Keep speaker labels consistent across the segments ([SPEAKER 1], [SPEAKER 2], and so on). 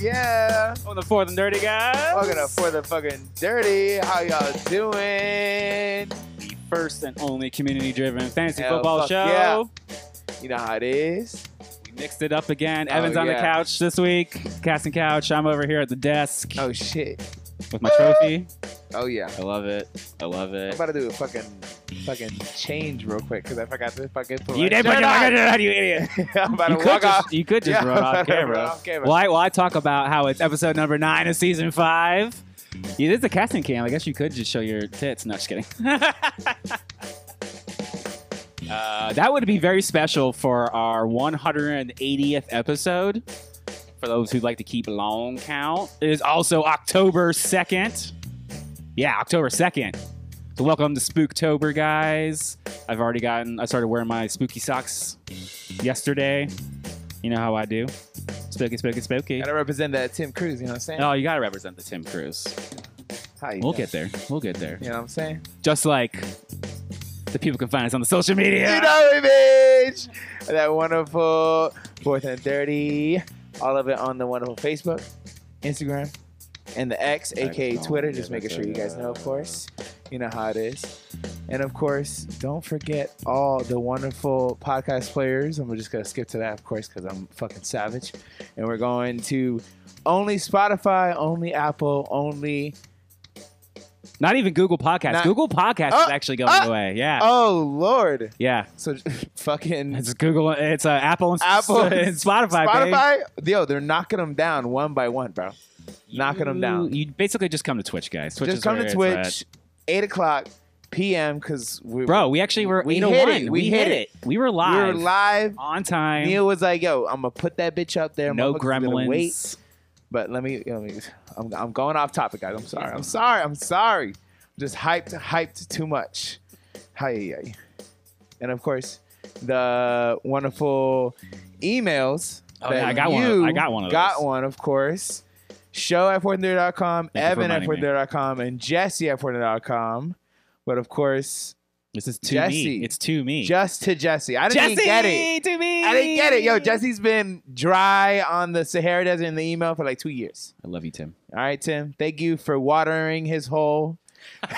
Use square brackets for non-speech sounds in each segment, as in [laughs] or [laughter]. [SPEAKER 1] yeah.
[SPEAKER 2] On the fourth and dirty guys.
[SPEAKER 1] Welcome to For the Fucking Dirty. How y'all doing?
[SPEAKER 2] the first and only community-driven fantasy
[SPEAKER 1] Hell,
[SPEAKER 2] football
[SPEAKER 1] fuck
[SPEAKER 2] show.
[SPEAKER 1] yeah. You know how it is.
[SPEAKER 2] We mixed it up again.
[SPEAKER 1] Oh,
[SPEAKER 2] Evan's on the
[SPEAKER 1] yeah.
[SPEAKER 2] couch this week, casting couch. I'm over here at the desk
[SPEAKER 1] Oh, shit.
[SPEAKER 2] with my trophy.
[SPEAKER 1] Oh, yeah.
[SPEAKER 2] I love it. I love
[SPEAKER 1] I'm
[SPEAKER 2] it.
[SPEAKER 1] about to do a fucking fucking change real quick because I forgot to fucking put
[SPEAKER 2] You
[SPEAKER 1] my
[SPEAKER 2] did, but you're
[SPEAKER 1] shirt
[SPEAKER 2] not gonna [laughs]
[SPEAKER 1] on.
[SPEAKER 2] do that, you idiot.
[SPEAKER 1] [laughs] I'm about
[SPEAKER 2] You
[SPEAKER 1] to
[SPEAKER 2] could
[SPEAKER 1] walk
[SPEAKER 2] just,
[SPEAKER 1] off.
[SPEAKER 2] you could just
[SPEAKER 1] Yeah,
[SPEAKER 2] run
[SPEAKER 1] I'm
[SPEAKER 2] off
[SPEAKER 1] about to run [laughs]
[SPEAKER 2] camera.
[SPEAKER 1] off camera.
[SPEAKER 2] Well, I, well, I talk about how it's episode number nine of season five. You did the casting cam. I guess you could just show your tits. No, just kidding. [laughs] uh, that would be very special for our 180th episode. For those who'd like to keep a long count, it is also October 2nd. Yeah, October 2nd. So welcome to Spooktober, guys. I've already gotten, I started wearing my spooky socks yesterday. You know how I do. Spooky, spooky, spooky.
[SPEAKER 1] Gotta represent that Tim Cruise, you know what I'm saying?
[SPEAKER 2] Oh, you gotta represent the Tim Cruise.
[SPEAKER 1] How you
[SPEAKER 2] We'll
[SPEAKER 1] doing?
[SPEAKER 2] get there. We'll get there.
[SPEAKER 1] You know what I'm saying?
[SPEAKER 2] Just like the people can find us on the social media.
[SPEAKER 1] You know me, bitch! That wonderful fourth and dirty. All of it on the wonderful Facebook, Instagram, and the X, aka
[SPEAKER 2] don't
[SPEAKER 1] Twitter.
[SPEAKER 2] give
[SPEAKER 1] Just
[SPEAKER 2] it
[SPEAKER 1] making sure
[SPEAKER 2] to
[SPEAKER 1] you guys know, of
[SPEAKER 2] the-
[SPEAKER 1] course. You know how it is. And of course, don't forget all the wonderful podcast players. I'm just gonna skip to that, of course, because I'm fucking savage. And we're going to only Spotify, only Apple, only
[SPEAKER 2] Not even Google Podcasts.
[SPEAKER 1] Not-
[SPEAKER 2] Google Podcasts
[SPEAKER 1] Oh,
[SPEAKER 2] is actually going
[SPEAKER 1] oh,
[SPEAKER 2] away. Yeah.
[SPEAKER 1] Oh Lord!
[SPEAKER 2] yeah.
[SPEAKER 1] So [laughs] fucking
[SPEAKER 2] It's Google. It's uh, Apple and,
[SPEAKER 1] [laughs]
[SPEAKER 2] [laughs]
[SPEAKER 1] Apple
[SPEAKER 2] and Spotify. babe.
[SPEAKER 1] Spotify, yo, they're knocking them down one by one, bro. Knocking them
[SPEAKER 2] You-
[SPEAKER 1] down.
[SPEAKER 2] You basically just come to Twitch, guys. Twitch
[SPEAKER 1] Just
[SPEAKER 2] is
[SPEAKER 1] come
[SPEAKER 2] where
[SPEAKER 1] to
[SPEAKER 2] it's
[SPEAKER 1] Twitch, eight o'clock p.m. because we
[SPEAKER 2] at. Bro, we actually were
[SPEAKER 1] We
[SPEAKER 2] 801.
[SPEAKER 1] hit it.
[SPEAKER 2] We, hit it. We were
[SPEAKER 1] we
[SPEAKER 2] live.
[SPEAKER 1] were live.
[SPEAKER 2] On time.
[SPEAKER 1] Neil was like, "Yo, I'm gonna put that bitch up there.
[SPEAKER 2] no
[SPEAKER 1] Motherfuckers gonna
[SPEAKER 2] gremlins.
[SPEAKER 1] Wait, but let me, let me. I'm, I'm going off topic, guys. I'm sorry. I'm sorry. I'm sorry. I'm just hyped, hyped too much. Hi, hi. and of course, the wonderful emails.
[SPEAKER 2] Oh,
[SPEAKER 1] that
[SPEAKER 2] yeah, I got one of-
[SPEAKER 1] you
[SPEAKER 2] I got one of
[SPEAKER 1] Got
[SPEAKER 2] those.
[SPEAKER 1] one, of course. Show at fortnite.com,
[SPEAKER 2] Thank you for
[SPEAKER 1] Evan at
[SPEAKER 2] reminding me.
[SPEAKER 1] fortnite.com, and Jesse at fortnite.com. But of course,
[SPEAKER 2] This is to
[SPEAKER 1] Jesse.
[SPEAKER 2] me. It's to me.
[SPEAKER 1] just to Jesse. I didn't
[SPEAKER 2] Jesse
[SPEAKER 1] even get it.
[SPEAKER 2] to me.
[SPEAKER 1] I didn't get it. Yo, Jesse's been dry on the Sahara Desert in the email for like two years.
[SPEAKER 2] I love you, Tim.
[SPEAKER 1] All right, Tim. Thank you for watering his hole. [laughs]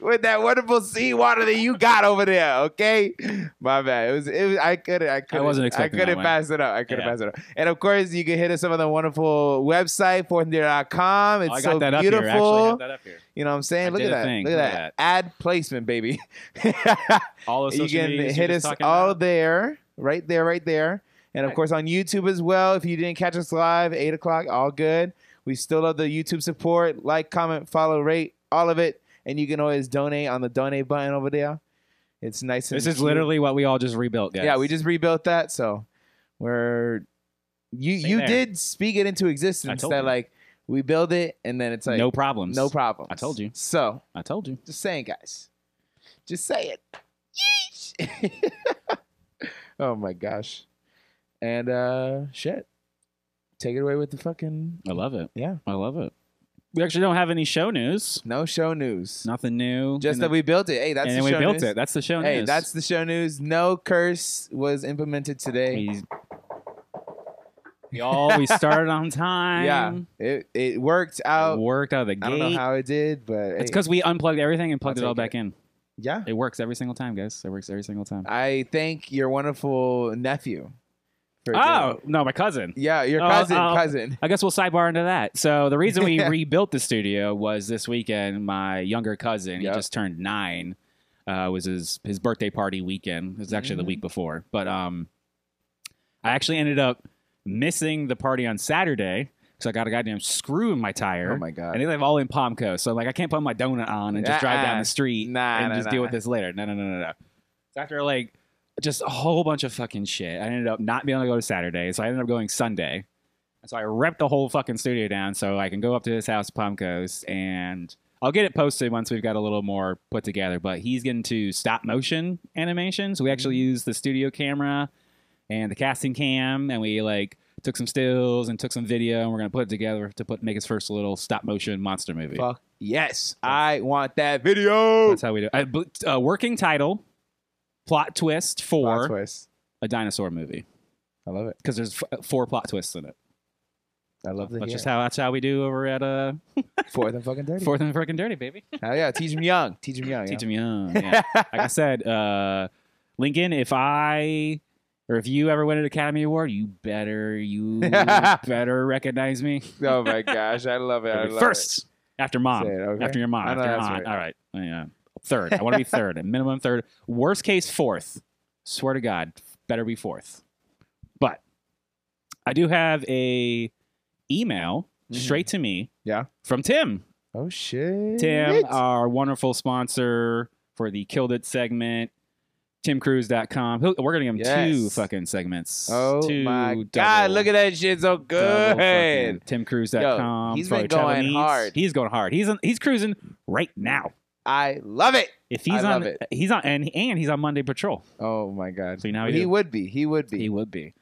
[SPEAKER 1] With that wonderful seawater that you got over there, okay? My bad. It was. It was I couldn't. I couldn't.
[SPEAKER 2] wasn't expecting
[SPEAKER 1] I couldn't
[SPEAKER 2] that one.
[SPEAKER 1] pass it up. I couldn't
[SPEAKER 2] Yeah.
[SPEAKER 1] pass it up. And of course, you can hit us up on the wonderful website fourthanddeer.com. It's
[SPEAKER 2] Oh, I got
[SPEAKER 1] so
[SPEAKER 2] that up
[SPEAKER 1] beautiful.
[SPEAKER 2] here. Actually, I have that up here.
[SPEAKER 1] You know what I'm saying?
[SPEAKER 2] I
[SPEAKER 1] Look
[SPEAKER 2] did
[SPEAKER 1] at
[SPEAKER 2] a
[SPEAKER 1] that.
[SPEAKER 2] thing.
[SPEAKER 1] Look at that. Ad placement, baby. [laughs]
[SPEAKER 2] All the
[SPEAKER 1] you
[SPEAKER 2] social
[SPEAKER 1] can
[SPEAKER 2] medias you
[SPEAKER 1] hit
[SPEAKER 2] were
[SPEAKER 1] us
[SPEAKER 2] talking
[SPEAKER 1] all
[SPEAKER 2] about.
[SPEAKER 1] there, right there, right there, and of
[SPEAKER 2] Right.
[SPEAKER 1] course on YouTube as well. If you didn't catch us live, eight o'clock, all good. We still love the YouTube support. Like, comment, follow, rate, all of it, and you can always donate on the donate button over there. It's nice. And
[SPEAKER 2] This is
[SPEAKER 1] cute.
[SPEAKER 2] literally what we all just rebuilt, guys.
[SPEAKER 1] yeah. We just rebuilt that, so we're you
[SPEAKER 2] Stay
[SPEAKER 1] you
[SPEAKER 2] there.
[SPEAKER 1] did speak it into existence
[SPEAKER 2] told
[SPEAKER 1] that
[SPEAKER 2] you.
[SPEAKER 1] like we build it and then it's like
[SPEAKER 2] no problems.
[SPEAKER 1] no problems.
[SPEAKER 2] I told you.
[SPEAKER 1] So
[SPEAKER 2] I told you.
[SPEAKER 1] just saying, guys. Just say it. Yeesh. [laughs] oh my gosh. And uh shit. Take it away with the fucking
[SPEAKER 2] I love it.
[SPEAKER 1] Yeah.
[SPEAKER 2] I love it. We actually don't have any show news.
[SPEAKER 1] no show news.
[SPEAKER 2] Nothing new.
[SPEAKER 1] Just
[SPEAKER 2] And
[SPEAKER 1] that
[SPEAKER 2] the-
[SPEAKER 1] we built it. Hey, that's
[SPEAKER 2] and
[SPEAKER 1] the
[SPEAKER 2] then we
[SPEAKER 1] show
[SPEAKER 2] built
[SPEAKER 1] news.
[SPEAKER 2] it. That's the show
[SPEAKER 1] Hey,
[SPEAKER 2] news.
[SPEAKER 1] that's the show news. No curse was implemented today.
[SPEAKER 2] we, we all we started on
[SPEAKER 1] [laughs] Yeah.
[SPEAKER 2] time.
[SPEAKER 1] It it worked out.
[SPEAKER 2] worked out of the
[SPEAKER 1] I
[SPEAKER 2] gate.
[SPEAKER 1] don't know how it did, but
[SPEAKER 2] it's
[SPEAKER 1] hey,
[SPEAKER 2] because we unplugged everything and plugged
[SPEAKER 1] I'll
[SPEAKER 2] it all
[SPEAKER 1] take
[SPEAKER 2] back in.
[SPEAKER 1] yeah.
[SPEAKER 2] It works every single time, guys. It works every single time.
[SPEAKER 1] I thank your wonderful nephew. For
[SPEAKER 2] Oh
[SPEAKER 1] doing-
[SPEAKER 2] no, my cousin.
[SPEAKER 1] yeah, your
[SPEAKER 2] Oh,
[SPEAKER 1] cousin,
[SPEAKER 2] oh.
[SPEAKER 1] cousin.
[SPEAKER 2] I guess we'll sidebar into that. So the reason [laughs] we rebuilt the studio was this weekend. My younger cousin,
[SPEAKER 1] Yep.
[SPEAKER 2] he just turned nine. Uh, was his his birthday party weekend? It was actually the
[SPEAKER 1] Mhm.
[SPEAKER 2] week before, but um, I actually ended up missing the party on Saturday because I got a goddamn screw in my tire.
[SPEAKER 1] Oh my god.
[SPEAKER 2] And they live all in Palmco, so I'm like, I can't put my donut on and just drive down
[SPEAKER 1] Uh-uh.
[SPEAKER 2] the street
[SPEAKER 1] Nah,
[SPEAKER 2] and
[SPEAKER 1] nah,
[SPEAKER 2] just
[SPEAKER 1] nah.
[SPEAKER 2] deal with this later. No, no, no, no, no. So after like just a whole bunch of fucking shit, I ended up not being able to go to Saturday, so I ended up going Sunday. And so I repped the whole fucking studio down so I can go up to his house, Palmco's, and I'll get it posted once we've got a little more put together. But he's getting to stop motion animation, so we actually used the studio camera and the casting cam, and we like took some stills and took some video, and we're gonna put it together to put make his first little stop motion monster movie.
[SPEAKER 1] Fuck yes, I want that video.
[SPEAKER 2] That's how we do. It. Uh, working title, plot twist for
[SPEAKER 1] twist.
[SPEAKER 2] a dinosaur movie.
[SPEAKER 1] I love it.
[SPEAKER 2] because there's f- uh, four plot twists in it.
[SPEAKER 1] I love the
[SPEAKER 2] That's just
[SPEAKER 1] yeah.
[SPEAKER 2] how that's how we do over at uh
[SPEAKER 1] fourth and fucking dirty.
[SPEAKER 2] Fourth and Frickin' Dirty, baby.
[SPEAKER 1] Hell yeah, teach them young. Teach them young.
[SPEAKER 2] Teach
[SPEAKER 1] yo.
[SPEAKER 2] them young.
[SPEAKER 1] [laughs]
[SPEAKER 2] Yeah. like I said, uh, Lincoln, if I or if you ever win an Academy Award, you better
[SPEAKER 1] [laughs]
[SPEAKER 2] you better recognize me
[SPEAKER 1] oh my gosh, I love it. I love
[SPEAKER 2] first after
[SPEAKER 1] It.
[SPEAKER 2] mom,
[SPEAKER 1] Say it, okay?
[SPEAKER 2] after your mom,
[SPEAKER 1] I know
[SPEAKER 2] after your
[SPEAKER 1] that's
[SPEAKER 2] aunt.
[SPEAKER 1] right.
[SPEAKER 2] All right, yeah. Third, I want to be third, a minimum third. Worst case, fourth. Swear to God, better be fourth. But I do have a email
[SPEAKER 1] Mhm.
[SPEAKER 2] straight to me.
[SPEAKER 1] Yeah.
[SPEAKER 2] from Tim.
[SPEAKER 1] Oh shit.
[SPEAKER 2] Tim, our wonderful sponsor for the Killed It segment, timcruise.com. He'll- We're going to give him two
[SPEAKER 1] Yes.
[SPEAKER 2] fucking segments.
[SPEAKER 1] oh
[SPEAKER 2] Two
[SPEAKER 1] my
[SPEAKER 2] double-
[SPEAKER 1] god, look at that shit so
[SPEAKER 2] double
[SPEAKER 1] good.
[SPEAKER 2] fucking timcruise.com.
[SPEAKER 1] Yo, he's
[SPEAKER 2] for
[SPEAKER 1] been
[SPEAKER 2] your travel
[SPEAKER 1] going
[SPEAKER 2] needs.
[SPEAKER 1] hard.
[SPEAKER 2] He's going hard. He's on, he's cruising right now.
[SPEAKER 1] I love it.
[SPEAKER 2] If he's
[SPEAKER 1] I
[SPEAKER 2] on,
[SPEAKER 1] love it.
[SPEAKER 2] he's on, and and he's on Monday Patrol.
[SPEAKER 1] Oh my god.
[SPEAKER 2] So you know how
[SPEAKER 1] he
[SPEAKER 2] you do.
[SPEAKER 1] would be. He would be.
[SPEAKER 2] He would be.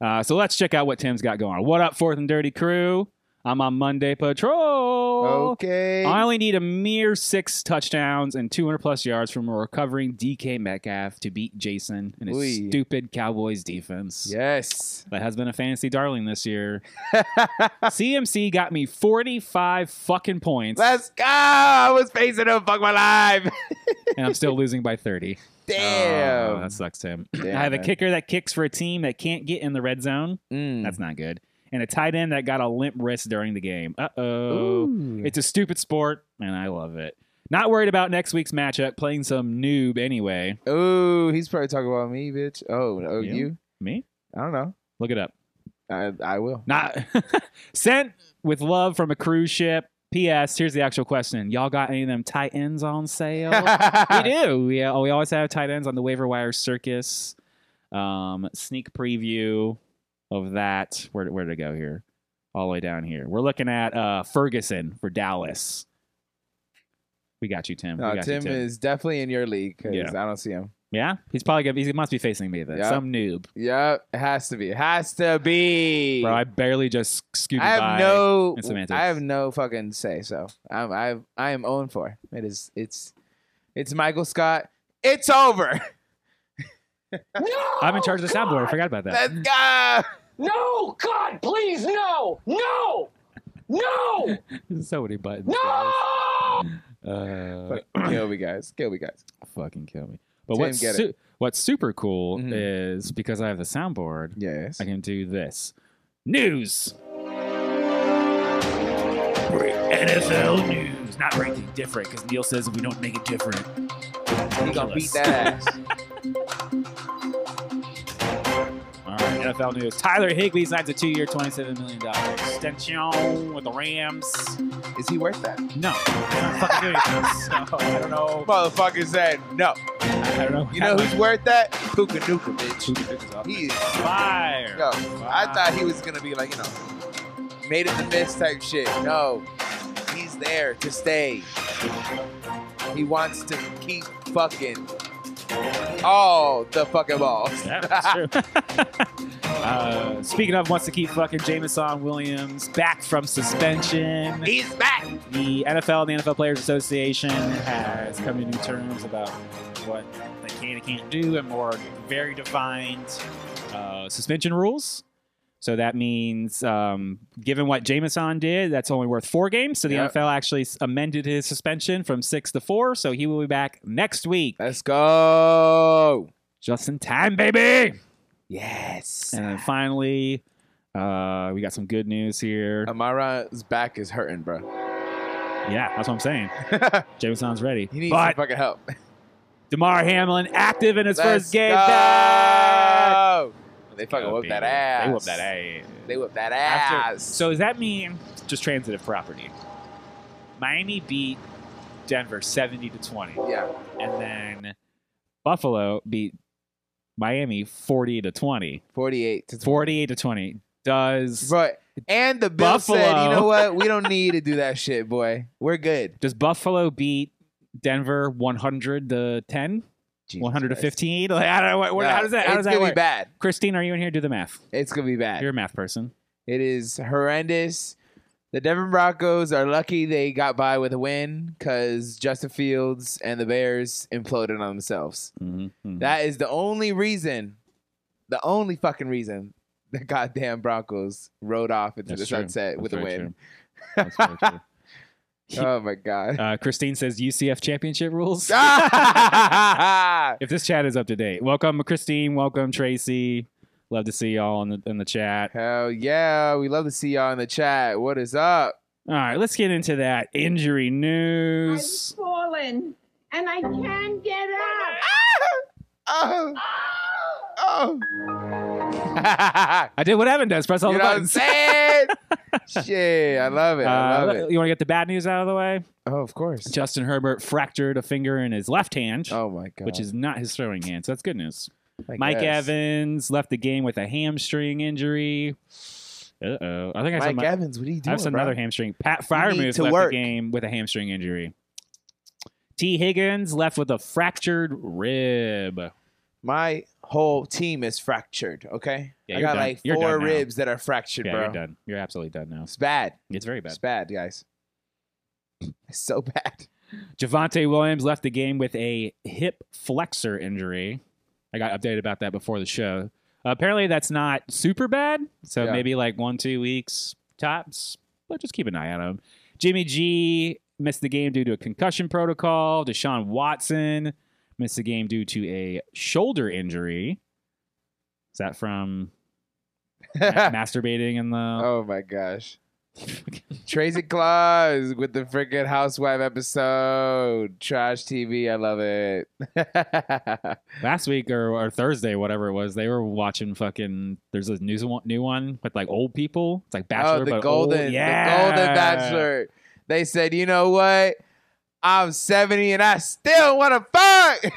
[SPEAKER 2] Uh, so let's check out what Tim's got going on. What up, Fourth and Dirty Crew? I'm on Monday Patrol.
[SPEAKER 1] okay.
[SPEAKER 2] I only need a mere six touchdowns and 200 plus yards from a recovering DK Metcalf to beat Jason in his
[SPEAKER 1] Ooh.
[SPEAKER 2] stupid Cowboys defense.
[SPEAKER 1] yes.
[SPEAKER 2] That has been a fantasy darling this
[SPEAKER 1] [laughs]
[SPEAKER 2] year. CMC got me 45 fucking points,
[SPEAKER 1] Let's go. I was facing him. Fuck my life. [laughs]
[SPEAKER 2] and I'm still losing by 30.
[SPEAKER 1] Damn.
[SPEAKER 2] Oh, that sucks, Tim. [clears throat]
[SPEAKER 1] Damn,
[SPEAKER 2] I have a
[SPEAKER 1] man.
[SPEAKER 2] kicker that kicks for a team that can't get in the red zone.
[SPEAKER 1] Mm.
[SPEAKER 2] That's not good. And a tight end that got a limp wrist during the game. Uh oh.
[SPEAKER 1] Ooh.
[SPEAKER 2] It's a stupid sport, and I love it. Not worried about next week's matchup, playing some noob anyway.
[SPEAKER 1] Ooh, he's probably talking about me, bitch. Oh, oh,
[SPEAKER 2] You?
[SPEAKER 1] you?
[SPEAKER 2] Me?
[SPEAKER 1] I don't know.
[SPEAKER 2] Look it up.
[SPEAKER 1] I, I will.
[SPEAKER 2] Not sent with love from a cruise ship. P.S. Here's the actual question. Y'all got any of them tight ends on
[SPEAKER 1] [laughs]
[SPEAKER 2] sale? [laughs] we do. We, uh, we always have tight ends on the waiver wire circus. Um, sneak preview of that. Where where to go here? All the way down here. We're looking at uh, Ferguson for Dallas. We got you, Tim. We
[SPEAKER 1] No,
[SPEAKER 2] got you,
[SPEAKER 1] Uh, Tim is definitely in your league because
[SPEAKER 2] Yeah.
[SPEAKER 1] I don't see him.
[SPEAKER 2] Yeah, he's probably gonna. He must be facing me then.
[SPEAKER 1] Yeah.
[SPEAKER 2] Some noob,
[SPEAKER 1] Yeah, it has to be. It has to be.
[SPEAKER 2] bro. I barely just scooted
[SPEAKER 1] I
[SPEAKER 2] by.
[SPEAKER 1] have no.
[SPEAKER 2] and semantics.
[SPEAKER 1] I have no fucking say. So I'm. I. I am owned for. It is. It's. It's Michael Scott. It's over.
[SPEAKER 2] I'm in charge of the soundboard. I forgot about [laughs] that.
[SPEAKER 1] Let's go.
[SPEAKER 3] No, God, please, no, no, no,
[SPEAKER 2] There's [laughs] so many buttons.
[SPEAKER 3] no!
[SPEAKER 2] [laughs] Uh,
[SPEAKER 1] Fuck, kill me, guys. Kill me, guys.
[SPEAKER 2] fucking kill me. But
[SPEAKER 1] Tim,
[SPEAKER 2] what's
[SPEAKER 1] get
[SPEAKER 2] su- what's super cool
[SPEAKER 1] Mhm.
[SPEAKER 2] is because I have the soundboard,
[SPEAKER 1] Yes.
[SPEAKER 2] I can do this. News. NFL news, not anything different, because Neil says if we don't make it different,
[SPEAKER 1] He gonna beat that ass.
[SPEAKER 2] All right, NFL news. Tyler Higby signs a two-year, $27 million extension with the Rams.
[SPEAKER 1] is he worth that?
[SPEAKER 2] No, they don't fucking do anything. So I [laughs] don't know.
[SPEAKER 1] Motherfucker said no.
[SPEAKER 2] I don't know.
[SPEAKER 1] You know who's worth that? Puka Nuka, bitch. He is
[SPEAKER 2] fire?
[SPEAKER 1] Yo, I thought he was gonna be like, you know, made it the miss type shit. No, he's there to stay. He wants to keep fucking all the fucking balls.
[SPEAKER 2] Yeah, that's true.
[SPEAKER 1] [laughs]
[SPEAKER 2] uh, speaking of, wants to keep fucking Jameson Williams back from suspension.
[SPEAKER 1] He's back.
[SPEAKER 2] The NFL and the NFL Players Association has come to new terms about what they can and can't do, and more very defined uh, suspension rules. So that means, um, given what Jameson did, that's only worth four games. So the
[SPEAKER 1] Yep.
[SPEAKER 2] NFL actually s- amended his suspension from six to four. So he will be back next week,
[SPEAKER 1] Let's go.
[SPEAKER 2] just in time, baby.
[SPEAKER 1] Yes.
[SPEAKER 2] And then finally, uh, we got some good news here.
[SPEAKER 1] Amara's back is hurting, bro.
[SPEAKER 2] yeah, that's what I'm
[SPEAKER 1] [laughs]
[SPEAKER 2] saying. Jameson's ready.
[SPEAKER 1] He needs
[SPEAKER 2] but
[SPEAKER 1] some fucking help.
[SPEAKER 2] Damar Hamlin active in his
[SPEAKER 1] Let's
[SPEAKER 2] first game
[SPEAKER 1] go.
[SPEAKER 2] back.
[SPEAKER 1] They fucking
[SPEAKER 2] Gotta
[SPEAKER 1] whooped
[SPEAKER 2] be-
[SPEAKER 1] that ass.
[SPEAKER 2] They whoop that ass.
[SPEAKER 1] They whooped that
[SPEAKER 2] After-
[SPEAKER 1] ass.
[SPEAKER 2] so does that mean just transitive property? Miami beat Denver 70 to 20
[SPEAKER 1] yeah.
[SPEAKER 2] and then Buffalo beat Miami 40 to 20.
[SPEAKER 1] 48 to
[SPEAKER 2] 48 to 20. Does
[SPEAKER 1] But and the Bill said, you
[SPEAKER 2] Buffalo.
[SPEAKER 1] know what?
[SPEAKER 2] [laughs]
[SPEAKER 1] We don't need to do that shit, boy. We're good.
[SPEAKER 2] does Buffalo beat Denver 100 to 10?
[SPEAKER 1] Jesus
[SPEAKER 2] 115? Like, I don't know. What, what-
[SPEAKER 1] Christ.
[SPEAKER 2] how does that, how
[SPEAKER 1] it's
[SPEAKER 2] does that
[SPEAKER 1] gonna
[SPEAKER 2] work?
[SPEAKER 1] be bad.
[SPEAKER 2] Christine, are you in here? Do the math.
[SPEAKER 1] It's gonna be bad.
[SPEAKER 2] You're a math person.
[SPEAKER 1] It is horrendous. The Denver Broncos are lucky they got by with a win because Justin Fields and the Bears imploded on themselves.
[SPEAKER 2] Mm-hmm.
[SPEAKER 1] That is the only reason, the only fucking reason the goddamn Broncos rode off into
[SPEAKER 2] That's
[SPEAKER 1] the
[SPEAKER 2] true.
[SPEAKER 1] sunset
[SPEAKER 2] That's
[SPEAKER 1] with a
[SPEAKER 2] very
[SPEAKER 1] win.
[SPEAKER 2] true. That's very
[SPEAKER 1] [laughs]
[SPEAKER 2] true.
[SPEAKER 1] Oh
[SPEAKER 2] [laughs]
[SPEAKER 1] my god. [laughs]
[SPEAKER 2] Uh, Christine says UCF championship rules. [laughs]
[SPEAKER 1] Ah!
[SPEAKER 2] if this chat is up to date, welcome Christine, welcome Tracy. Love to see y'all in the in the chat.
[SPEAKER 1] Hell yeah. We love to see y'all in the chat. What is up?
[SPEAKER 2] All right, let's get into that injury
[SPEAKER 4] I've
[SPEAKER 2] news.
[SPEAKER 4] fallen and I can't get up.
[SPEAKER 1] Oh.
[SPEAKER 2] [laughs]
[SPEAKER 1] Oh.
[SPEAKER 2] I did what Evan does. Press all
[SPEAKER 1] you know
[SPEAKER 2] the
[SPEAKER 1] what I'm
[SPEAKER 2] buttons. [laughs]
[SPEAKER 1] saying? Shit. I love it. I
[SPEAKER 2] Uh,
[SPEAKER 1] love it.
[SPEAKER 2] You want to get the bad news out of the way?
[SPEAKER 1] Oh, of course.
[SPEAKER 2] Justin Herbert fractured a finger in his left hand,
[SPEAKER 1] Oh my god.
[SPEAKER 2] which is not his throwing hand. So that's good news.
[SPEAKER 1] I
[SPEAKER 2] Mike
[SPEAKER 1] guess.
[SPEAKER 2] Evans left the game with a hamstring injury. Uh oh. I think I saw
[SPEAKER 1] Mike
[SPEAKER 2] my,
[SPEAKER 1] Evans, what are you doing?
[SPEAKER 2] I have some
[SPEAKER 1] bro?
[SPEAKER 2] another hamstring. Pat
[SPEAKER 1] You need
[SPEAKER 2] Fryermuth
[SPEAKER 1] to
[SPEAKER 2] left
[SPEAKER 1] work.
[SPEAKER 2] the game with a hamstring injury. T. Higgins left with a fractured rib.
[SPEAKER 1] My whole team is fractured, okay?
[SPEAKER 2] Yeah,
[SPEAKER 1] I
[SPEAKER 2] you're
[SPEAKER 1] got
[SPEAKER 2] done.
[SPEAKER 1] like
[SPEAKER 2] You're
[SPEAKER 1] four
[SPEAKER 2] done now.
[SPEAKER 1] ribs that are fractured,
[SPEAKER 2] Yeah,
[SPEAKER 1] bro.
[SPEAKER 2] you're done. You're absolutely done now.
[SPEAKER 1] It's bad.
[SPEAKER 2] It's very bad.
[SPEAKER 1] It's bad,
[SPEAKER 2] [laughs]
[SPEAKER 1] guys. It's so bad.
[SPEAKER 2] Javante Williams left the game with a hip flexor injury. I got updated about that before the show. apparently, that's not super bad. So
[SPEAKER 1] Yeah.
[SPEAKER 2] maybe like one, two weeks tops. But just keep an eye on him. Jimmy G missed the game due to a concussion protocol. Deshaun Watson missed the game due to a shoulder injury. Is that
[SPEAKER 1] [laughs]
[SPEAKER 2] from ma- masturbating in the?
[SPEAKER 1] oh my gosh. [laughs] Tracy Claus with the freaking housewife episode. Trash TV. I love it. [laughs] Oh,
[SPEAKER 2] last week or, or Thursday, whatever it was, they were watching fucking. There's a new one, new one with like old people. It's like Bachelor,
[SPEAKER 1] oh, the
[SPEAKER 2] but
[SPEAKER 1] golden,
[SPEAKER 2] old.
[SPEAKER 1] the
[SPEAKER 2] yeah,
[SPEAKER 1] golden bachelor. They said, you know what? I'm 70 and I still want to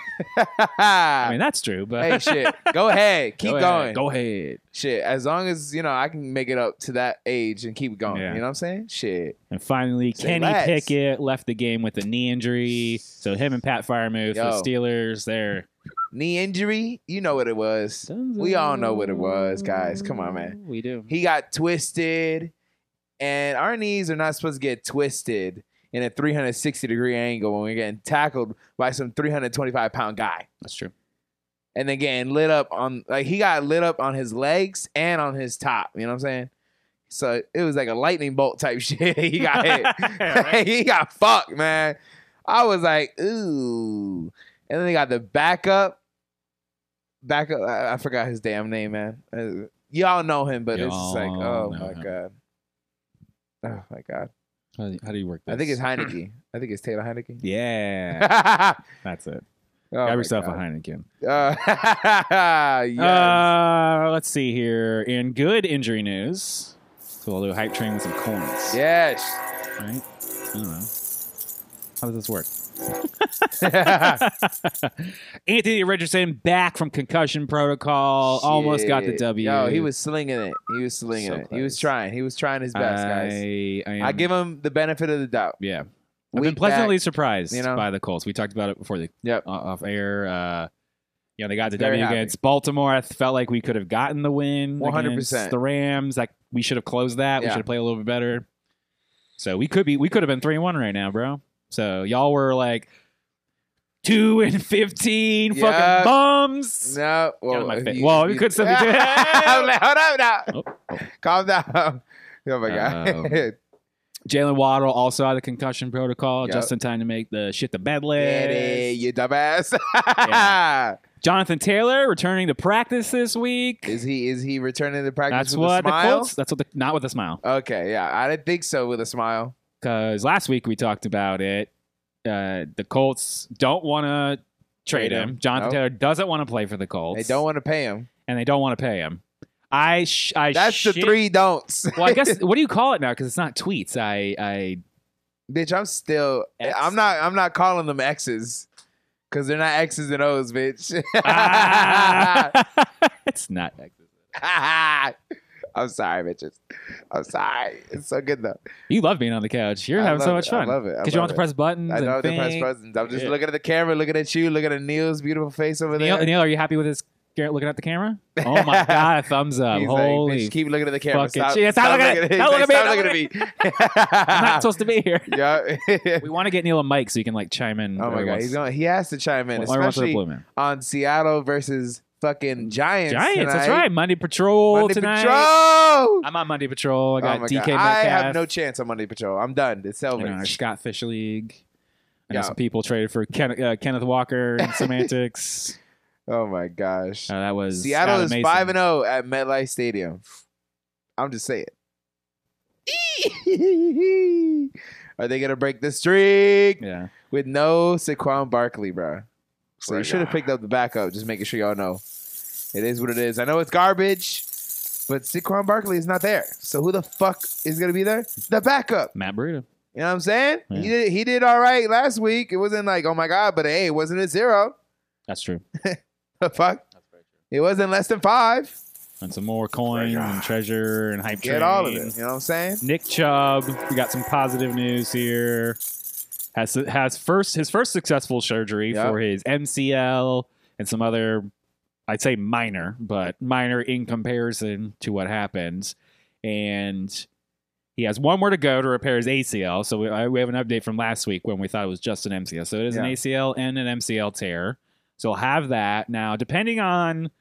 [SPEAKER 1] fuck.
[SPEAKER 2] [laughs] I mean, that's true, but [laughs]
[SPEAKER 1] [laughs] hey, shit. Go ahead. Keep
[SPEAKER 2] Go
[SPEAKER 1] going.
[SPEAKER 2] ahead. Go ahead.
[SPEAKER 1] Shit. As long as, you know, I can make it up to that age and keep going.
[SPEAKER 2] Yeah.
[SPEAKER 1] You know what I'm saying? Shit.
[SPEAKER 2] And finally,
[SPEAKER 1] Say
[SPEAKER 2] Kenny
[SPEAKER 1] less.
[SPEAKER 2] Pickett left the game with a knee injury. So him and Pat Firemuth,
[SPEAKER 1] Yo.
[SPEAKER 2] the Steelers, they're
[SPEAKER 1] Knee injury. You know what it was. We all know what it was, guys. Come on, man.
[SPEAKER 2] We do.
[SPEAKER 1] He got twisted, and our knees are not supposed to get twisted in a 360 degree angle when we're getting tackled by some 325 pound guy.
[SPEAKER 2] That's true.
[SPEAKER 1] and then getting lit up on like he got lit up on his legs and on his top. You know what I'm saying? So it was like a lightning bolt type [laughs] shit. he got
[SPEAKER 2] Yeah,
[SPEAKER 1] hit. he got fucked, man. I was like, ooh. And then they got the backup. Backup. I, I forgot his damn name, man. Uh, y'all know him, but it's just like,
[SPEAKER 2] Y'all
[SPEAKER 1] oh
[SPEAKER 2] know
[SPEAKER 1] my
[SPEAKER 2] him.
[SPEAKER 1] god. Oh my god.
[SPEAKER 2] [laughs] How do you, how do you work this?
[SPEAKER 1] I think
[SPEAKER 2] [laughs]
[SPEAKER 1] it's Heineke. I think it's Taylor Heineke. [laughs]
[SPEAKER 2] Yeah,
[SPEAKER 1] Yeah.
[SPEAKER 2] that's it.
[SPEAKER 1] oh
[SPEAKER 2] Got
[SPEAKER 1] my
[SPEAKER 2] yourself
[SPEAKER 1] God.
[SPEAKER 2] a Heineken.
[SPEAKER 1] Uh, [laughs] yes.
[SPEAKER 2] Uh, let's see here. In good injury news, so we'll do a hype train with some coins.
[SPEAKER 1] yes.
[SPEAKER 2] Uh, Right? I don't know. How does this
[SPEAKER 1] [laughs]
[SPEAKER 2] work? [laughs] Ah. Anthony Richardson back from concussion protocol. Almost got the
[SPEAKER 1] Shit.
[SPEAKER 2] W.
[SPEAKER 1] Yo, he was slinging it. He was slinging
[SPEAKER 2] So
[SPEAKER 1] it. He was
[SPEAKER 2] close.
[SPEAKER 1] trying. He was trying his best, guys.
[SPEAKER 2] I, I, am-
[SPEAKER 1] I give him the benefit of the doubt.
[SPEAKER 2] Yeah. I've
[SPEAKER 1] Week
[SPEAKER 2] been pleasantly
[SPEAKER 1] back.
[SPEAKER 2] surprised
[SPEAKER 1] you know?
[SPEAKER 2] by the Colts. We talked about it before the
[SPEAKER 1] Yep.
[SPEAKER 2] o- off air. Uh, you know, they got the
[SPEAKER 1] Very
[SPEAKER 2] W
[SPEAKER 1] happy.
[SPEAKER 2] against Baltimore. I felt like we could have gotten the win
[SPEAKER 1] 100%.
[SPEAKER 2] against the Rams. Like we should have closed that. We
[SPEAKER 1] Yeah.
[SPEAKER 2] should have played a little bit better. So we could be we could have been three and one right now, bro. So y'all were like two [laughs] and fifteen
[SPEAKER 1] Yeah.
[SPEAKER 2] fucking bums.
[SPEAKER 1] No.
[SPEAKER 2] out
[SPEAKER 1] [laughs]
[SPEAKER 2] of my face. Well, we could still be good.
[SPEAKER 1] Hold up, hold up now.
[SPEAKER 2] Oh, oh.
[SPEAKER 1] Calm down. Oh my god. [laughs]
[SPEAKER 2] Um, Jalen Waddle also out of the concussion protocol,
[SPEAKER 1] Yep.
[SPEAKER 2] just in time to make the shit the bed
[SPEAKER 1] Get it,
[SPEAKER 2] list.
[SPEAKER 1] you dumbass.
[SPEAKER 2] Yeah. Jonathan Taylor returning to practice this week.
[SPEAKER 1] [laughs] is he is he returning to
[SPEAKER 2] that's
[SPEAKER 1] practice with
[SPEAKER 2] what
[SPEAKER 1] a smile?
[SPEAKER 2] the Colts. That's what the not with a smile.
[SPEAKER 1] Okay, yeah. I didn't think so with a smile.
[SPEAKER 2] Because last week we talked about it. Uh, the Colts don't want to trade
[SPEAKER 1] Trade him.
[SPEAKER 2] him. Jonathan
[SPEAKER 1] Nope.
[SPEAKER 2] Taylor doesn't want to play for the Colts.
[SPEAKER 1] They don't want to pay him.
[SPEAKER 2] and they don't want to pay him. I sh- I
[SPEAKER 1] That's the
[SPEAKER 2] shit-
[SPEAKER 1] three don'ts.
[SPEAKER 2] well, I
[SPEAKER 1] [laughs]
[SPEAKER 2] guess what do you call it now? Because it's not tweets. I I
[SPEAKER 1] Bitch, I'm still. i
[SPEAKER 2] X.
[SPEAKER 1] I'm not. I'm not calling them X's, cause they're not X's and O's, bitch.
[SPEAKER 2] Ah. [laughs] it's not.
[SPEAKER 1] [laughs] I'm sorry, bitches. I'm sorry. It's so good though.
[SPEAKER 2] You love being on the couch. You're
[SPEAKER 1] I
[SPEAKER 2] having so
[SPEAKER 1] love
[SPEAKER 2] much
[SPEAKER 1] it. I
[SPEAKER 2] fun.
[SPEAKER 1] love it. I
[SPEAKER 2] Because you don't
[SPEAKER 1] love
[SPEAKER 2] have to
[SPEAKER 1] it.
[SPEAKER 2] press buttons.
[SPEAKER 1] I
[SPEAKER 2] and
[SPEAKER 1] don't have to press
[SPEAKER 2] think.
[SPEAKER 1] presents. I'm just
[SPEAKER 2] Yeah.
[SPEAKER 1] looking at the camera, looking at you, looking at Neil's beautiful face over
[SPEAKER 2] Neil,
[SPEAKER 1] there.
[SPEAKER 2] Neil, are you happy with his looking at the
[SPEAKER 1] [laughs]
[SPEAKER 2] camera? Oh my god, thumbs up!
[SPEAKER 1] He's
[SPEAKER 2] Holy,
[SPEAKER 1] like, bitch, keep looking at the camera.
[SPEAKER 2] fucking
[SPEAKER 1] Stop,
[SPEAKER 2] shit. Stop looking at-
[SPEAKER 1] He's
[SPEAKER 2] stop
[SPEAKER 1] [laughs] like,
[SPEAKER 2] looking at me.
[SPEAKER 1] Stop looking
[SPEAKER 2] [laughs] [laughs] I'm not
[SPEAKER 1] [laughs] at me.
[SPEAKER 2] supposed to be here.
[SPEAKER 1] [laughs] Yeah.
[SPEAKER 2] We want to get Neil a mic so he can like chime in.
[SPEAKER 1] Oh my
[SPEAKER 2] every
[SPEAKER 1] god,
[SPEAKER 2] once-
[SPEAKER 1] he's going. He has to chime in,
[SPEAKER 2] every once in a
[SPEAKER 1] especially
[SPEAKER 2] blue man.
[SPEAKER 1] on Seattle versus fucking Giants.
[SPEAKER 2] Giants. That's
[SPEAKER 1] tonight.
[SPEAKER 2] right. Monday Patrol
[SPEAKER 1] Monday
[SPEAKER 2] tonight.
[SPEAKER 1] Patrol.
[SPEAKER 2] I'm on Monday Patrol. I
[SPEAKER 1] Oh
[SPEAKER 2] got
[SPEAKER 1] my
[SPEAKER 2] DK
[SPEAKER 1] God.
[SPEAKER 2] Metcalf.
[SPEAKER 1] I have no chance on Monday Patrol. I'm done. It's
[SPEAKER 2] you know, our
[SPEAKER 1] over.
[SPEAKER 2] Scott Fish League. I know
[SPEAKER 1] Yeah.
[SPEAKER 2] some people traded for Ken, uh, Kenneth Walker
[SPEAKER 1] [laughs]
[SPEAKER 2] and Semantics.
[SPEAKER 1] Oh my gosh.
[SPEAKER 2] Uh, that was
[SPEAKER 1] Seattle
[SPEAKER 2] Scott
[SPEAKER 1] is
[SPEAKER 2] Mason.
[SPEAKER 1] five and zero at MetLife Stadium. I'm just saying. [laughs] Are they gonna break the streak
[SPEAKER 2] Yeah,
[SPEAKER 1] with no Saquon Barkley, bro? So you
[SPEAKER 3] Right
[SPEAKER 1] should have
[SPEAKER 3] now.
[SPEAKER 1] picked up the backup. Just making sure y'all know, it is what it is. I know it's garbage, but Saquon Barkley is not there. So who the fuck is gonna be there? The backup.
[SPEAKER 2] Matt Burrito.
[SPEAKER 1] You know what I'm saying?
[SPEAKER 2] Yeah.
[SPEAKER 1] He did. He did all right last week. It wasn't like oh my god, but hey, it wasn't a zero. [laughs]
[SPEAKER 2] That's true.
[SPEAKER 1] The fuck. It wasn't less than five.
[SPEAKER 2] And some more coins and treasure and hype
[SPEAKER 1] Get
[SPEAKER 2] train.
[SPEAKER 1] all of it. You know what I'm saying?
[SPEAKER 2] Nick Chubb. We got some positive news here. Has has first his first successful surgery
[SPEAKER 1] Yeah.
[SPEAKER 2] for his MCL and some other, I'd say minor, but minor in comparison to what happens. And he has one more to go to repair his ACL. So we, I, we have an update from last week when we thought it was just an MCL. So it is an
[SPEAKER 1] Yeah.
[SPEAKER 2] ACL and an MCL tear. So we'll have that now. Depending on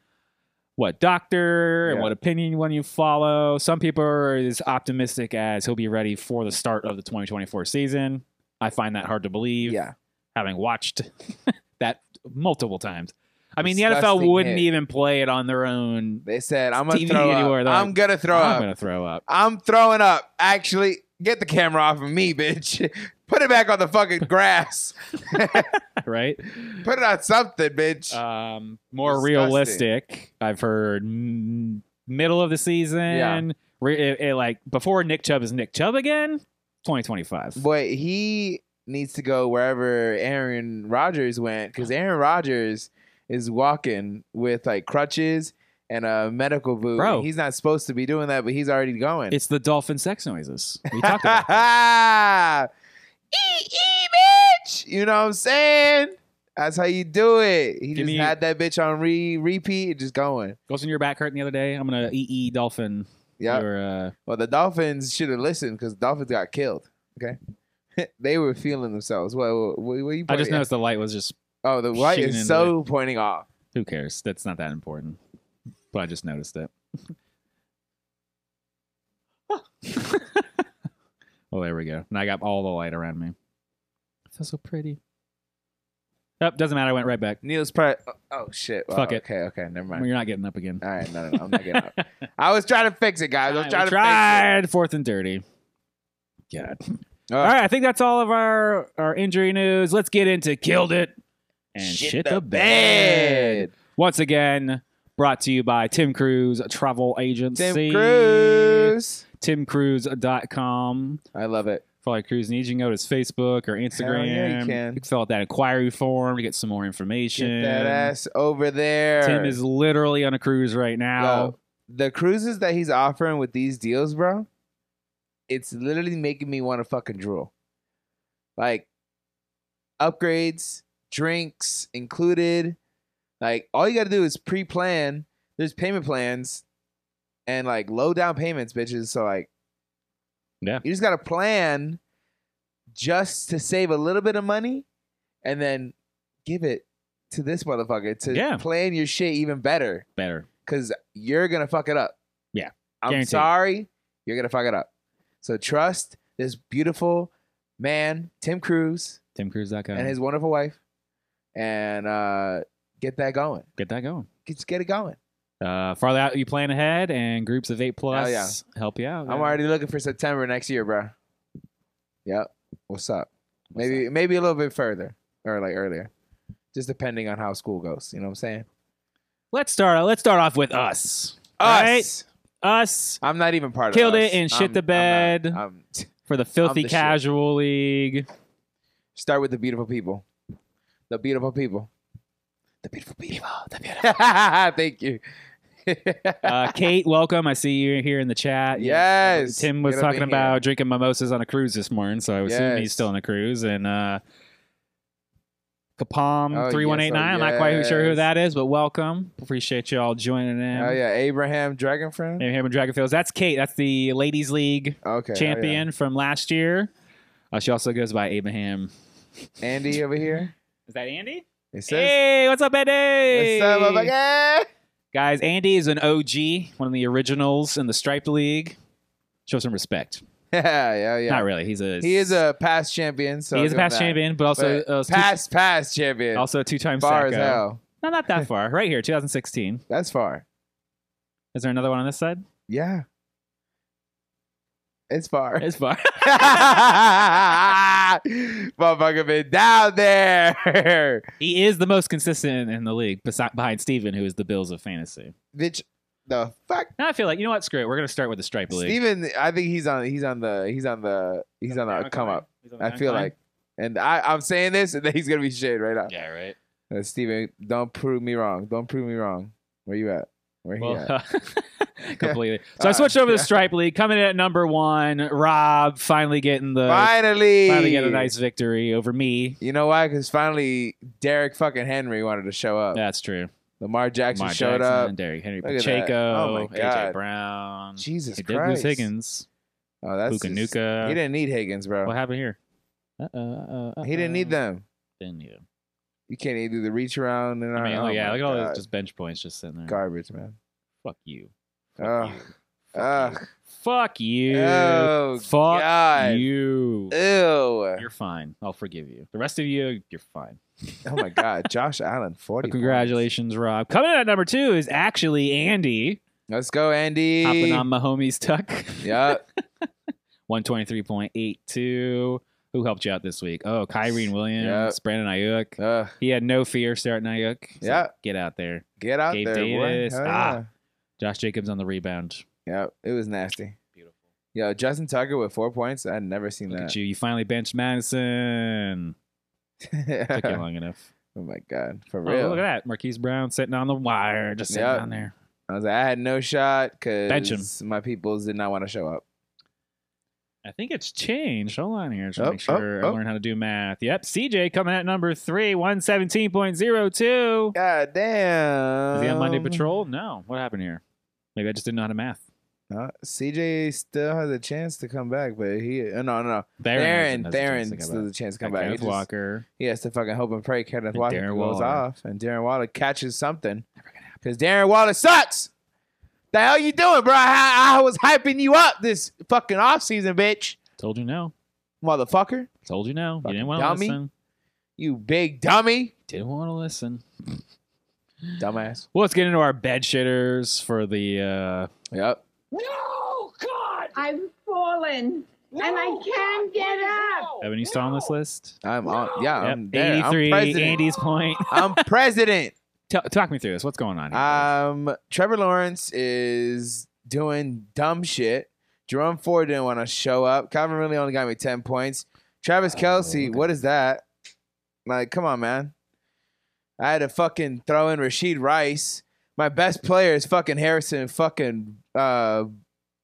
[SPEAKER 2] what doctor and
[SPEAKER 1] Yeah.
[SPEAKER 2] what opinion one you follow. Some people are as optimistic as he'll be ready for the start of the 2024 season. I find that hard to believe,
[SPEAKER 1] Yeah.
[SPEAKER 2] having watched [laughs] that multiple times. I mean, the
[SPEAKER 1] Disgusting
[SPEAKER 2] NFL wouldn't
[SPEAKER 1] hit.
[SPEAKER 2] even play it on their own.
[SPEAKER 1] They said I'm gonna
[SPEAKER 2] TV
[SPEAKER 1] throw
[SPEAKER 2] anywhere,
[SPEAKER 1] up.
[SPEAKER 2] they're
[SPEAKER 1] I'm
[SPEAKER 2] like,
[SPEAKER 1] gonna throw
[SPEAKER 2] I'm
[SPEAKER 1] up.
[SPEAKER 2] gonna throw up.
[SPEAKER 1] I'm throwing up. Actually, get the camera off of me, [laughs] bitch. Put it back on the fucking grass.
[SPEAKER 2] Right?
[SPEAKER 1] Put it on something, bitch.
[SPEAKER 2] Um, more
[SPEAKER 1] Disgusting.
[SPEAKER 2] realistic. I've heard mm, middle of the season.
[SPEAKER 1] Yeah.
[SPEAKER 2] Re- it- it, like before Nick Chubb is Nick Chubb again. 2025.
[SPEAKER 1] Boy, he needs to go wherever Aaron Rodgers went because
[SPEAKER 2] Uh-huh.
[SPEAKER 1] Aaron Rodgers is walking with like crutches and a medical boot.
[SPEAKER 2] Bro.
[SPEAKER 1] He's not supposed to be doing that, but he's already going.
[SPEAKER 2] It's the dolphin sex noises. We talked about
[SPEAKER 1] [laughs]
[SPEAKER 2] that.
[SPEAKER 1] Ee, ee, bitch. You know what I'm saying? That's how you do it. He
[SPEAKER 2] Give me-
[SPEAKER 1] just had that bitch on re repeat, and just going.
[SPEAKER 2] Wasn't your back hurting the other day? I'm gonna ee ee dolphin.
[SPEAKER 1] Yeah.
[SPEAKER 2] Your, uh,
[SPEAKER 1] Well, the Dolphins should have listened because Dolphins got killed. Okay. [laughs] they were feeling themselves. Well, what, what are you?
[SPEAKER 2] I just
[SPEAKER 1] pointing at?
[SPEAKER 2] noticed the light was just.
[SPEAKER 1] Oh, the white
[SPEAKER 2] shooting in
[SPEAKER 1] is so pointing off.
[SPEAKER 2] Who cares? That's not that important. But I just noticed [laughs] it. well, there we go. And I got all the light around me. I feel so pretty. Oh, doesn't matter. I went right back.
[SPEAKER 1] Neil's probably. Oh, oh, shit. Well,
[SPEAKER 2] Fuck it.
[SPEAKER 1] Okay. Okay. Never mind.
[SPEAKER 2] You're not getting up again.
[SPEAKER 1] All right. No, no, no. I'm not getting
[SPEAKER 2] [laughs]
[SPEAKER 1] up. I was trying to fix it, guys. I was trying
[SPEAKER 2] We
[SPEAKER 1] to
[SPEAKER 2] tried fourth and thirty. God.
[SPEAKER 1] fix it.
[SPEAKER 2] All right, I think that's all of our our injury news. Let's get into killed it and shit, the bed. Once again, brought to you by Tim Cruise Travel Agency.
[SPEAKER 1] Tim Cruise.
[SPEAKER 2] TimCruise.com.
[SPEAKER 1] I love it.
[SPEAKER 2] For all your cruise needs, you can go to his Facebook or Instagram.
[SPEAKER 1] yeah, you can.
[SPEAKER 2] fill out that inquiry form to get some more information.
[SPEAKER 1] Get that ass over there.
[SPEAKER 2] Tim is literally on a cruise right now.
[SPEAKER 1] Yo, the cruises that he's offering with these deals, bro. It's literally making me want to fucking drool. Like upgrades, drinks included. Like all you got to do is pre-plan. There's payment plans and like low down payments, bitches. So like
[SPEAKER 2] Yeah.
[SPEAKER 1] You just got to plan just to save a little bit of money and then give it to this motherfucker to
[SPEAKER 2] Yeah.
[SPEAKER 1] plan your shit even better
[SPEAKER 2] Better.
[SPEAKER 1] because you're gonna fuck it up.
[SPEAKER 2] Yeah.
[SPEAKER 1] I'm
[SPEAKER 2] Guaranteed.
[SPEAKER 1] sorry, you're gonna fuck it up. So trust this beautiful man, Tim Cruise,
[SPEAKER 2] TimCruise.com.
[SPEAKER 1] and his wonderful wife, and uh, get that going.
[SPEAKER 2] get that going.
[SPEAKER 1] Just get it going.
[SPEAKER 2] Uh, farther out you plan ahead and groups of eight plus
[SPEAKER 1] Hell yeah.
[SPEAKER 2] help you out.
[SPEAKER 1] I'm
[SPEAKER 2] Yeah.
[SPEAKER 1] already looking for September next year, bro. Yep. What's up?
[SPEAKER 2] What's
[SPEAKER 1] maybe maybe a little bit further or like earlier, just depending on how school goes. You know what I'm saying?
[SPEAKER 2] Let's start. Let's start off with us. All right.
[SPEAKER 1] Us.
[SPEAKER 2] Us
[SPEAKER 1] I'm not even part
[SPEAKER 2] Killed
[SPEAKER 1] of
[SPEAKER 2] it and
[SPEAKER 1] us.
[SPEAKER 2] shit
[SPEAKER 1] I'm-
[SPEAKER 2] the
[SPEAKER 1] I'm not.
[SPEAKER 2] bed.
[SPEAKER 1] I'm-
[SPEAKER 2] for the filthy
[SPEAKER 1] the shit.
[SPEAKER 2] casual league.
[SPEAKER 1] Start with the beautiful people. The beautiful people. The beautiful people. [laughs] The beautiful. Thank you.
[SPEAKER 2] Uh, Kate, welcome. I see you here in the chat.
[SPEAKER 1] Yes.
[SPEAKER 2] Tim was
[SPEAKER 1] Good to be
[SPEAKER 2] talking
[SPEAKER 1] here.
[SPEAKER 2] about drinking mimosas on a cruise this morning, so I assume he's
[SPEAKER 1] Yes.
[SPEAKER 2] still on a cruise. And uh, Kapam
[SPEAKER 1] Oh,
[SPEAKER 2] three one eight nine. I'm
[SPEAKER 1] yes, oh,
[SPEAKER 2] not quite sure who
[SPEAKER 1] yes.
[SPEAKER 2] that is, but welcome. Appreciate you all joining in.
[SPEAKER 1] Oh yeah, Abraham Dragon friend.
[SPEAKER 2] And Hammond Dragonfields. That's Kate. That's the ladies' league
[SPEAKER 1] Okay. oh, yeah.
[SPEAKER 2] champion from last year. Uh, she also goes by Abraham.
[SPEAKER 1] Andy over here.
[SPEAKER 2] Is that Andy?
[SPEAKER 1] It says.
[SPEAKER 2] Hey, what's up, Andy?
[SPEAKER 1] What's up, motherfucker? [laughs]
[SPEAKER 2] Guys, Andy is an OG, one of the originals in the Striped League. Show some respect.
[SPEAKER 1] Yeah, yeah, yeah.
[SPEAKER 2] Not really. He's a
[SPEAKER 1] He is a past champion. So
[SPEAKER 2] he is a
[SPEAKER 1] I'll give him
[SPEAKER 2] past
[SPEAKER 1] that.
[SPEAKER 2] champion, but also
[SPEAKER 1] But
[SPEAKER 2] uh, two-
[SPEAKER 1] past past champion.
[SPEAKER 2] also a two-time
[SPEAKER 1] far as
[SPEAKER 2] Sacco.
[SPEAKER 1] hell.
[SPEAKER 2] No, not
[SPEAKER 1] [laughs]
[SPEAKER 2] that far. Right here, 2016.
[SPEAKER 1] That's far.
[SPEAKER 2] Is there another one on this
[SPEAKER 1] [laughs]
[SPEAKER 2] side?
[SPEAKER 1] Yeah. It's far.
[SPEAKER 2] It's far. [laughs]
[SPEAKER 1] [laughs] Motherfucker been down there.
[SPEAKER 2] he is the most consistent in, in the league, besi- behind Steven, who is the Bills of fantasy.
[SPEAKER 1] Bitch the fuck
[SPEAKER 2] Now I feel like you know what? Screw it. We're gonna start with the Stripe League.
[SPEAKER 1] Steven, I think he's on he's on the he's on the he's on the come up. I feel like and I, I'm saying this and [laughs] then he's gonna be shit right now.
[SPEAKER 2] Yeah, right.
[SPEAKER 1] Uh, Steven, don't prove me wrong. Don't prove me wrong. Where you at? Where he
[SPEAKER 2] Well, [laughs] uh,
[SPEAKER 1] [laughs] at? [laughs]
[SPEAKER 2] completely. So I
[SPEAKER 1] Uh,
[SPEAKER 2] switched over to
[SPEAKER 1] yeah.
[SPEAKER 2] Stripe League. Coming in at number one, Rob finally getting the
[SPEAKER 1] finally,
[SPEAKER 2] finally getting a nice victory over me.
[SPEAKER 1] You know why? Because finally, Derek fucking Henry wanted to show up.
[SPEAKER 2] That's true.
[SPEAKER 1] Lamar Jackson
[SPEAKER 2] Mark
[SPEAKER 1] showed
[SPEAKER 2] Jackson,
[SPEAKER 1] up.
[SPEAKER 2] Derrick Henry
[SPEAKER 1] Look at that.
[SPEAKER 2] Pacheco,
[SPEAKER 1] Oh my
[SPEAKER 2] AJ
[SPEAKER 1] God.
[SPEAKER 2] Brown,
[SPEAKER 1] Jesus
[SPEAKER 2] he did lose
[SPEAKER 1] Christ.
[SPEAKER 2] Higgins,
[SPEAKER 1] Oh, that's
[SPEAKER 2] Puka
[SPEAKER 1] just-
[SPEAKER 2] Nuka.
[SPEAKER 1] He didn't need Higgins, bro.
[SPEAKER 2] What happened here? Uh-uh, uh-uh, uh-uh.
[SPEAKER 1] He didn't need them.
[SPEAKER 2] Didn't need him.
[SPEAKER 1] You can't even do the reach around and
[SPEAKER 2] I mean,
[SPEAKER 1] oh
[SPEAKER 2] look, yeah,
[SPEAKER 1] my
[SPEAKER 2] look at all
[SPEAKER 1] God.
[SPEAKER 2] those just bench points just sitting there.
[SPEAKER 1] garbage, man.
[SPEAKER 2] Fuck you. Fuck
[SPEAKER 1] Ugh.
[SPEAKER 2] you.
[SPEAKER 1] Ugh.
[SPEAKER 2] Fuck you.
[SPEAKER 1] Oh,
[SPEAKER 2] Fuck
[SPEAKER 1] God.
[SPEAKER 2] you.
[SPEAKER 1] Ew.
[SPEAKER 2] You're fine. I'll forgive you. The rest of you, you're fine.
[SPEAKER 1] Oh
[SPEAKER 2] [laughs]
[SPEAKER 1] my God, Josh Allen, forty.
[SPEAKER 2] But congratulations, Rob. Coming in at number two is actually Andy
[SPEAKER 1] points. Let's go, Andy.
[SPEAKER 2] hopping on my homie's tuck. [laughs]
[SPEAKER 1] Yep.
[SPEAKER 2] 123.82. Who helped you out this week? Oh, Kyrene Williams, Brandon Ayuk.
[SPEAKER 1] Ugh.
[SPEAKER 2] He had no fear starting Ayuk. So
[SPEAKER 1] Yeah.
[SPEAKER 2] Get out there.
[SPEAKER 1] get out
[SPEAKER 2] Gabe
[SPEAKER 1] there,
[SPEAKER 2] Davis.
[SPEAKER 1] boy. Hell
[SPEAKER 2] Ah. Josh Jacobs on the rebound.
[SPEAKER 1] yeah. Yep. It was nasty.
[SPEAKER 2] Beautiful.
[SPEAKER 1] Yo, Justin Tucker with four points. I'd never seen
[SPEAKER 2] Look
[SPEAKER 1] that.
[SPEAKER 2] at you. You finally benched Madison.
[SPEAKER 1] [laughs]
[SPEAKER 2] Took you long enough.
[SPEAKER 1] oh my God, for
[SPEAKER 2] Oh,
[SPEAKER 1] real.
[SPEAKER 2] look at that. Marquise Brown sitting on the wire, just sitting
[SPEAKER 1] Yeah.
[SPEAKER 2] down there.
[SPEAKER 1] I was like, I had no shot
[SPEAKER 2] Bench him.
[SPEAKER 1] because my peoples did not want to show up.
[SPEAKER 2] I think it's changed. Hold on here. Just
[SPEAKER 1] Oh,
[SPEAKER 2] make sure
[SPEAKER 1] oh,
[SPEAKER 2] I
[SPEAKER 1] oh.
[SPEAKER 2] learn how to do math. Yep. CJ coming at number three, 117.02.
[SPEAKER 1] God damn.
[SPEAKER 2] Is he on
[SPEAKER 1] Um,
[SPEAKER 2] Monday Patrol? No. What happened here? Maybe I just didn't know how to math.
[SPEAKER 1] No, CJ Uh, still has a chance to come back, but he uh, no no no.
[SPEAKER 2] Theron.
[SPEAKER 1] Darren
[SPEAKER 2] has a chance to
[SPEAKER 1] Darren
[SPEAKER 2] come
[SPEAKER 1] still has
[SPEAKER 2] back.
[SPEAKER 1] a chance to come
[SPEAKER 2] Got
[SPEAKER 1] back. He,
[SPEAKER 2] Kenneth
[SPEAKER 1] just-
[SPEAKER 2] Walker.
[SPEAKER 1] he has to fucking hope and pray Kenneth
[SPEAKER 2] And
[SPEAKER 1] Walker
[SPEAKER 2] Darren
[SPEAKER 1] goes
[SPEAKER 2] Waller.
[SPEAKER 1] off and Darren Waller catches something because Darren Waller sucks. The hell you doing, bro? I, I was hyping you up this fucking offseason, bitch,
[SPEAKER 2] Told you no.
[SPEAKER 1] motherfucker.
[SPEAKER 2] Told you no. You
[SPEAKER 1] Fucking
[SPEAKER 2] didn't want to
[SPEAKER 1] dummy.
[SPEAKER 2] listen.
[SPEAKER 1] You big dummy,
[SPEAKER 2] Didn't want to listen.
[SPEAKER 1] dumbass.
[SPEAKER 2] Well, let's get into our bed shitters for the uh,
[SPEAKER 1] Yep.
[SPEAKER 3] No, God!
[SPEAKER 4] I've fallen.
[SPEAKER 3] No,
[SPEAKER 4] And I
[SPEAKER 3] God,
[SPEAKER 4] can't get
[SPEAKER 3] please,
[SPEAKER 4] up.
[SPEAKER 3] no,
[SPEAKER 2] Evan, you still on this
[SPEAKER 3] no.
[SPEAKER 2] list?
[SPEAKER 1] I'm on. Yeah,
[SPEAKER 2] Yep.
[SPEAKER 1] I'm there. I'm
[SPEAKER 2] 83,
[SPEAKER 1] president.
[SPEAKER 2] Andy's point. [laughs]
[SPEAKER 1] I'm president.
[SPEAKER 2] Tell talk me through this. What's going on here?
[SPEAKER 1] Um, Trevor Lawrence is doing dumb shit. Jerome Ford didn't want to show up. Calvin really only got me ten points. Travis
[SPEAKER 2] Oh,
[SPEAKER 1] Kelsey,
[SPEAKER 2] okay.
[SPEAKER 1] what is that? Like, come on, man. I had to fucking throw in Rasheed Rice. My best player is fucking Harrison. Fucking uh,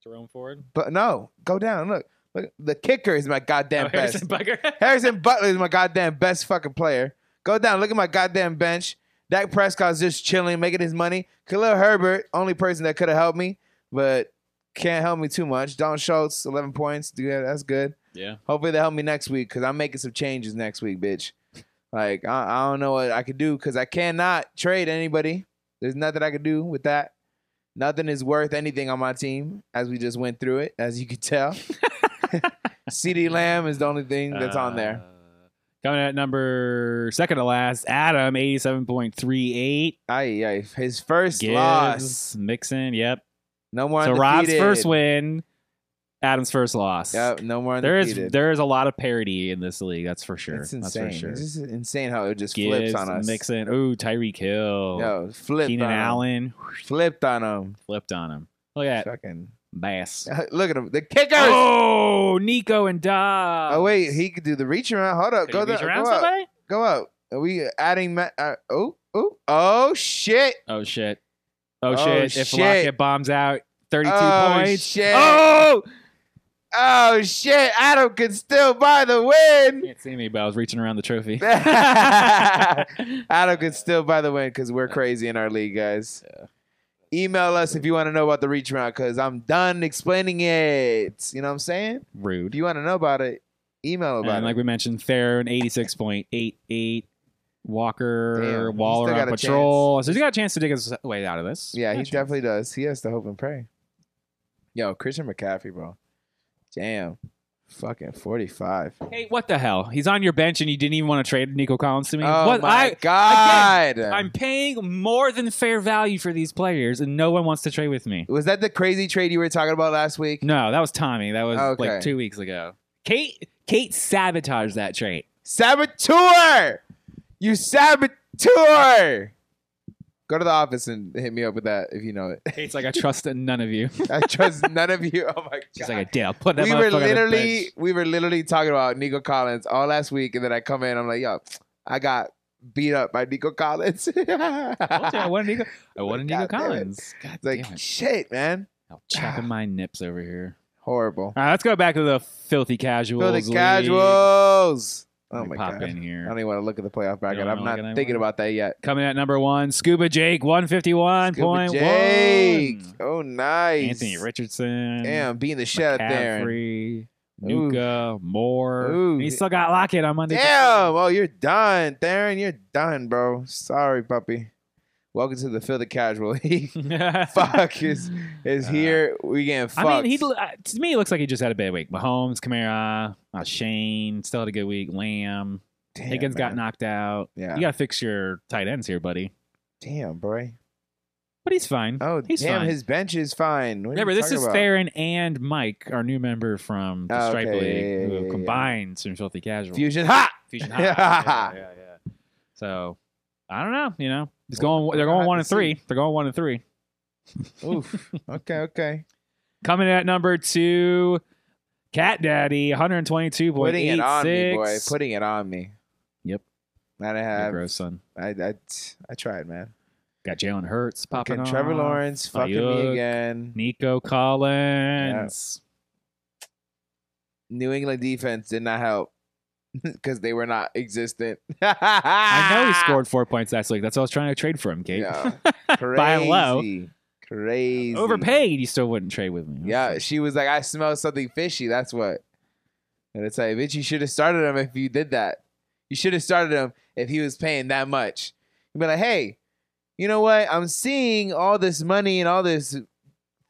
[SPEAKER 2] Jerome Ford.
[SPEAKER 1] but no, go down. Look, look. The kicker is my
[SPEAKER 2] [laughs]
[SPEAKER 1] goddamn
[SPEAKER 2] Oh,
[SPEAKER 1] best.
[SPEAKER 2] Harrison Bugger.
[SPEAKER 1] Harrison Butler is my goddamn best fucking player. Go down, look at my goddamn bench. Dak Prescott's just chilling, making his money. Khalil Herbert, only person that could have helped me, but can't help me too much. Don Schultz, 11 points. Dude, that's good.
[SPEAKER 2] yeah.
[SPEAKER 1] Hopefully they help me next week because I'm making some changes next week, bitch. Like, I, I don't know what I could do because I cannot trade anybody. There's nothing I could do with that. Nothing is worth anything on my team, as we just went through it, as you
[SPEAKER 2] [laughs]
[SPEAKER 1] could tell. CD Lamb is the only thing that's on there.
[SPEAKER 2] Uh, Coming at number second to last, Adam, 87.38.
[SPEAKER 1] Aye, aye. His first
[SPEAKER 2] Gibbs,
[SPEAKER 1] loss.
[SPEAKER 2] Mixon, yep.
[SPEAKER 1] No more
[SPEAKER 2] so Rob's
[SPEAKER 1] undefeated.
[SPEAKER 2] first win, Adam's first loss.
[SPEAKER 1] Yep, no more
[SPEAKER 2] There is
[SPEAKER 1] undefeated.
[SPEAKER 2] there is a lot of parity in this league, that's for sure.
[SPEAKER 1] It's insane.
[SPEAKER 2] That's for sure.
[SPEAKER 1] It's just insane how it just
[SPEAKER 2] Gibbs,
[SPEAKER 1] flips on us.
[SPEAKER 2] Mixon, ooh, Tyreek Hill,
[SPEAKER 1] Yo, flipped
[SPEAKER 2] Keenan
[SPEAKER 1] on him.
[SPEAKER 2] Allen,
[SPEAKER 1] Flipped on him.
[SPEAKER 2] flipped on him. Look at that.
[SPEAKER 1] Fucking.
[SPEAKER 2] Bass.
[SPEAKER 1] [laughs] Look at him. The kickers. Oh,
[SPEAKER 2] Oh, Nico and Dobbs.
[SPEAKER 1] wait, he could do the reach around. Hold up,
[SPEAKER 2] Could
[SPEAKER 1] go
[SPEAKER 2] he reach
[SPEAKER 1] there.
[SPEAKER 2] around
[SPEAKER 1] Go up.
[SPEAKER 2] somebody?
[SPEAKER 1] Go up. Are we adding? Ma- uh, oh, oh, oh shit!
[SPEAKER 2] Oh shit. Oh,
[SPEAKER 1] Oh,
[SPEAKER 2] shit. If
[SPEAKER 1] shit.
[SPEAKER 2] Lockett bombs out 32
[SPEAKER 1] Oh,
[SPEAKER 2] points.
[SPEAKER 1] shit. [laughs]
[SPEAKER 2] Oh!
[SPEAKER 1] Oh shit! Adam could still buy the win.
[SPEAKER 2] Can't see me, but I was reaching around the trophy.
[SPEAKER 1] [laughs]
[SPEAKER 2] [laughs]
[SPEAKER 1] Adam could still by the win because we're crazy in our league, guys. Email us if you want to know about the reach round because I'm done explaining it. You know what I'm saying? If
[SPEAKER 2] Rude.
[SPEAKER 1] you want to know about it, email about
[SPEAKER 2] And
[SPEAKER 1] it.
[SPEAKER 2] like we mentioned, Theron 86.88. Walker,
[SPEAKER 1] Damn, he
[SPEAKER 2] Waller
[SPEAKER 1] still
[SPEAKER 2] on
[SPEAKER 1] got a
[SPEAKER 2] patrol. So he's got a chance to dig his way out of this.
[SPEAKER 1] Yeah, he
[SPEAKER 2] Gotcha.
[SPEAKER 1] definitely does. He has to hope and pray. Yo, Christian McCaffrey, bro. Damn. Fucking 45.
[SPEAKER 2] Hey, what the hell? He's on your bench and you didn't even want to trade Nico Collins to me.
[SPEAKER 1] oh
[SPEAKER 2] what?
[SPEAKER 1] my
[SPEAKER 2] I,
[SPEAKER 1] god.
[SPEAKER 2] I'm paying more than fair value for these players, and no one wants to trade with me.
[SPEAKER 1] was that the crazy trade you were talking about last week?
[SPEAKER 2] No, that was Tommy. That was
[SPEAKER 1] Okay.
[SPEAKER 2] like two weeks ago. Kate, Kate sabotaged that trade.
[SPEAKER 1] Saboteur! You saboteur! Go to the office and hit me up with that if you know
[SPEAKER 2] [laughs]
[SPEAKER 1] it.
[SPEAKER 2] Kate's like, I
[SPEAKER 1] [laughs]
[SPEAKER 2] trust in none of you.
[SPEAKER 1] I trust none of
[SPEAKER 2] [laughs]
[SPEAKER 1] you. Oh my god.
[SPEAKER 2] She's like, I did. I'll put that
[SPEAKER 1] we were
[SPEAKER 2] motherfucker on the
[SPEAKER 1] literally
[SPEAKER 2] bench."
[SPEAKER 1] we were literally talking about Nico Collins all last week, and then I come in, I'm like, yo, I got beat up by Nico Collins. [laughs]
[SPEAKER 2] Told you I wanted Nico. I wanted Nico
[SPEAKER 1] God damn it.
[SPEAKER 2] Collins. God
[SPEAKER 1] It's like
[SPEAKER 2] damn it.
[SPEAKER 1] shit, man. [sighs]
[SPEAKER 2] I'm chapping my nips over here.
[SPEAKER 1] Horrible.
[SPEAKER 2] All right, let's go back to the filthy casuals.
[SPEAKER 1] For the
[SPEAKER 2] league.
[SPEAKER 1] casuals. Oh
[SPEAKER 2] Let me
[SPEAKER 1] my
[SPEAKER 2] pop
[SPEAKER 1] god.
[SPEAKER 2] in
[SPEAKER 1] I
[SPEAKER 2] here.
[SPEAKER 1] don't even want to look at the playoff bracket.
[SPEAKER 2] Don't
[SPEAKER 1] I'm
[SPEAKER 2] know
[SPEAKER 1] not
[SPEAKER 2] looking at
[SPEAKER 1] thinking
[SPEAKER 2] one.
[SPEAKER 1] about that yet.
[SPEAKER 2] Coming at number one, Scuba Jake, one fifty one
[SPEAKER 1] Scuba
[SPEAKER 2] point one.
[SPEAKER 1] Jake. Oh, nice.
[SPEAKER 2] Anthony Richardson.
[SPEAKER 1] Damn, beating the shit out there.
[SPEAKER 2] McCaffrey, Nuka, Moore.
[SPEAKER 1] Ooh.
[SPEAKER 2] And he still got Lockett on Monday.
[SPEAKER 1] Damn. Oh, you're done, Theron. You're done, bro. Sorry, puppy. Welcome to the field of casual. [laughs] He
[SPEAKER 2] [laughs]
[SPEAKER 1] fuck is is
[SPEAKER 2] Uh,
[SPEAKER 1] here. We getting fucked.
[SPEAKER 2] I mean, he uh, to me it looks like he just had a bad week. Mahomes, Kamara, uh, Shane still had a good week. Lamb,
[SPEAKER 1] Damn,
[SPEAKER 2] Higgins got
[SPEAKER 1] man.
[SPEAKER 2] knocked out.
[SPEAKER 1] Yeah.
[SPEAKER 2] You got to fix your tight ends here, buddy.
[SPEAKER 1] Damn, boy.
[SPEAKER 2] But he's fine.
[SPEAKER 1] Oh,
[SPEAKER 2] he's
[SPEAKER 1] damn.
[SPEAKER 2] fine.
[SPEAKER 1] His bench is fine. What are
[SPEAKER 2] Remember,
[SPEAKER 1] you
[SPEAKER 2] this
[SPEAKER 1] talking
[SPEAKER 2] is
[SPEAKER 1] about?
[SPEAKER 2] Theron and Mike, our new member from the
[SPEAKER 1] Oh,
[SPEAKER 2] Stripe
[SPEAKER 1] okay,
[SPEAKER 2] League,
[SPEAKER 1] yeah, yeah,
[SPEAKER 2] who
[SPEAKER 1] yeah, yeah.
[SPEAKER 2] combined some filthy casual.
[SPEAKER 1] Fusion. Ha!
[SPEAKER 2] Fusion [laughs] High. yeah, yeah, yeah. So I don't know. You know, it's going. They're
[SPEAKER 1] We'll
[SPEAKER 2] going
[SPEAKER 1] have
[SPEAKER 2] one
[SPEAKER 1] to
[SPEAKER 2] and three. They're going one and three.
[SPEAKER 1] [laughs] Oof. Okay. Okay.
[SPEAKER 2] Coming at number two, Cat Daddy, one hundred twenty-two point
[SPEAKER 1] Putting it
[SPEAKER 2] eight
[SPEAKER 1] on me, boy.
[SPEAKER 2] six.
[SPEAKER 1] Putting it on me.
[SPEAKER 2] Yep.
[SPEAKER 1] I didn't
[SPEAKER 2] You're
[SPEAKER 1] have.
[SPEAKER 2] gross son.
[SPEAKER 1] I, I I tried, man.
[SPEAKER 2] Got Jalen Hurts popping
[SPEAKER 1] Fucking Trevor
[SPEAKER 2] off.
[SPEAKER 1] Lawrence fucking me
[SPEAKER 2] Ayuk.
[SPEAKER 1] again.
[SPEAKER 2] Nico Collins.
[SPEAKER 1] New England defense did not help [laughs] because they were not existent.
[SPEAKER 2] I know
[SPEAKER 1] [laughs] I
[SPEAKER 2] he scored four points last week. That's what I was trying to trade for him, Kate. [laughs]
[SPEAKER 1] Yeah. Crazy.
[SPEAKER 2] Buy low.
[SPEAKER 1] Crazy.
[SPEAKER 2] Overpaid, you still wouldn't trade with me.
[SPEAKER 1] Yeah, she was like, I smell something fishy. That's what. And it's like, bitch, you should have started him if you did that. You should have started him if he was paying that much. You'd be like, hey, you know what? I'm seeing all this money and all this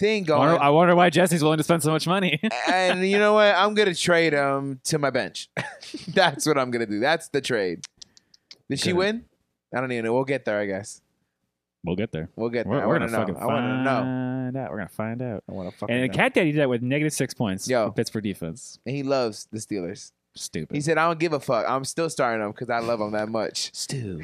[SPEAKER 1] thing
[SPEAKER 2] I
[SPEAKER 1] going.
[SPEAKER 2] wonder, I wonder why Jesse's willing to spend so much
[SPEAKER 1] [laughs]
[SPEAKER 2] money.
[SPEAKER 1] and you know what? I'm gonna trade him to my bench. [laughs] That's what I'm gonna do. That's the trade. Did she
[SPEAKER 2] Good.
[SPEAKER 1] win? I don't even know. We'll get there, I guess.
[SPEAKER 2] we'll get there.
[SPEAKER 1] We'll get there.
[SPEAKER 2] We're,
[SPEAKER 1] I
[SPEAKER 2] we're
[SPEAKER 1] want
[SPEAKER 2] gonna
[SPEAKER 1] to
[SPEAKER 2] fucking
[SPEAKER 1] know. I want to know.
[SPEAKER 2] find out. We're gonna find out.
[SPEAKER 1] I want to fucking.
[SPEAKER 2] And
[SPEAKER 1] know.
[SPEAKER 2] Cat Daddy did that with negative six points.
[SPEAKER 1] Yo.
[SPEAKER 2] for Pittsburgh defense.
[SPEAKER 1] and he loves the Steelers.
[SPEAKER 2] Stupid.
[SPEAKER 1] He said, "I don't give a fuck. I'm still starting him because I love him that much."
[SPEAKER 2] Still.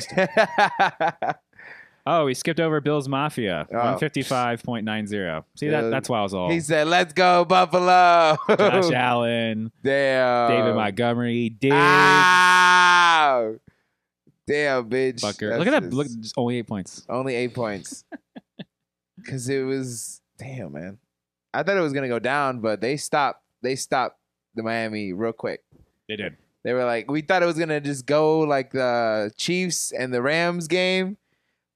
[SPEAKER 2] Oh, we skipped over Bills Mafia.
[SPEAKER 1] Oh.
[SPEAKER 2] One fifty five point nine zero. See that?
[SPEAKER 1] Yeah.
[SPEAKER 2] That's why I was all.
[SPEAKER 1] he said, "Let's go Buffalo." [laughs] Oh.
[SPEAKER 2] Josh Allen,
[SPEAKER 1] Damn.
[SPEAKER 2] David Montgomery, Diggs.
[SPEAKER 1] Ah, Ow. Damn, bitch.
[SPEAKER 2] Fucker.
[SPEAKER 1] That's
[SPEAKER 2] Look at that.
[SPEAKER 1] just-
[SPEAKER 2] Look, just only eight points.
[SPEAKER 1] Only
[SPEAKER 2] [laughs]
[SPEAKER 1] eight points. Cause it was damn man. I thought it was gonna go down, but they stopped they stopped the Miami real quick.
[SPEAKER 2] They did.
[SPEAKER 1] They were like, we thought it was gonna just go like the Chiefs and the Rams game,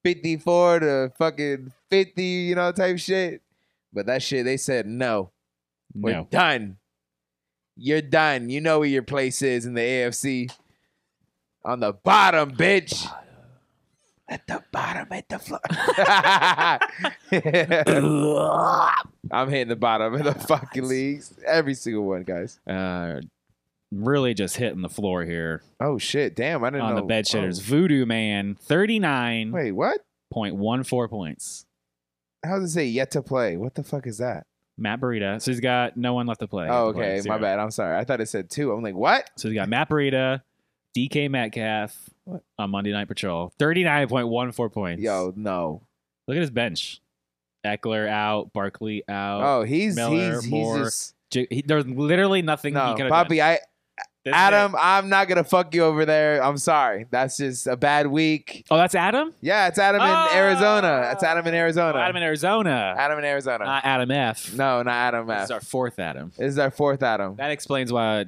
[SPEAKER 1] fifty four to fucking fifty, you know, type shit. But that shit, they said no. We're
[SPEAKER 2] No.
[SPEAKER 1] done. You're done. You know where your place is in the AFC. On the bottom, bitch. At the bottom, at the floor. [laughs] I'm hitting the bottom of the fucking leagues. Every single one, guys.
[SPEAKER 2] Uh, really, just hitting the floor here
[SPEAKER 1] Oh shit. Damn, I didn't
[SPEAKER 2] on
[SPEAKER 1] know.
[SPEAKER 2] the bed shitters.
[SPEAKER 1] Oh,
[SPEAKER 2] Voodoo Man, thirty nine
[SPEAKER 1] Wait, what?
[SPEAKER 2] point one four points.
[SPEAKER 1] How does it say yet to play? What the fuck is that?
[SPEAKER 2] Matt Burita. So he's got no one left to play.
[SPEAKER 1] oh,
[SPEAKER 2] He played
[SPEAKER 1] okay. My
[SPEAKER 2] zero.
[SPEAKER 1] bad. I'm sorry. I thought it said two. I'm like, what?
[SPEAKER 2] So he's got Matt Burita, DK Metcalf
[SPEAKER 1] What?
[SPEAKER 2] on Monday Night Patrol. Thirty nine point one four points.
[SPEAKER 1] Yo, no.
[SPEAKER 2] Look at his bench. Eckler out, Barkley out.
[SPEAKER 1] Oh, he's
[SPEAKER 2] Miller,
[SPEAKER 1] he's he's
[SPEAKER 2] Moore,
[SPEAKER 1] just
[SPEAKER 2] J- he- there's literally nothing he
[SPEAKER 1] no,
[SPEAKER 2] could have done.
[SPEAKER 1] Poppy. I
[SPEAKER 2] This is
[SPEAKER 1] Adam,
[SPEAKER 2] it.
[SPEAKER 1] I'm not gonna fuck you over there. I'm sorry. That's just a bad week.
[SPEAKER 2] Oh, that's Adam?
[SPEAKER 1] Yeah, it's Adam in
[SPEAKER 2] Oh!
[SPEAKER 1] Arizona. It's Adam in Arizona.
[SPEAKER 2] Oh, Adam in Arizona.
[SPEAKER 1] Adam in Arizona.
[SPEAKER 2] Not Adam F.
[SPEAKER 1] no, not Adam
[SPEAKER 2] This
[SPEAKER 1] F.
[SPEAKER 2] is our fourth Adam.
[SPEAKER 1] This is our fourth Adam.
[SPEAKER 2] That explains why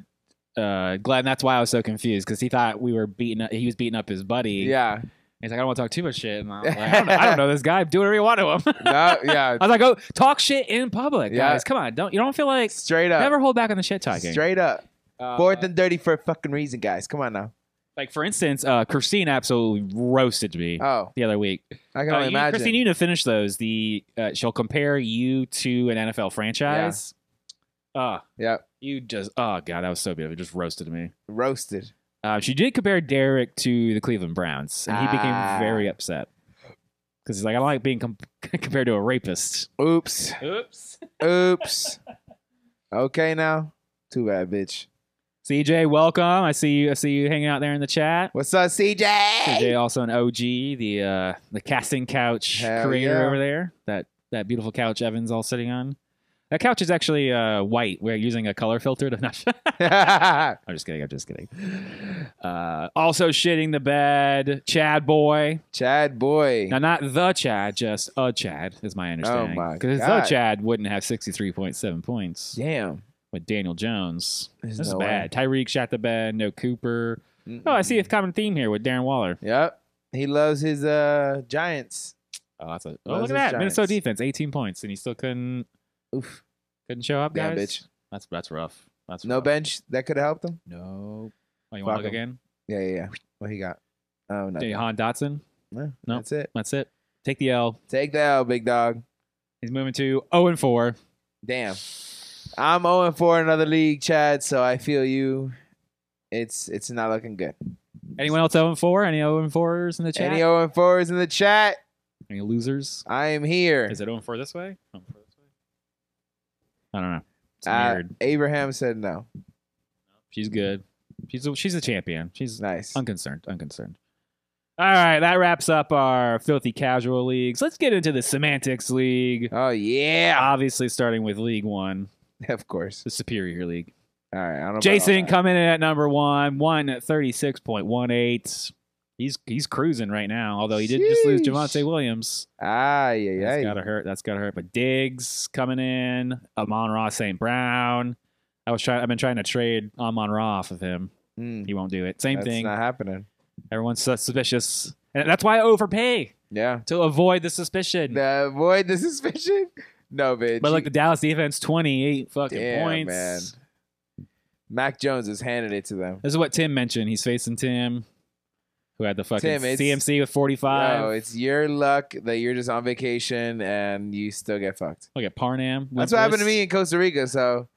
[SPEAKER 2] uh Glenn, that's why I was so confused because he thought we were beating up he was beating up his buddy.
[SPEAKER 1] Yeah.
[SPEAKER 2] He's like, I don't want to talk too much shit. And
[SPEAKER 1] [laughs]
[SPEAKER 2] I was like, I don't, know, I don't know this guy. Do whatever you want to him. [laughs]
[SPEAKER 1] No, yeah.
[SPEAKER 2] I was like, oh, talk shit in public,
[SPEAKER 1] Yeah.
[SPEAKER 2] guys. Come on, don't you don't feel like
[SPEAKER 1] Straight up.
[SPEAKER 2] never hold back on the shit talking.
[SPEAKER 1] Straight up.
[SPEAKER 2] Uh,
[SPEAKER 1] Fourth and dirty for a fucking reason, guys. Come on now.
[SPEAKER 2] Like for instance, uh, Christine absolutely roasted me
[SPEAKER 1] Oh,
[SPEAKER 2] the other week.
[SPEAKER 1] I can
[SPEAKER 2] Uh,
[SPEAKER 1] only
[SPEAKER 2] you-
[SPEAKER 1] imagine.
[SPEAKER 2] Christine, you need to finish those. The uh, she'll compare you to an NFL franchise. Ah,
[SPEAKER 1] yeah,
[SPEAKER 2] you just oh god, that was so beautiful. It just roasted me.
[SPEAKER 1] roasted.
[SPEAKER 2] Uh, she did compare Derek to the Cleveland Browns, and he
[SPEAKER 1] Ah.
[SPEAKER 2] became very upset because he's like, I don't like being com- [laughs] compared to a rapist.
[SPEAKER 1] Oops.
[SPEAKER 2] [laughs] Oops.
[SPEAKER 1] Oops. okay, now. Too bad, bitch.
[SPEAKER 2] CJ, welcome. I see you. I see you hanging out there in the chat.
[SPEAKER 1] What's up, CJ?
[SPEAKER 2] CJ, also an OG, the uh, the casting couch
[SPEAKER 1] Hell
[SPEAKER 2] creator
[SPEAKER 1] yeah.
[SPEAKER 2] over there. That that beautiful couch Evan's all sitting on. That couch is actually uh, white. We're using a color filter to [laughs] not. I'm just kidding. I'm just kidding. Uh, also shitting the bed, Chad boy.
[SPEAKER 1] [laughs] Chad boy.
[SPEAKER 2] Now, not the Chad, just a Chad is my understanding.
[SPEAKER 1] Oh my
[SPEAKER 2] Because the
[SPEAKER 1] God.
[SPEAKER 2] Chad wouldn't have 63.7 points
[SPEAKER 1] Damn.
[SPEAKER 2] with Daniel Jones.
[SPEAKER 1] There's
[SPEAKER 2] this
[SPEAKER 1] no
[SPEAKER 2] is bad. Tyreek shot the bed. No Cooper.
[SPEAKER 1] way.
[SPEAKER 2] Oh, I see a common theme here with Darren Waller.
[SPEAKER 1] Yep. He loves his uh Giants.
[SPEAKER 2] Oh, that's a,
[SPEAKER 1] Those
[SPEAKER 2] oh look
[SPEAKER 1] are
[SPEAKER 2] at that
[SPEAKER 1] Giants.
[SPEAKER 2] Minnesota defense, 18 points, and he still couldn't
[SPEAKER 1] Oof.
[SPEAKER 2] couldn't show up,
[SPEAKER 1] Yeah,
[SPEAKER 2] guys.
[SPEAKER 1] bitch.
[SPEAKER 2] That's that's rough. That's
[SPEAKER 1] No
[SPEAKER 2] rough.
[SPEAKER 1] bench. That could have helped him.
[SPEAKER 2] No. Oh, you want
[SPEAKER 1] Fuck
[SPEAKER 2] to look again?
[SPEAKER 1] him. Yeah, yeah, yeah. What he got? Oh, no.
[SPEAKER 2] Jahan Dotson.
[SPEAKER 1] No,
[SPEAKER 2] No.
[SPEAKER 1] That's it.
[SPEAKER 2] That's it. Take the L.
[SPEAKER 1] Take that out, big dog.
[SPEAKER 2] He's moving to 0 and 4.
[SPEAKER 1] Damn. I'm 0 4 in another league, Chad, so I feel you. It's it's not looking good.
[SPEAKER 2] Anyone else 0 and 4? Any 0 and 4s in the chat?
[SPEAKER 1] Any 0 4s in the chat?
[SPEAKER 2] Any losers?
[SPEAKER 1] I am here.
[SPEAKER 2] Is it 0 and 4 this way? 0 and 4 this way? I don't know. It's
[SPEAKER 1] Uh,
[SPEAKER 2] weird.
[SPEAKER 1] Abraham said no.
[SPEAKER 2] She's good. She's a, she's a champion. She's
[SPEAKER 1] Nice.
[SPEAKER 2] unconcerned. Unconcerned. All right, that wraps up our filthy casual leagues. Let's get into the semantics league.
[SPEAKER 1] Oh yeah,
[SPEAKER 2] Obviously, starting with League One,
[SPEAKER 1] [laughs] of course.
[SPEAKER 2] the superior league.
[SPEAKER 1] All right, I don't know about all
[SPEAKER 2] Ah. Jason
[SPEAKER 1] that.
[SPEAKER 2] coming in at number one, one at thirty six point one eight. He's he's cruising right now. Although he did just lose
[SPEAKER 1] Sheesh.
[SPEAKER 2] Javante Williams.
[SPEAKER 1] Ah, yeah,
[SPEAKER 2] That's
[SPEAKER 1] yeah.
[SPEAKER 2] gotta hurt. That's gotta hurt. But Diggs coming in. Amon Ross St. Brown. I was trying. I've been trying to trade Amon Ra off of him.
[SPEAKER 1] Mm,
[SPEAKER 2] He won't do it. Same
[SPEAKER 1] that's
[SPEAKER 2] thing.
[SPEAKER 1] not happening.
[SPEAKER 2] Everyone's suspicious, and that's why I overpay
[SPEAKER 1] Yeah.
[SPEAKER 2] to avoid the suspicion.
[SPEAKER 1] The avoid the [laughs] suspicion. No, bitch.
[SPEAKER 2] but like the
[SPEAKER 1] You-
[SPEAKER 2] Dallas defense, twenty eight fucking
[SPEAKER 1] Damn,
[SPEAKER 2] points.
[SPEAKER 1] man. Mac Jones has handed it to them.
[SPEAKER 2] This is what Tim mentioned. He's facing Tim, who had the fucking
[SPEAKER 1] Tim, it's-
[SPEAKER 2] CMC with forty five.
[SPEAKER 1] No, it's your luck that you're just on vacation and you still get fucked.
[SPEAKER 2] Look at Parnam.
[SPEAKER 1] That's what happened to me in Costa Rica. So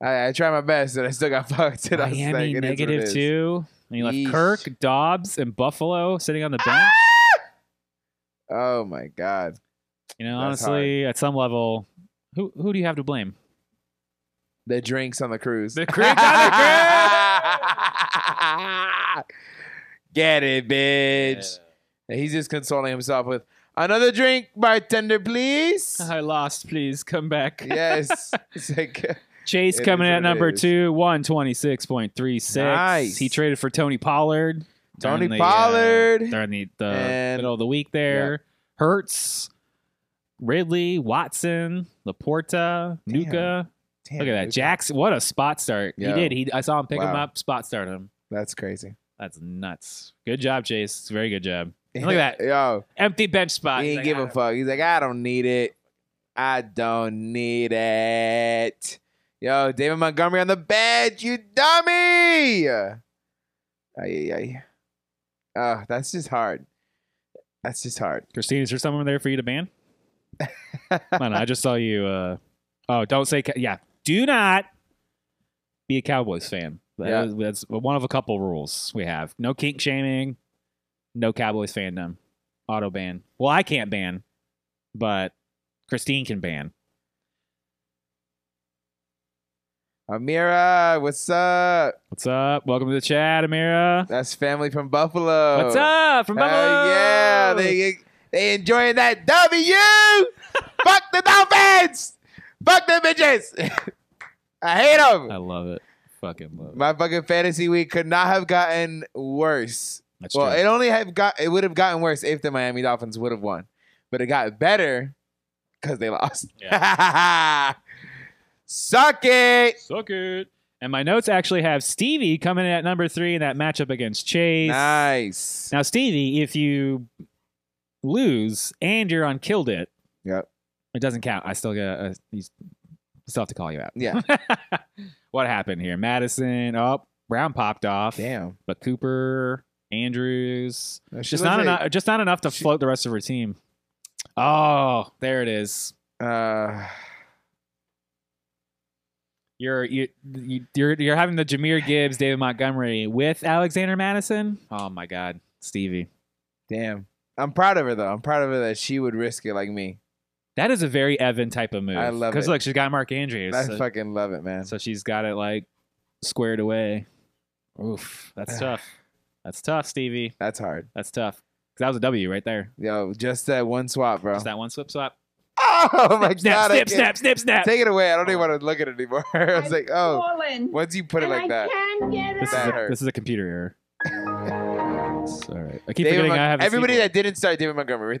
[SPEAKER 1] I, I tried my best and I still got [laughs] fucked. And I was like,
[SPEAKER 2] Miami
[SPEAKER 1] it is what it
[SPEAKER 2] negative
[SPEAKER 1] is.
[SPEAKER 2] two. And you left
[SPEAKER 1] Yeesh. Ah!
[SPEAKER 2] Kirk, Dobbs, and Buffalo sitting on the bench.
[SPEAKER 1] Oh my god.
[SPEAKER 2] You know,
[SPEAKER 1] That's
[SPEAKER 2] honestly, at some level, who who do you have to blame?
[SPEAKER 1] The drinks on the cruise.
[SPEAKER 2] The drinks on
[SPEAKER 1] the cruise. [laughs] Get it, bitch. And He's just consoling himself with another drink,
[SPEAKER 2] [laughs]
[SPEAKER 1] bartender, please.
[SPEAKER 2] I lost. Please come back.
[SPEAKER 1] yes. It's like, [laughs]
[SPEAKER 2] Chase
[SPEAKER 1] It
[SPEAKER 2] coming
[SPEAKER 1] is
[SPEAKER 2] in
[SPEAKER 1] what it
[SPEAKER 2] at number
[SPEAKER 1] is.
[SPEAKER 2] two, one twenty six point three six.
[SPEAKER 1] Nice.
[SPEAKER 2] He traded for Tony Pollard.
[SPEAKER 1] Tony
[SPEAKER 2] during the, uh,
[SPEAKER 1] Pollard.
[SPEAKER 2] during the, the
[SPEAKER 1] And-
[SPEAKER 2] middle of the week there. Hurts, Ridley, Watson, Laporta, Nuka.
[SPEAKER 1] Damn,
[SPEAKER 2] Look at that,
[SPEAKER 1] dude.
[SPEAKER 2] Jackson. What a spot start
[SPEAKER 1] Yeah.
[SPEAKER 2] he did. He I saw him pick him
[SPEAKER 1] Wow.
[SPEAKER 2] up, spot start him.
[SPEAKER 1] That's crazy.
[SPEAKER 2] That's nuts. Good job, Chase. It's a very good job. And look at that
[SPEAKER 1] [laughs] Yo,
[SPEAKER 2] empty bench spot.
[SPEAKER 1] he
[SPEAKER 2] He's like,
[SPEAKER 1] ain't give
[SPEAKER 2] "I
[SPEAKER 1] a
[SPEAKER 2] don't-
[SPEAKER 1] fuck. He's like, I don't need it. I don't need it. Yo, David Montgomery on the bench, you dummy. Ay, ay, ay. Uh, that's just hard. That's just hard.
[SPEAKER 2] Christine, is there someone there for you to ban? I don't know. I just saw you. Uh, oh, don't say. Ca- yeah, do not be a Cowboys fan. That
[SPEAKER 1] Yeah.
[SPEAKER 2] is- that's one of a couple rules we have. No kink shaming. No Cowboys fandom. Auto ban. Well, I can't ban, but Christine can ban.
[SPEAKER 1] Amira, what's up?
[SPEAKER 2] What's up? Welcome to the chat, Amira.
[SPEAKER 1] That's family from Buffalo.
[SPEAKER 2] What's up from
[SPEAKER 1] Oh. Hell
[SPEAKER 2] Buffalo?
[SPEAKER 1] yeah, they they enjoying that
[SPEAKER 2] [laughs]
[SPEAKER 1] W. Fuck the Dolphins. Fuck them bitches. [laughs] I hate
[SPEAKER 2] I
[SPEAKER 1] them.
[SPEAKER 2] love it. Fucking love it.
[SPEAKER 1] My fucking fantasy week could not have gotten worse.
[SPEAKER 2] That's
[SPEAKER 1] Well,
[SPEAKER 2] true.
[SPEAKER 1] it only have got it would have gotten worse if the Miami Dolphins would have won, but it got better because they lost. [laughs] Suck it.
[SPEAKER 2] Suck it. And my notes actually have Stevie coming in at number three in that matchup against Chase.
[SPEAKER 1] Nice.
[SPEAKER 2] Now, Stevie, if you lose and you're on Killed It,
[SPEAKER 1] Yep.
[SPEAKER 2] it doesn't count. I still get a, [laughs] you still have to call you out.
[SPEAKER 1] Yeah.
[SPEAKER 2] what happened here? Madison, oh, Brown popped off.
[SPEAKER 1] Damn.
[SPEAKER 2] But Cooper, Andrews,
[SPEAKER 1] No, she
[SPEAKER 2] just
[SPEAKER 1] looks
[SPEAKER 2] not
[SPEAKER 1] like-
[SPEAKER 2] enough. Just not enough to
[SPEAKER 1] she-
[SPEAKER 2] float the rest of her team. Oh, there it is.
[SPEAKER 1] Uh,
[SPEAKER 2] You're you, you you're you're having the Jameer Gibbs, David Montgomery with Alexander Madison. Oh my God, Stevie,
[SPEAKER 1] damn. I'm proud of her though. I'm proud of her that she would risk it like me.
[SPEAKER 2] that is a very Evan type of move.
[SPEAKER 1] I love
[SPEAKER 2] because
[SPEAKER 1] it.
[SPEAKER 2] look, she's got Mark Andrews,
[SPEAKER 1] I
[SPEAKER 2] so,
[SPEAKER 1] fucking love it, man.
[SPEAKER 2] so she's got it like squared away. Oof,
[SPEAKER 1] [sighs]
[SPEAKER 2] that's tough. That's tough, Stevie.
[SPEAKER 1] That's hard.
[SPEAKER 2] That's tough. 'Cause that was a W right there.
[SPEAKER 1] Yo, just that one swap, bro.
[SPEAKER 2] Just that one slip swap.
[SPEAKER 1] [laughs] Oh my
[SPEAKER 2] Snap,
[SPEAKER 1] god! I
[SPEAKER 2] snap,
[SPEAKER 1] can't-
[SPEAKER 2] snap, Oh. snap, snap.
[SPEAKER 1] Take it away. I don't even want to look at it anymore. [laughs] I was
[SPEAKER 4] I've
[SPEAKER 1] like, oh,
[SPEAKER 4] fallen,
[SPEAKER 1] once you put it
[SPEAKER 4] and
[SPEAKER 1] like
[SPEAKER 4] I
[SPEAKER 1] that,
[SPEAKER 4] can get
[SPEAKER 2] This is,
[SPEAKER 1] That
[SPEAKER 4] up.
[SPEAKER 2] a,
[SPEAKER 1] hurt.
[SPEAKER 2] this is a computer error. It's all right. I keep
[SPEAKER 1] David
[SPEAKER 2] forgetting
[SPEAKER 1] Mon-
[SPEAKER 2] I have
[SPEAKER 1] everybody
[SPEAKER 2] that.
[SPEAKER 1] that didn't start David Montgomery right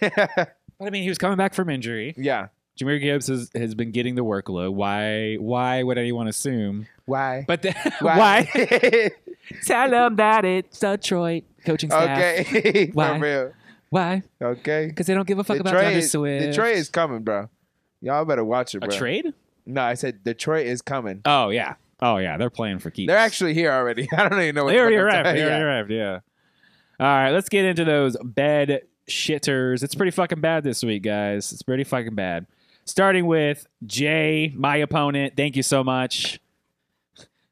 [SPEAKER 1] there. [laughs]
[SPEAKER 2] But I mean, he was coming back from injury.
[SPEAKER 1] yeah.
[SPEAKER 2] Jameer Gibbs has, has been getting the workload. Why? Why would anyone assume?
[SPEAKER 1] [laughs] Why?
[SPEAKER 2] But then, [laughs]
[SPEAKER 1] Why?
[SPEAKER 2] Tell them that it's Detroit coaching staff.
[SPEAKER 1] okay. [laughs]
[SPEAKER 2] Why?
[SPEAKER 1] For real.
[SPEAKER 2] Why?
[SPEAKER 1] Okay.
[SPEAKER 2] Because they don't give a fuck about Taylor
[SPEAKER 1] Detroit, is,
[SPEAKER 2] Swift.
[SPEAKER 1] Detroit is coming, bro. Y'all better watch it,
[SPEAKER 2] a
[SPEAKER 1] bro.
[SPEAKER 2] trade?
[SPEAKER 1] No, I said Detroit is coming.
[SPEAKER 2] Oh yeah. Oh yeah. They're playing for keeps.
[SPEAKER 1] They're actually here already. [laughs] I don't even know what
[SPEAKER 2] They
[SPEAKER 1] the
[SPEAKER 2] already
[SPEAKER 1] fuck I'm
[SPEAKER 2] arrived.
[SPEAKER 1] talking-
[SPEAKER 2] They already
[SPEAKER 1] Oh, yeah.
[SPEAKER 2] arrived. Yeah. All right. Let's get into those bed shitters. It's pretty fucking bad this week, guys. It's pretty fucking bad. Starting with Jay, my opponent. Thank you so much.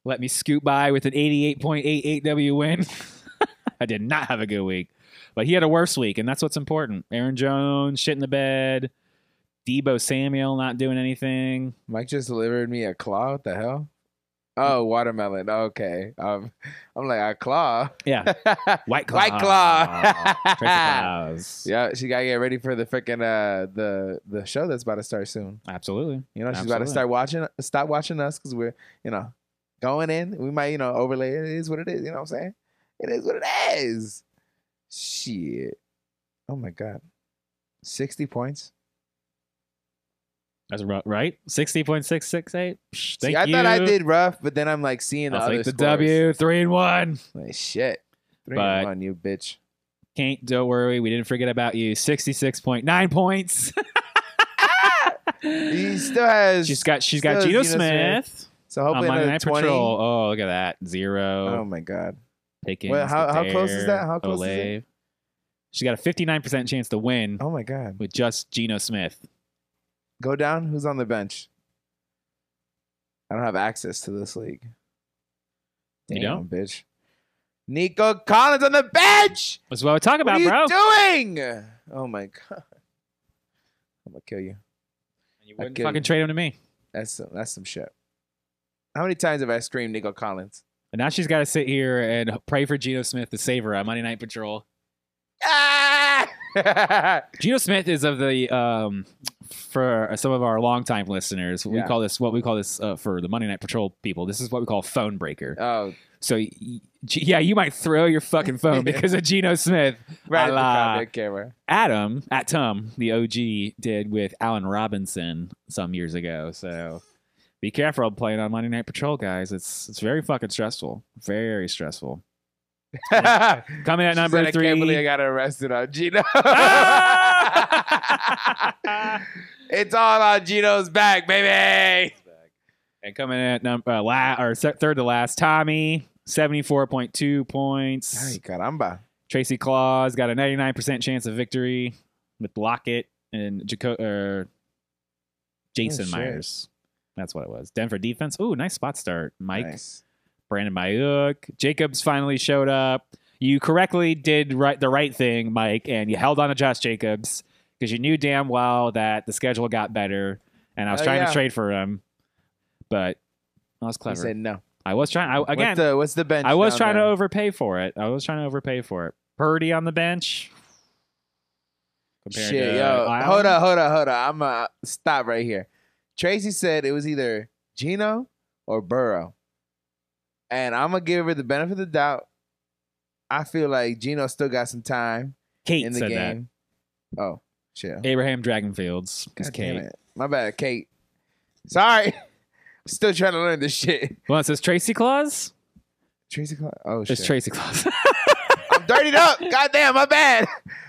[SPEAKER 2] Let me scoot by with an 88.88 W win. [laughs] I did not have a good week, but he had a worse week, and that's what's important. Aaron Jones, shit in the bed. Debo Samuel not doing anything.
[SPEAKER 1] Mike just delivered me a claw. What the hell? Oh, watermelon. Okay. Um, I'm like a claw. [laughs]
[SPEAKER 2] Yeah. White Claw.
[SPEAKER 1] White
[SPEAKER 2] [laughs]
[SPEAKER 1] claw.
[SPEAKER 2] Tracy Claus.
[SPEAKER 1] [laughs] yeah, she gotta get ready for the freaking uh the the show that's about to start soon.
[SPEAKER 2] Absolutely.
[SPEAKER 1] You know, she's about to
[SPEAKER 2] Absolutely.
[SPEAKER 1] start watching stop watching us because we're you know going in. We might you know overlay. It is what it is. You know what I'm saying? It is what it is. Shit. Oh my god. Sixty points.
[SPEAKER 2] That's ru- right. Sixty point six six eight. Psh,
[SPEAKER 1] See,
[SPEAKER 2] thank
[SPEAKER 1] I
[SPEAKER 2] you.
[SPEAKER 1] thought I did rough, but then I'm like seeing the
[SPEAKER 2] I'll
[SPEAKER 1] other
[SPEAKER 2] take the
[SPEAKER 1] scores.
[SPEAKER 2] W. Three and one.
[SPEAKER 1] Like shit. Three
[SPEAKER 2] But-
[SPEAKER 1] and one, you bitch.
[SPEAKER 2] Can't. Don't worry. We didn't forget about you. Sixty six point nine points.
[SPEAKER 1] [laughs] He still
[SPEAKER 2] [laughs]
[SPEAKER 1] has.
[SPEAKER 2] She's got. She's got
[SPEAKER 1] still
[SPEAKER 2] Geno
[SPEAKER 1] has Geno Smith.
[SPEAKER 2] Smith.
[SPEAKER 1] so
[SPEAKER 2] on
[SPEAKER 1] hopefully
[SPEAKER 2] Monday
[SPEAKER 1] another
[SPEAKER 2] Night
[SPEAKER 1] twenty.
[SPEAKER 2] Patrol. Oh, look at that. Zero.
[SPEAKER 1] Oh my god.
[SPEAKER 2] Pickens,
[SPEAKER 1] well, how- how close is
[SPEAKER 2] Goddard,
[SPEAKER 1] that? How close is it?
[SPEAKER 2] Olave. She got a fifty nine percent chance to win
[SPEAKER 1] Oh my god.
[SPEAKER 2] with just Geno Smith.
[SPEAKER 1] Go down. Who's on the bench? I don't have access to this league. Damn,
[SPEAKER 2] You don't?
[SPEAKER 1] bitch. Nico Collins on the bench.
[SPEAKER 2] That's what we talk about,
[SPEAKER 1] what
[SPEAKER 2] bro.
[SPEAKER 1] are you doing? Oh my [laughs] god. I'm gonna kill you.
[SPEAKER 2] You
[SPEAKER 1] I
[SPEAKER 2] wouldn't
[SPEAKER 1] kill
[SPEAKER 2] fucking
[SPEAKER 1] you.
[SPEAKER 2] trade him to me.
[SPEAKER 1] That's some, that's some shit. How many times have I screamed Nico Collins?
[SPEAKER 2] And now she's got to sit here and pray for Geno Smith to save her on Monday Night Patrol.
[SPEAKER 1] Ah!
[SPEAKER 2] Geno Smith is of the um, for some of our longtime listeners. We
[SPEAKER 1] Yeah.
[SPEAKER 2] call this what we call this uh, for the Monday Night Patrol people. This is what we call phone breaker.
[SPEAKER 1] [laughs] oh,
[SPEAKER 2] so y- y- G- yeah, you might throw your fucking phone because of Geno Smith.
[SPEAKER 1] right
[SPEAKER 2] A la-
[SPEAKER 1] at the contact camera.
[SPEAKER 2] Adam at Tum, the OG, did with Alan Robinson some years ago. So be careful playing on Monday Night Patrol, guys. It's it's very fucking stressful. Very stressful.
[SPEAKER 1] [laughs]
[SPEAKER 2] Coming at
[SPEAKER 1] She
[SPEAKER 2] number
[SPEAKER 1] said, I can't believe I
[SPEAKER 2] three.
[SPEAKER 1] got arrested on
[SPEAKER 2] [laughs]
[SPEAKER 1] Gino.
[SPEAKER 2] Ah!
[SPEAKER 1] it's all on Gino's back, baby.
[SPEAKER 2] And coming in at number uh, la- or se- third to last, Tommy, seventy four point two points.
[SPEAKER 1] Ay, caramba.
[SPEAKER 2] Tracy Claus got a ninety nine percent chance of victory with Lockett and Jaco- or Jason
[SPEAKER 1] Oh, shit.
[SPEAKER 2] Myers. That's what it was. Denver defense. Ooh, nice spot start, Mike.
[SPEAKER 1] Nice.
[SPEAKER 2] Brandon Mayuk. Jacobs finally showed up. You correctly did right the right thing, Mike, and you held on to Josh Jacobs because you knew damn well that the schedule got better, and I was
[SPEAKER 1] Oh,
[SPEAKER 2] trying
[SPEAKER 1] yeah.
[SPEAKER 2] to trade for him, but I was
[SPEAKER 1] He
[SPEAKER 2] clever.
[SPEAKER 1] said no.
[SPEAKER 2] I was trying I, again.
[SPEAKER 1] What's the, what's the bench?
[SPEAKER 2] I was
[SPEAKER 1] down
[SPEAKER 2] trying
[SPEAKER 1] there?
[SPEAKER 2] to overpay for it. I was trying to overpay for it. Purdy on the bench. compared to
[SPEAKER 1] Shit,
[SPEAKER 2] uh,
[SPEAKER 1] yo.
[SPEAKER 2] Island.
[SPEAKER 1] Hold up, hold up, hold up. I'm going to stop right here. Tracy said it was either Gino or Burrow. And I'm going to give her the benefit of the doubt. I feel like Gino still got some time
[SPEAKER 2] Kate
[SPEAKER 1] in the
[SPEAKER 2] said
[SPEAKER 1] game. Oh, shit.
[SPEAKER 2] that. Abraham Dragonfields is
[SPEAKER 1] God damn
[SPEAKER 2] Kate.
[SPEAKER 1] it. My bad, Kate. Sorry. [laughs] Still trying to learn this shit.
[SPEAKER 2] Well, it says Tracy Claus.
[SPEAKER 1] Tracy Cla- Oh, shit.
[SPEAKER 2] It's Tracy Claus. [laughs]
[SPEAKER 1] I'm dirtied up. [laughs] God damn, my bad.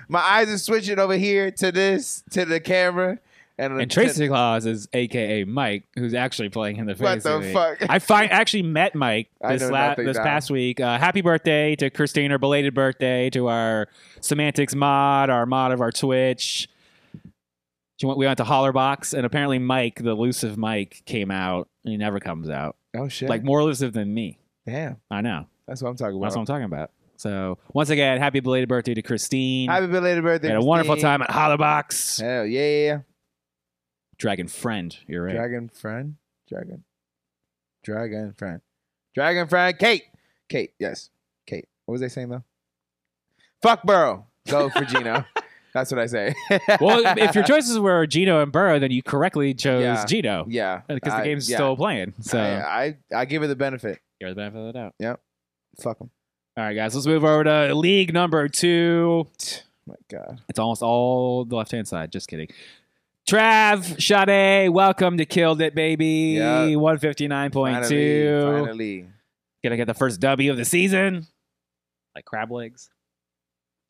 [SPEAKER 1] My eyes are switching over here to this, to the camera. And,
[SPEAKER 2] And Tracy Claus is AKA Mike, who's actually playing in the
[SPEAKER 1] What
[SPEAKER 2] fantasy
[SPEAKER 1] the
[SPEAKER 2] league.
[SPEAKER 1] fuck?
[SPEAKER 2] I find actually met Mike
[SPEAKER 1] I
[SPEAKER 2] this
[SPEAKER 1] know
[SPEAKER 2] la-
[SPEAKER 1] nothing
[SPEAKER 2] this
[SPEAKER 1] now.
[SPEAKER 2] past week. Uh, happy birthday to Christine, or belated birthday to our semantics mod, our mod of our Twitch. She went, we went to Hollerbox, and apparently Mike, the elusive Mike, came out. And he never comes out.
[SPEAKER 1] [laughs] oh shit!
[SPEAKER 2] Like more elusive than me.
[SPEAKER 1] damn,
[SPEAKER 2] I know.
[SPEAKER 1] that's what I'm talking
[SPEAKER 2] That's what I'm
[SPEAKER 1] about.
[SPEAKER 2] talking about. So once again, happy belated birthday to Christine.
[SPEAKER 1] Happy belated
[SPEAKER 2] we
[SPEAKER 1] birthday!
[SPEAKER 2] had a wonderful
[SPEAKER 1] Christine.
[SPEAKER 2] time at Hollerbox.
[SPEAKER 1] Hell yeah!
[SPEAKER 2] Dragon friend, you're right.
[SPEAKER 1] Dragon friend, dragon, dragon friend, dragon friend. Kate, Kate, yes, Kate. What was I saying though? Fuck Burrow,
[SPEAKER 2] [laughs]
[SPEAKER 1] go for Gino. That's what I say. [laughs]
[SPEAKER 2] well, if your choices were Gino and Burrow, then you correctly chose
[SPEAKER 1] Yeah.
[SPEAKER 2] Gino.
[SPEAKER 1] yeah,
[SPEAKER 2] because Uh, the
[SPEAKER 1] I-
[SPEAKER 2] game's
[SPEAKER 1] Uh, yeah.
[SPEAKER 2] still playing. So
[SPEAKER 1] I, I I give her the benefit.
[SPEAKER 2] you're the benefit of the doubt.
[SPEAKER 1] Fuck him.
[SPEAKER 2] All right, guys, let's move over to league number two.
[SPEAKER 1] My God.
[SPEAKER 2] It's almost all the left hand side. Just kidding. Trav Sade, welcome to Killed It, baby.
[SPEAKER 1] Yeah.
[SPEAKER 2] 159.2.
[SPEAKER 1] Finally, finally.
[SPEAKER 2] Gonna get the first W of the season. Like crab legs.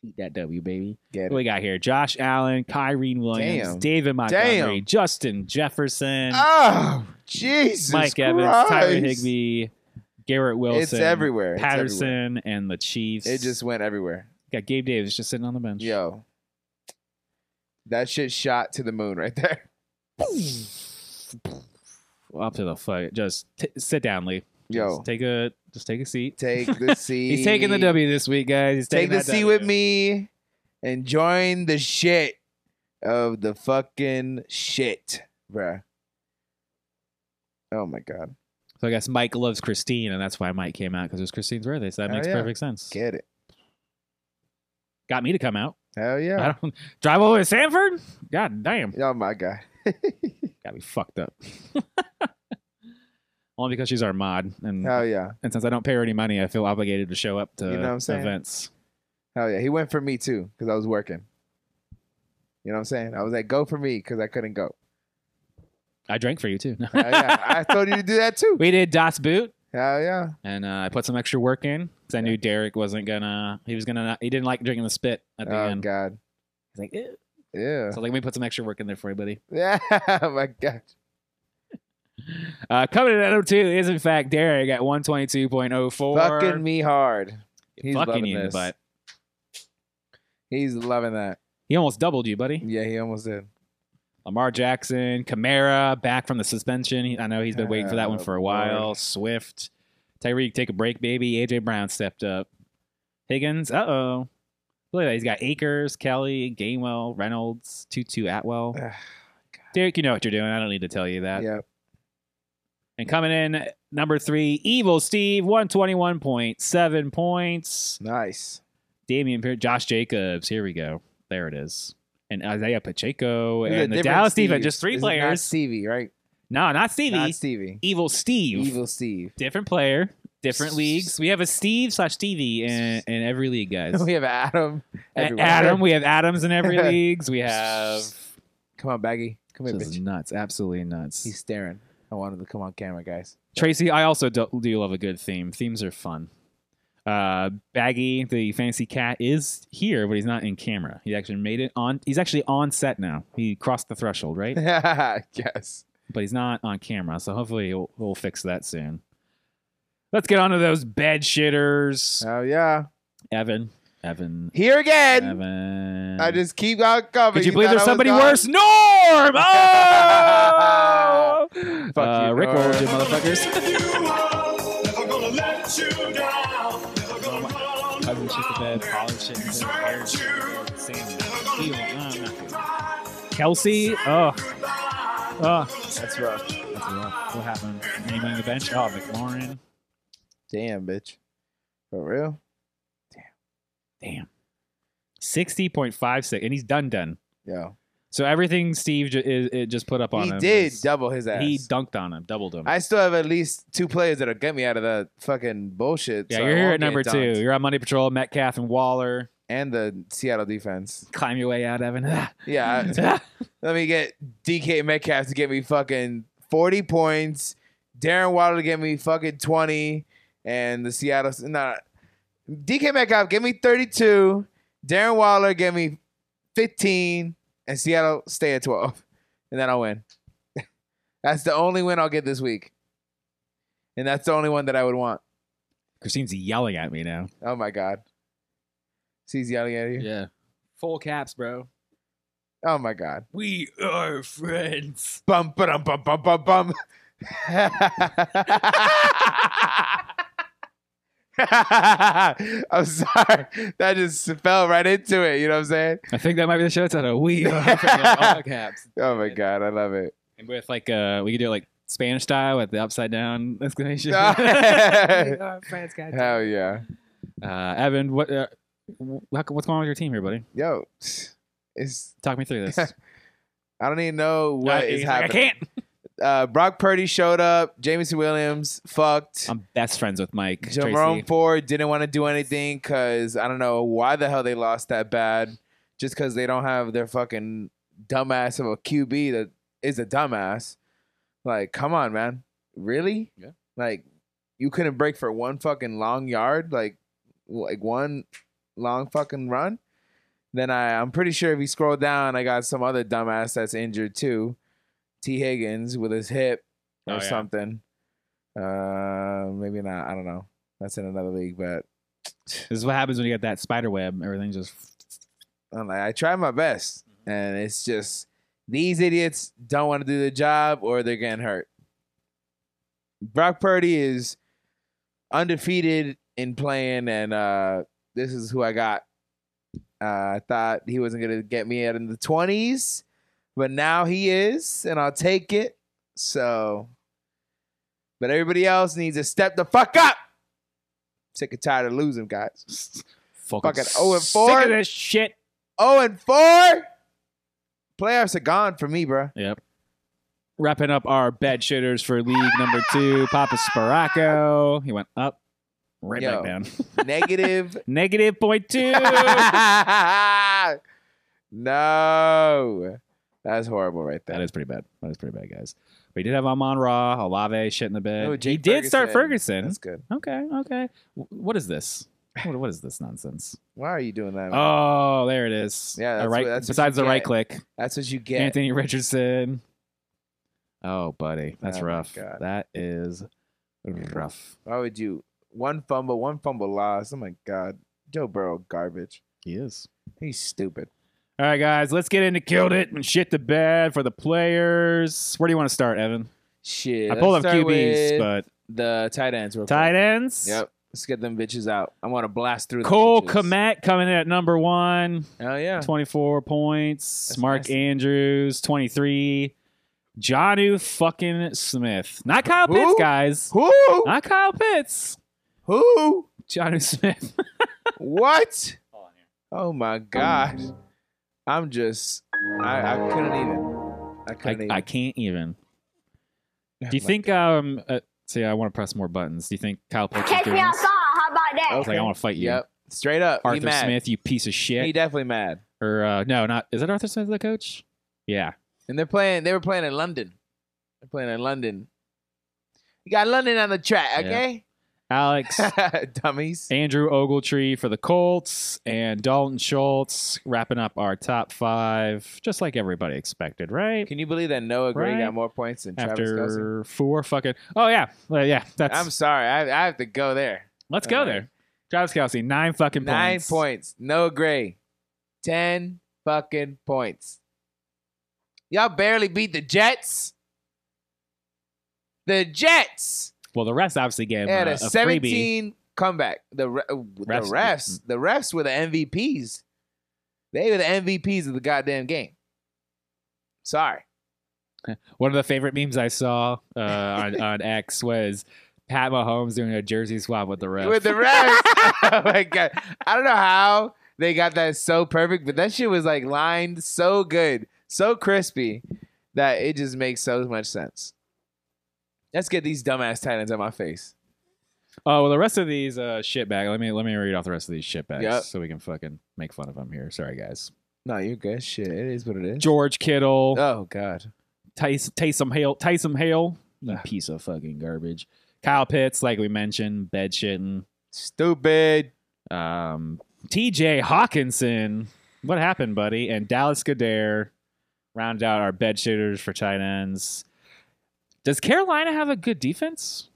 [SPEAKER 2] Eat that W, baby.
[SPEAKER 1] Get
[SPEAKER 2] What
[SPEAKER 1] it.
[SPEAKER 2] we got here? Josh Allen, Kyrene Williams,
[SPEAKER 1] Damn.
[SPEAKER 2] David Montgomery,
[SPEAKER 1] Damn.
[SPEAKER 2] Justin Jefferson.
[SPEAKER 1] Oh, Jesus.
[SPEAKER 2] Mike Evans, Tyler
[SPEAKER 1] Christ.
[SPEAKER 2] Higby, Garrett Wilson,
[SPEAKER 1] It's everywhere. It's everywhere.
[SPEAKER 2] Patterson, and the Chiefs.
[SPEAKER 1] It just went everywhere.
[SPEAKER 2] got Gabe Davis just sitting on the bench.
[SPEAKER 1] Yo. That shit shot to the moon right there.
[SPEAKER 2] Up to the fuck. Just t- sit down, Lee. Just
[SPEAKER 1] Yo.
[SPEAKER 2] take a just take a seat.
[SPEAKER 1] [laughs] Take the C.
[SPEAKER 2] He's taking the W this week, guys. He's
[SPEAKER 1] Take
[SPEAKER 2] taking
[SPEAKER 1] the
[SPEAKER 2] that
[SPEAKER 1] C
[SPEAKER 2] W.
[SPEAKER 1] with me and join the shit of the fucking shit, bruh. Oh my God.
[SPEAKER 2] So I guess Mike loves Christine, and that's why Mike came out because it was Christine's birthday. So that
[SPEAKER 1] Hell
[SPEAKER 2] makes
[SPEAKER 1] yeah.
[SPEAKER 2] perfect sense.
[SPEAKER 1] Get it.
[SPEAKER 2] Got me to come out.
[SPEAKER 1] Hell yeah.
[SPEAKER 2] I don't [laughs] drive over to Sanford. God damn,
[SPEAKER 1] Oh my God.
[SPEAKER 2] got me fucked up. [laughs] Only because she's our mod, and
[SPEAKER 1] Hell yeah.
[SPEAKER 2] And since I don't pay her any money, I feel obligated to show up to
[SPEAKER 1] You know what I'm saying?
[SPEAKER 2] events.
[SPEAKER 1] Hell yeah. He went for me too because I was working. You know what I'm saying? I was like, go for me because I
[SPEAKER 2] [laughs]
[SPEAKER 1] couldn't go.
[SPEAKER 2] I drank for you too. [laughs] No.
[SPEAKER 1] Hell yeah. I told you to do
[SPEAKER 2] [laughs]
[SPEAKER 1] that too.
[SPEAKER 2] we did Das Boot,
[SPEAKER 1] Hell yeah.
[SPEAKER 2] and uh, I put some extra work in because I knew Derek wasn't gonna. He was gonna. Not, he didn't like drinking the spit at the
[SPEAKER 1] Oh
[SPEAKER 2] end.
[SPEAKER 1] God.
[SPEAKER 2] He's like, "Ew."
[SPEAKER 1] Yeah.
[SPEAKER 2] so like, let me put some extra work in there for you, buddy.
[SPEAKER 1] [laughs] Yeah. [laughs] oh my God.
[SPEAKER 2] Uh, coming in at number two is in fact Derek at one twenty two point oh four.
[SPEAKER 1] Fucking me hard. He's
[SPEAKER 2] fucking
[SPEAKER 1] loving
[SPEAKER 2] you,
[SPEAKER 1] this.
[SPEAKER 2] but
[SPEAKER 1] He's loving that.
[SPEAKER 2] he almost doubled you, buddy.
[SPEAKER 1] Yeah, he almost did.
[SPEAKER 2] Lamar Jackson, Kamara back from the suspension. He- I know he's been waiting for that one
[SPEAKER 1] Oh,
[SPEAKER 2] for a
[SPEAKER 1] Lord.
[SPEAKER 2] while. Swift, Tyreek, take a break, baby. AJ Brown stepped up. Higgins, uh oh. Look at that. He's got Akers, Kelly, Gainwell, Reynolds, Tutu Atwell.
[SPEAKER 1] God.
[SPEAKER 2] Derek, you know what you're doing. I don't need to tell you that.
[SPEAKER 1] Yeah.
[SPEAKER 2] And coming in number three, Evil Steve, 121.7 points.
[SPEAKER 1] Nice.
[SPEAKER 2] Damian Pierce, Josh Jacobs. Here we go. There it is. And Isaiah Pacheco
[SPEAKER 1] This is a
[SPEAKER 2] and the
[SPEAKER 1] different
[SPEAKER 2] Dallas defense.
[SPEAKER 1] Steve.
[SPEAKER 2] Just three
[SPEAKER 1] This is Not
[SPEAKER 2] players.
[SPEAKER 1] Stevie, right?
[SPEAKER 2] No, not Stevie.
[SPEAKER 1] Not Stevie.
[SPEAKER 2] Evil Steve.
[SPEAKER 1] Evil Steve.
[SPEAKER 2] Different player, different leagues. We have a Steve slash Stevie in, in every league, guys.
[SPEAKER 1] [laughs] we have Adam.
[SPEAKER 2] A-
[SPEAKER 1] everywhere.
[SPEAKER 2] Adam, we have Adams in
[SPEAKER 1] [laughs]
[SPEAKER 2] every leagues. We have
[SPEAKER 1] Come on, Baggy. Come here,
[SPEAKER 2] this is
[SPEAKER 1] bitch.
[SPEAKER 2] nuts, absolutely nuts.
[SPEAKER 1] He's staring. I wanted to come on camera, guys.
[SPEAKER 2] Tracy, I also do, do love a good theme. Themes are fun. Uh, Baggy, the fantasy cat, is here, but he's not in camera. He actually made it on. He's actually on set now. He crossed the threshold,
[SPEAKER 1] [laughs]
[SPEAKER 2] right?
[SPEAKER 1] yes.
[SPEAKER 2] but he's not on camera. So hopefully he'll, he'll fix that soon. Let's get on to those bed shitters.
[SPEAKER 1] Oh yeah.
[SPEAKER 2] Evan, Evan,
[SPEAKER 1] Here again.
[SPEAKER 2] Evan.
[SPEAKER 1] I just keep on coming.
[SPEAKER 2] Could you believe there's
[SPEAKER 1] thought I was
[SPEAKER 2] somebody
[SPEAKER 1] gone?
[SPEAKER 2] worse? Norm!
[SPEAKER 1] [laughs]
[SPEAKER 2] Oh!
[SPEAKER 1] Fuck
[SPEAKER 2] uh,
[SPEAKER 1] you,
[SPEAKER 2] Rick
[SPEAKER 1] Norm.
[SPEAKER 2] rolled you, motherfuckers.
[SPEAKER 5] Never gonna let you down. Never gonna run
[SPEAKER 2] I've been shit to bed,
[SPEAKER 5] around.
[SPEAKER 2] Pollen shit,
[SPEAKER 5] You
[SPEAKER 2] Sam,
[SPEAKER 5] hurt you. Never gonna
[SPEAKER 2] Sam,
[SPEAKER 5] make
[SPEAKER 2] Sam,
[SPEAKER 5] you
[SPEAKER 2] Sam.
[SPEAKER 5] cry.
[SPEAKER 2] Kelsey, oh,
[SPEAKER 5] Goodbye.
[SPEAKER 2] oh.
[SPEAKER 1] That's rough.
[SPEAKER 2] That's rough. What happened? Anybody on the bench? Oh, McLaurin.
[SPEAKER 1] Damn, bitch. For real?
[SPEAKER 2] Damn. 60.56, and he's done done.
[SPEAKER 1] Yo.
[SPEAKER 2] So everything Steve j- is, it just put up on
[SPEAKER 1] He
[SPEAKER 2] him.
[SPEAKER 1] did
[SPEAKER 2] is-
[SPEAKER 1] double his ass.
[SPEAKER 2] He dunked on him, doubled him.
[SPEAKER 1] I still have at least two players that'll get me out of the fucking bullshit.
[SPEAKER 2] yeah,
[SPEAKER 1] so I
[SPEAKER 2] you're here
[SPEAKER 1] won't
[SPEAKER 2] at
[SPEAKER 1] get
[SPEAKER 2] number two.
[SPEAKER 1] dunked.
[SPEAKER 2] You're on Monday Patrol, Metcalf and Waller.
[SPEAKER 1] And the Seattle defense.
[SPEAKER 2] Climb your way out, Evan. [laughs]
[SPEAKER 1] Yeah. I- let me get DK Metcalf to get me fucking 40 points. Darren Waller to get me fucking 20. And the Seattle. Nah. DK Metcalf, give me 32. Darren Waller, give me 15. And Seattle, stay at 12. [laughs] and then I'll win. [laughs] that's the only win I'll get this week, and that's the only one that I would want.
[SPEAKER 2] Christine's yelling at me now.
[SPEAKER 1] Oh my god, she's yelling at you.
[SPEAKER 2] Yeah. Full caps, bro.
[SPEAKER 1] Oh my god.
[SPEAKER 2] We are friends.
[SPEAKER 1] Bum bum bum bum bum bum. [laughs] I'm sorry. That just fell right into it. You know what I'm saying?
[SPEAKER 2] I think that might be the show title.
[SPEAKER 1] [laughs]
[SPEAKER 2] We are friends. All caps.
[SPEAKER 1] Oh my god, I love it.
[SPEAKER 2] And with like uh we could do it like Spanish style with the upside down [laughs]
[SPEAKER 1] [laughs]
[SPEAKER 2] exclamation. [laughs] friends, guys. Uh,
[SPEAKER 1] Hell yeah.
[SPEAKER 2] Evan, what uh, wh- how, co- what's going on with your team here, buddy?
[SPEAKER 1] Yo, it's
[SPEAKER 2] Talk me
[SPEAKER 1] [laughs]
[SPEAKER 2] through this.
[SPEAKER 1] I don't even know what
[SPEAKER 2] Uh,
[SPEAKER 1] is
[SPEAKER 2] he's like,
[SPEAKER 1] happening.
[SPEAKER 2] I can't.
[SPEAKER 1] Uh, Brock Purdy showed up. Jamison Williams fucked.
[SPEAKER 2] I'm best friends with Mike.
[SPEAKER 1] Jerome
[SPEAKER 2] Tracy.
[SPEAKER 1] Ford didn't want to do anything because I don't know why the hell they lost that bad. Just because they don't have their fucking dumbass of a QB that is a dumbass. Like, come on, man. Really?
[SPEAKER 2] Yeah.
[SPEAKER 1] Like, you couldn't break for one fucking long yard, like, like one long fucking run. Then I, I'm pretty sure if you scroll down, I got some other dumbass that's injured too. T. Higgins with his hip or
[SPEAKER 2] Oh, yeah.
[SPEAKER 1] something. Uh, maybe not. I don't know. That's in another league, but
[SPEAKER 2] This is what happens when you get that spider web. Everything just
[SPEAKER 1] I'm like, I try my best, and it's just these idiots don't want to do the job or they're getting hurt. Brock Purdy is undefeated in playing, and uh, this is who I got. Uh, I thought he wasn't gonna get me out in the twenties, but now he is, and I'll take it. So, but everybody else needs to step the fuck up. Sick and tired of losing, guys.
[SPEAKER 2] fucking,
[SPEAKER 1] Fucking 0 and
[SPEAKER 2] sick
[SPEAKER 1] 4.
[SPEAKER 2] of this shit.
[SPEAKER 1] Oh and four. Playoffs are gone for me, bro.
[SPEAKER 2] Wrapping up our bed shitters for league number two. Papa Sparaco. He went up, right back
[SPEAKER 1] Yo.
[SPEAKER 2] down.
[SPEAKER 1] Negative. [laughs]
[SPEAKER 2] Negative point two. that
[SPEAKER 1] no, that's horrible right there.
[SPEAKER 2] is pretty bad. That is pretty bad, guys. We did have Amon Ra, Olave shit in the bed.
[SPEAKER 1] Ooh,
[SPEAKER 2] he
[SPEAKER 1] Oh, Jake
[SPEAKER 2] did start Ferguson.
[SPEAKER 1] That's good.
[SPEAKER 2] Okay, okay. W- What is this? What, what is this
[SPEAKER 1] [laughs]
[SPEAKER 2] nonsense?
[SPEAKER 1] Why are you doing that? man?
[SPEAKER 2] Oh, there it is.
[SPEAKER 1] Yeah,
[SPEAKER 2] A
[SPEAKER 1] that's
[SPEAKER 2] right.
[SPEAKER 1] what- that's what
[SPEAKER 2] besides
[SPEAKER 1] you
[SPEAKER 2] the right
[SPEAKER 1] get.
[SPEAKER 2] click,
[SPEAKER 1] that's what you get.
[SPEAKER 2] Anthony Richardson. Oh, buddy, that's
[SPEAKER 1] Oh my
[SPEAKER 2] rough.
[SPEAKER 1] God. Mm.
[SPEAKER 2] That is rough.
[SPEAKER 1] Why would you? One fumble, one fumble loss. Oh my god, Joe Burrow garbage.
[SPEAKER 2] He is.
[SPEAKER 1] He's stupid.
[SPEAKER 2] All right, guys, let's get into killed it and shit the bed for the players. Where do you want to start, Evan?
[SPEAKER 1] Shit.
[SPEAKER 2] I pulled up
[SPEAKER 1] Let's start
[SPEAKER 2] QBs,
[SPEAKER 1] with
[SPEAKER 2] but
[SPEAKER 1] the tight ends. Real
[SPEAKER 2] tight ends.
[SPEAKER 1] Quick. Yep. Let's get them bitches out. I want to blast through. them
[SPEAKER 2] Cole
[SPEAKER 1] bitches.
[SPEAKER 2] Komet coming in at number one,
[SPEAKER 1] Oh yeah.
[SPEAKER 2] 24 points.
[SPEAKER 1] That's
[SPEAKER 2] Mark
[SPEAKER 1] nice.
[SPEAKER 2] Andrews, 23. Jonu fucking Smith. Not Kyle Pitts,
[SPEAKER 1] Who?
[SPEAKER 2] guys.
[SPEAKER 1] Who?
[SPEAKER 2] Not Kyle Pitts.
[SPEAKER 1] Who?
[SPEAKER 2] Jonu Smith.
[SPEAKER 1] What? Oh my
[SPEAKER 2] Um,
[SPEAKER 1] god. I'm just I, I couldn't even. I
[SPEAKER 2] I,
[SPEAKER 1] couldn't even.
[SPEAKER 2] I can't even.
[SPEAKER 1] Oh
[SPEAKER 2] Do you
[SPEAKER 1] my- [laughs]
[SPEAKER 2] think, um, uh, see, I want to press more buttons. Do you think Kyle Pitts is
[SPEAKER 3] Take
[SPEAKER 2] doing
[SPEAKER 3] me
[SPEAKER 2] this?
[SPEAKER 3] outside. How about that?
[SPEAKER 2] It's like, I want to fight you.
[SPEAKER 1] Yep. Straight up. he
[SPEAKER 2] Arthur
[SPEAKER 1] mad.
[SPEAKER 2] Smith, you piece of shit.
[SPEAKER 1] He definitely mad.
[SPEAKER 2] or uh, no, not is that Arthur Smith the coach? Yeah,
[SPEAKER 1] And they're playing they were playing in London. They're playing in London. You got London on the track,
[SPEAKER 2] Yeah.
[SPEAKER 1] okay? [laughs]
[SPEAKER 2] Alex
[SPEAKER 1] Dummies.
[SPEAKER 2] Andrew Ogletree for the Colts and Dalton Schultz wrapping up our top five, just like everybody expected, right?
[SPEAKER 1] Can you believe that Noah Gray
[SPEAKER 2] Right?
[SPEAKER 1] got more points than Travis Kelsey?
[SPEAKER 2] After four fucking oh yeah, well, yeah, that's
[SPEAKER 1] I'm sorry. I, I have to go there.
[SPEAKER 2] let's go
[SPEAKER 1] all right.
[SPEAKER 2] there. Travis Kelsey nine fucking
[SPEAKER 1] Nine
[SPEAKER 2] points.
[SPEAKER 1] points. Noah Gray. Ten fucking points. Y'all barely beat the Jets. The Jets
[SPEAKER 2] Well, the rest obviously gave him
[SPEAKER 1] had a,
[SPEAKER 2] a, a freebie.
[SPEAKER 1] 17 comeback. The re- uh, the
[SPEAKER 2] Refs-
[SPEAKER 1] refs, the refs were the MVPs. They were the MVPs of the goddamn game. Sorry.
[SPEAKER 2] One of the favorite memes I saw uh, on, [laughs] on X was Pat Mahomes doing a jersey swap with the ref.
[SPEAKER 1] With the refs. [laughs] oh my god. I don't know how they got that so perfect, but that shit was like lined so good, so crispy that it just makes so much sense. Let's get these dumbass tight ends on my face.
[SPEAKER 2] Oh well, the rest of these uh, shitbag. Let me let me read off the rest of these shitbags
[SPEAKER 1] Yep.
[SPEAKER 2] so we can fucking make fun of them here. Sorry guys.
[SPEAKER 1] No, you're good. Shit. It is what it is.
[SPEAKER 2] George Kittle,
[SPEAKER 1] Oh god.
[SPEAKER 2] Tys- Taysom Hale, Taysom Hale, you piece of fucking garbage. Kyle Pitts, like we mentioned, bed shitting.
[SPEAKER 1] Stupid.
[SPEAKER 2] Um, T.J. Hawkinson, what happened, buddy? And Dallas Goddard round out our bed shooters for tight ends. Does Carolina have a good defense?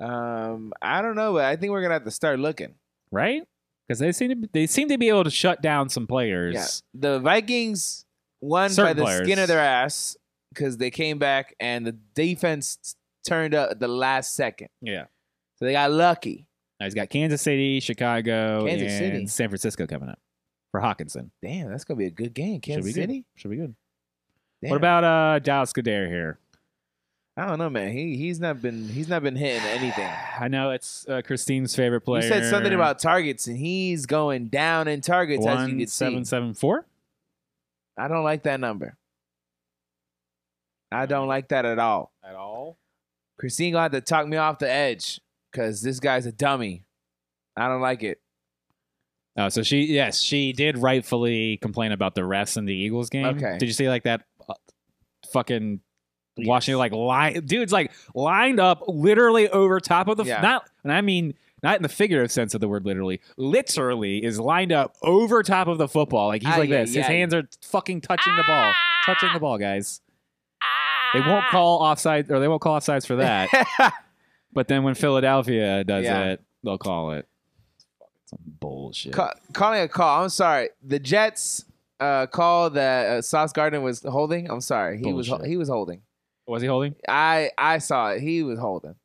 [SPEAKER 1] Um, I don't know, but I think we're gonna have to start looking.
[SPEAKER 2] Right? Because they seem to be, they seem to be able to shut down some players.
[SPEAKER 1] Yeah. The Vikings won by
[SPEAKER 2] Certain
[SPEAKER 1] the
[SPEAKER 2] players.
[SPEAKER 1] skin of their ass because they came back and the defense turned up at the last second.
[SPEAKER 2] Yeah.
[SPEAKER 1] So they got lucky.
[SPEAKER 2] Now he's got Kansas City, Chicago,
[SPEAKER 1] Kansas
[SPEAKER 2] and
[SPEAKER 1] City.
[SPEAKER 2] San Francisco coming up for Hawkinson.
[SPEAKER 1] Damn, that's gonna be a good game.
[SPEAKER 2] Should be
[SPEAKER 1] Kansas
[SPEAKER 2] good.
[SPEAKER 1] City.
[SPEAKER 2] Should be good.
[SPEAKER 1] Damn.
[SPEAKER 2] What about uh Dallas Goddard here?
[SPEAKER 1] I don't know, man. He he's not been he's not been hitting anything.
[SPEAKER 2] I know it's uh, Christine's favorite player.
[SPEAKER 1] You said something about targets, and he's going down in targets as you
[SPEAKER 2] one
[SPEAKER 1] can
[SPEAKER 2] seven
[SPEAKER 1] see.
[SPEAKER 2] seven four.
[SPEAKER 1] I don't like that number. I don't like that at all.
[SPEAKER 2] At all?
[SPEAKER 1] Christine gonna have to talk me off the edge because this guy's a dummy. I don't like it. [laughs]
[SPEAKER 2] Oh, so she yes, she did rightfully complain about the refs in the Eagles game.
[SPEAKER 1] Okay.
[SPEAKER 2] Did you see like that uh, fucking
[SPEAKER 1] Yes.
[SPEAKER 2] Washington like line dudes like lined up literally over top of the
[SPEAKER 1] Yeah.
[SPEAKER 2] not and I mean not in the figurative sense of the word literally. Literally is lined up over top of the football. Like he's
[SPEAKER 1] Ah,
[SPEAKER 2] like
[SPEAKER 1] yeah,
[SPEAKER 2] this.
[SPEAKER 1] yeah,
[SPEAKER 2] His
[SPEAKER 1] yeah.
[SPEAKER 2] hands are fucking touching the ball. Touching the ball, guys.
[SPEAKER 4] Ah,
[SPEAKER 2] They won't
[SPEAKER 1] Ah.
[SPEAKER 2] call offside or they won't call offsides for
[SPEAKER 1] [laughs]
[SPEAKER 2] that. but then when Philadelphia does
[SPEAKER 1] Yeah.
[SPEAKER 2] it, they'll call it. Some bullshit.
[SPEAKER 1] Ca- calling a call. I'm sorry. The Jets uh, call that uh, Sauce Garden was holding. I'm sorry. He was
[SPEAKER 2] Bullshit.
[SPEAKER 1] he was holding.
[SPEAKER 2] Was he holding?
[SPEAKER 1] I I saw it. He was holding.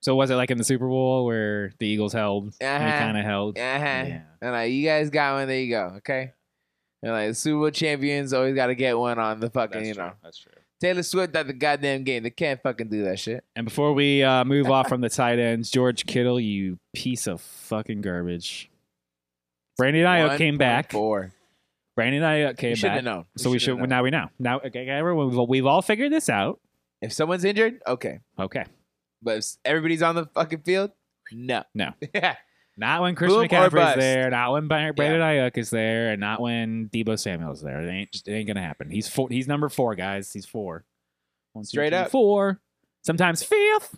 [SPEAKER 2] So was it like in the Super Bowl where the Eagles held? And
[SPEAKER 1] Uh-huh.
[SPEAKER 2] he kind of held.
[SPEAKER 1] Uh-huh.
[SPEAKER 2] Yeah.
[SPEAKER 1] And like you guys got one. There you go. Okay. And like Super Bowl champions always got to get one on the fucking you know
[SPEAKER 2] That's true.
[SPEAKER 1] Taylor Swift at the goddamn game. They can't fucking do that shit.
[SPEAKER 2] And before we uh, move off
[SPEAKER 1] [laughs]
[SPEAKER 2] from the tight ends, George Kittle, you piece of fucking garbage. Brandon Ayuk came back.
[SPEAKER 1] Four.
[SPEAKER 2] Brandon Ayuk
[SPEAKER 1] You
[SPEAKER 2] came back.
[SPEAKER 1] shouldn't have known.
[SPEAKER 2] So we should
[SPEAKER 1] shouldn't have known.
[SPEAKER 2] now we know now. Okay, everyone, we've, we've all figured this out.
[SPEAKER 1] If someone's injured, okay.
[SPEAKER 2] Okay,
[SPEAKER 1] But if everybody's on the fucking field, no,
[SPEAKER 2] No.
[SPEAKER 1] [laughs] yeah,
[SPEAKER 2] not when Christian
[SPEAKER 1] Boom or
[SPEAKER 2] McCaffrey's
[SPEAKER 1] bust.
[SPEAKER 2] there, not when Bra- Brandon Ayuk is there, and not when Debo Samuel's there. It ain't just, it ain't gonna happen. He's four, he's number four, guys. He's four. One, two,
[SPEAKER 1] Straight
[SPEAKER 2] three,
[SPEAKER 1] up.
[SPEAKER 2] four. Sometimes fifth.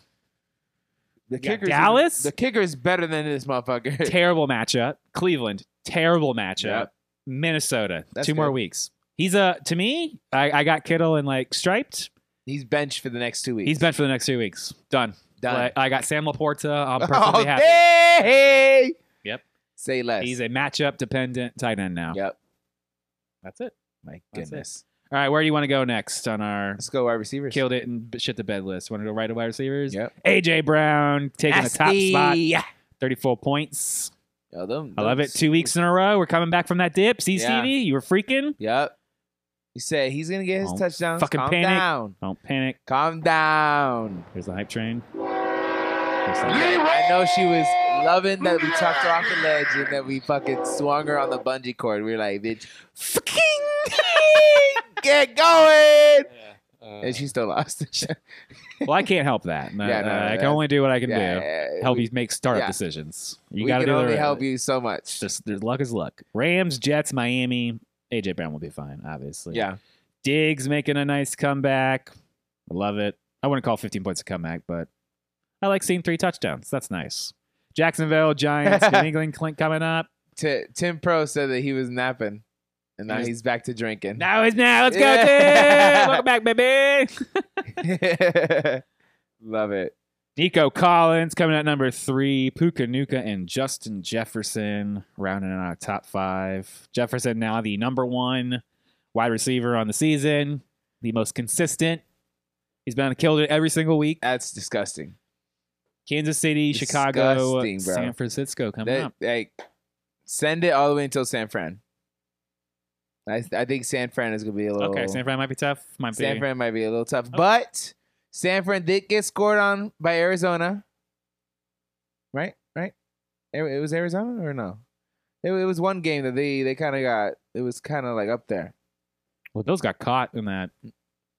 [SPEAKER 1] the
[SPEAKER 2] got
[SPEAKER 1] kicker's
[SPEAKER 2] Dallas?
[SPEAKER 1] The kicker's better than this
[SPEAKER 2] [laughs]
[SPEAKER 1] motherfucker.
[SPEAKER 2] terrible matchup. Cleveland, terrible matchup.
[SPEAKER 1] Yep.
[SPEAKER 2] Minnesota,
[SPEAKER 1] That's
[SPEAKER 2] two more
[SPEAKER 1] good.
[SPEAKER 2] weeks. He's a to me. I, I got Kittle and like striped.
[SPEAKER 1] [laughs] He's benched for the next two weeks.
[SPEAKER 2] He's benched for the next two weeks. Done.
[SPEAKER 1] done.
[SPEAKER 2] Like, I got Sam Laporta.
[SPEAKER 1] [laughs]
[SPEAKER 2] I'm perfectly
[SPEAKER 1] oh,
[SPEAKER 2] happy.
[SPEAKER 1] hey!
[SPEAKER 2] Yep.
[SPEAKER 1] Say less.
[SPEAKER 2] He's a matchup dependent tight end now.
[SPEAKER 1] yep.
[SPEAKER 2] That's it.
[SPEAKER 1] My
[SPEAKER 2] That's it.
[SPEAKER 1] goodness.
[SPEAKER 2] All right, where do you want to go next on our
[SPEAKER 1] Let's go wide receivers.
[SPEAKER 2] killed it and b- shit the bed list? Want to go right to wide receivers?
[SPEAKER 1] Yep.
[SPEAKER 2] AJ Brown taking the top spot,
[SPEAKER 1] Yeah.
[SPEAKER 2] 34 points.
[SPEAKER 1] Yo, them-
[SPEAKER 2] I love
[SPEAKER 1] them-
[SPEAKER 2] it. Two weeks in a row, we're coming back from that dip. See,
[SPEAKER 1] Yeah.
[SPEAKER 2] Stevie, you were freaking.
[SPEAKER 1] Yep. He said he's gonna get his
[SPEAKER 2] Don't
[SPEAKER 1] touchdowns.
[SPEAKER 2] fucking
[SPEAKER 1] Calm
[SPEAKER 2] panic.
[SPEAKER 1] down.
[SPEAKER 2] Don't panic.
[SPEAKER 1] Calm down.
[SPEAKER 2] Here's the hype train.
[SPEAKER 1] [laughs] I know she was loving that we talked her off the ledge and that we fucking swung her on the bungee cord. We were like, bitch, fucking [laughs] get going.
[SPEAKER 3] Uh,
[SPEAKER 1] and she still lost.
[SPEAKER 2] well, I can't help that. No,
[SPEAKER 1] Yeah, no,
[SPEAKER 2] uh,
[SPEAKER 1] no,
[SPEAKER 2] I can
[SPEAKER 1] that's-
[SPEAKER 2] only do what I can do.
[SPEAKER 1] yeah,
[SPEAKER 2] Help
[SPEAKER 1] we,
[SPEAKER 2] you make startup
[SPEAKER 1] yeah.
[SPEAKER 2] decisions. You
[SPEAKER 1] we
[SPEAKER 2] got to
[SPEAKER 1] can
[SPEAKER 2] do the
[SPEAKER 1] only
[SPEAKER 2] right-
[SPEAKER 1] help you so
[SPEAKER 2] It's
[SPEAKER 1] much.
[SPEAKER 2] Just there's luck is luck. Rams, Jets, Miami. AJ Brown will be fine, obviously.
[SPEAKER 1] yeah.
[SPEAKER 2] Diggs making a nice comeback. I love it. I wouldn't call 15 points a comeback, but I like seeing three touchdowns. That's nice. Jacksonville,
[SPEAKER 1] [laughs]
[SPEAKER 2] Giants, New England, Clint coming up.
[SPEAKER 1] T- Tim Pro said that he was napping, and now
[SPEAKER 2] He was-
[SPEAKER 1] he's back to drinking.
[SPEAKER 2] Now is now. Let's go,
[SPEAKER 1] Yeah.
[SPEAKER 2] Tim. Welcome back, baby.
[SPEAKER 1] [laughs] Love it.
[SPEAKER 2] Nico Collins coming at number three. Puka Nuka and Justin Jefferson rounding out our top five. Jefferson now the number one wide receiver on the season, the most consistent. He's been killed it every single week.
[SPEAKER 1] That's disgusting.
[SPEAKER 2] Kansas City, Chicago,
[SPEAKER 1] Disgusting, bro.
[SPEAKER 2] San Francisco coming
[SPEAKER 1] That,
[SPEAKER 2] up.
[SPEAKER 1] like, send it all the way until San Fran. I, I think San Fran is gonna be a little.
[SPEAKER 2] Okay, San Fran might be tough. Might
[SPEAKER 1] Oh. San
[SPEAKER 2] be.
[SPEAKER 1] Fran might be a little tough,
[SPEAKER 2] Oh.
[SPEAKER 1] but San Fran did get scored on by Arizona. Right, right. It it was Arizona or no? It, it was one game that they they kind of got. It was kind of like up there.
[SPEAKER 2] Well, Bills got caught in that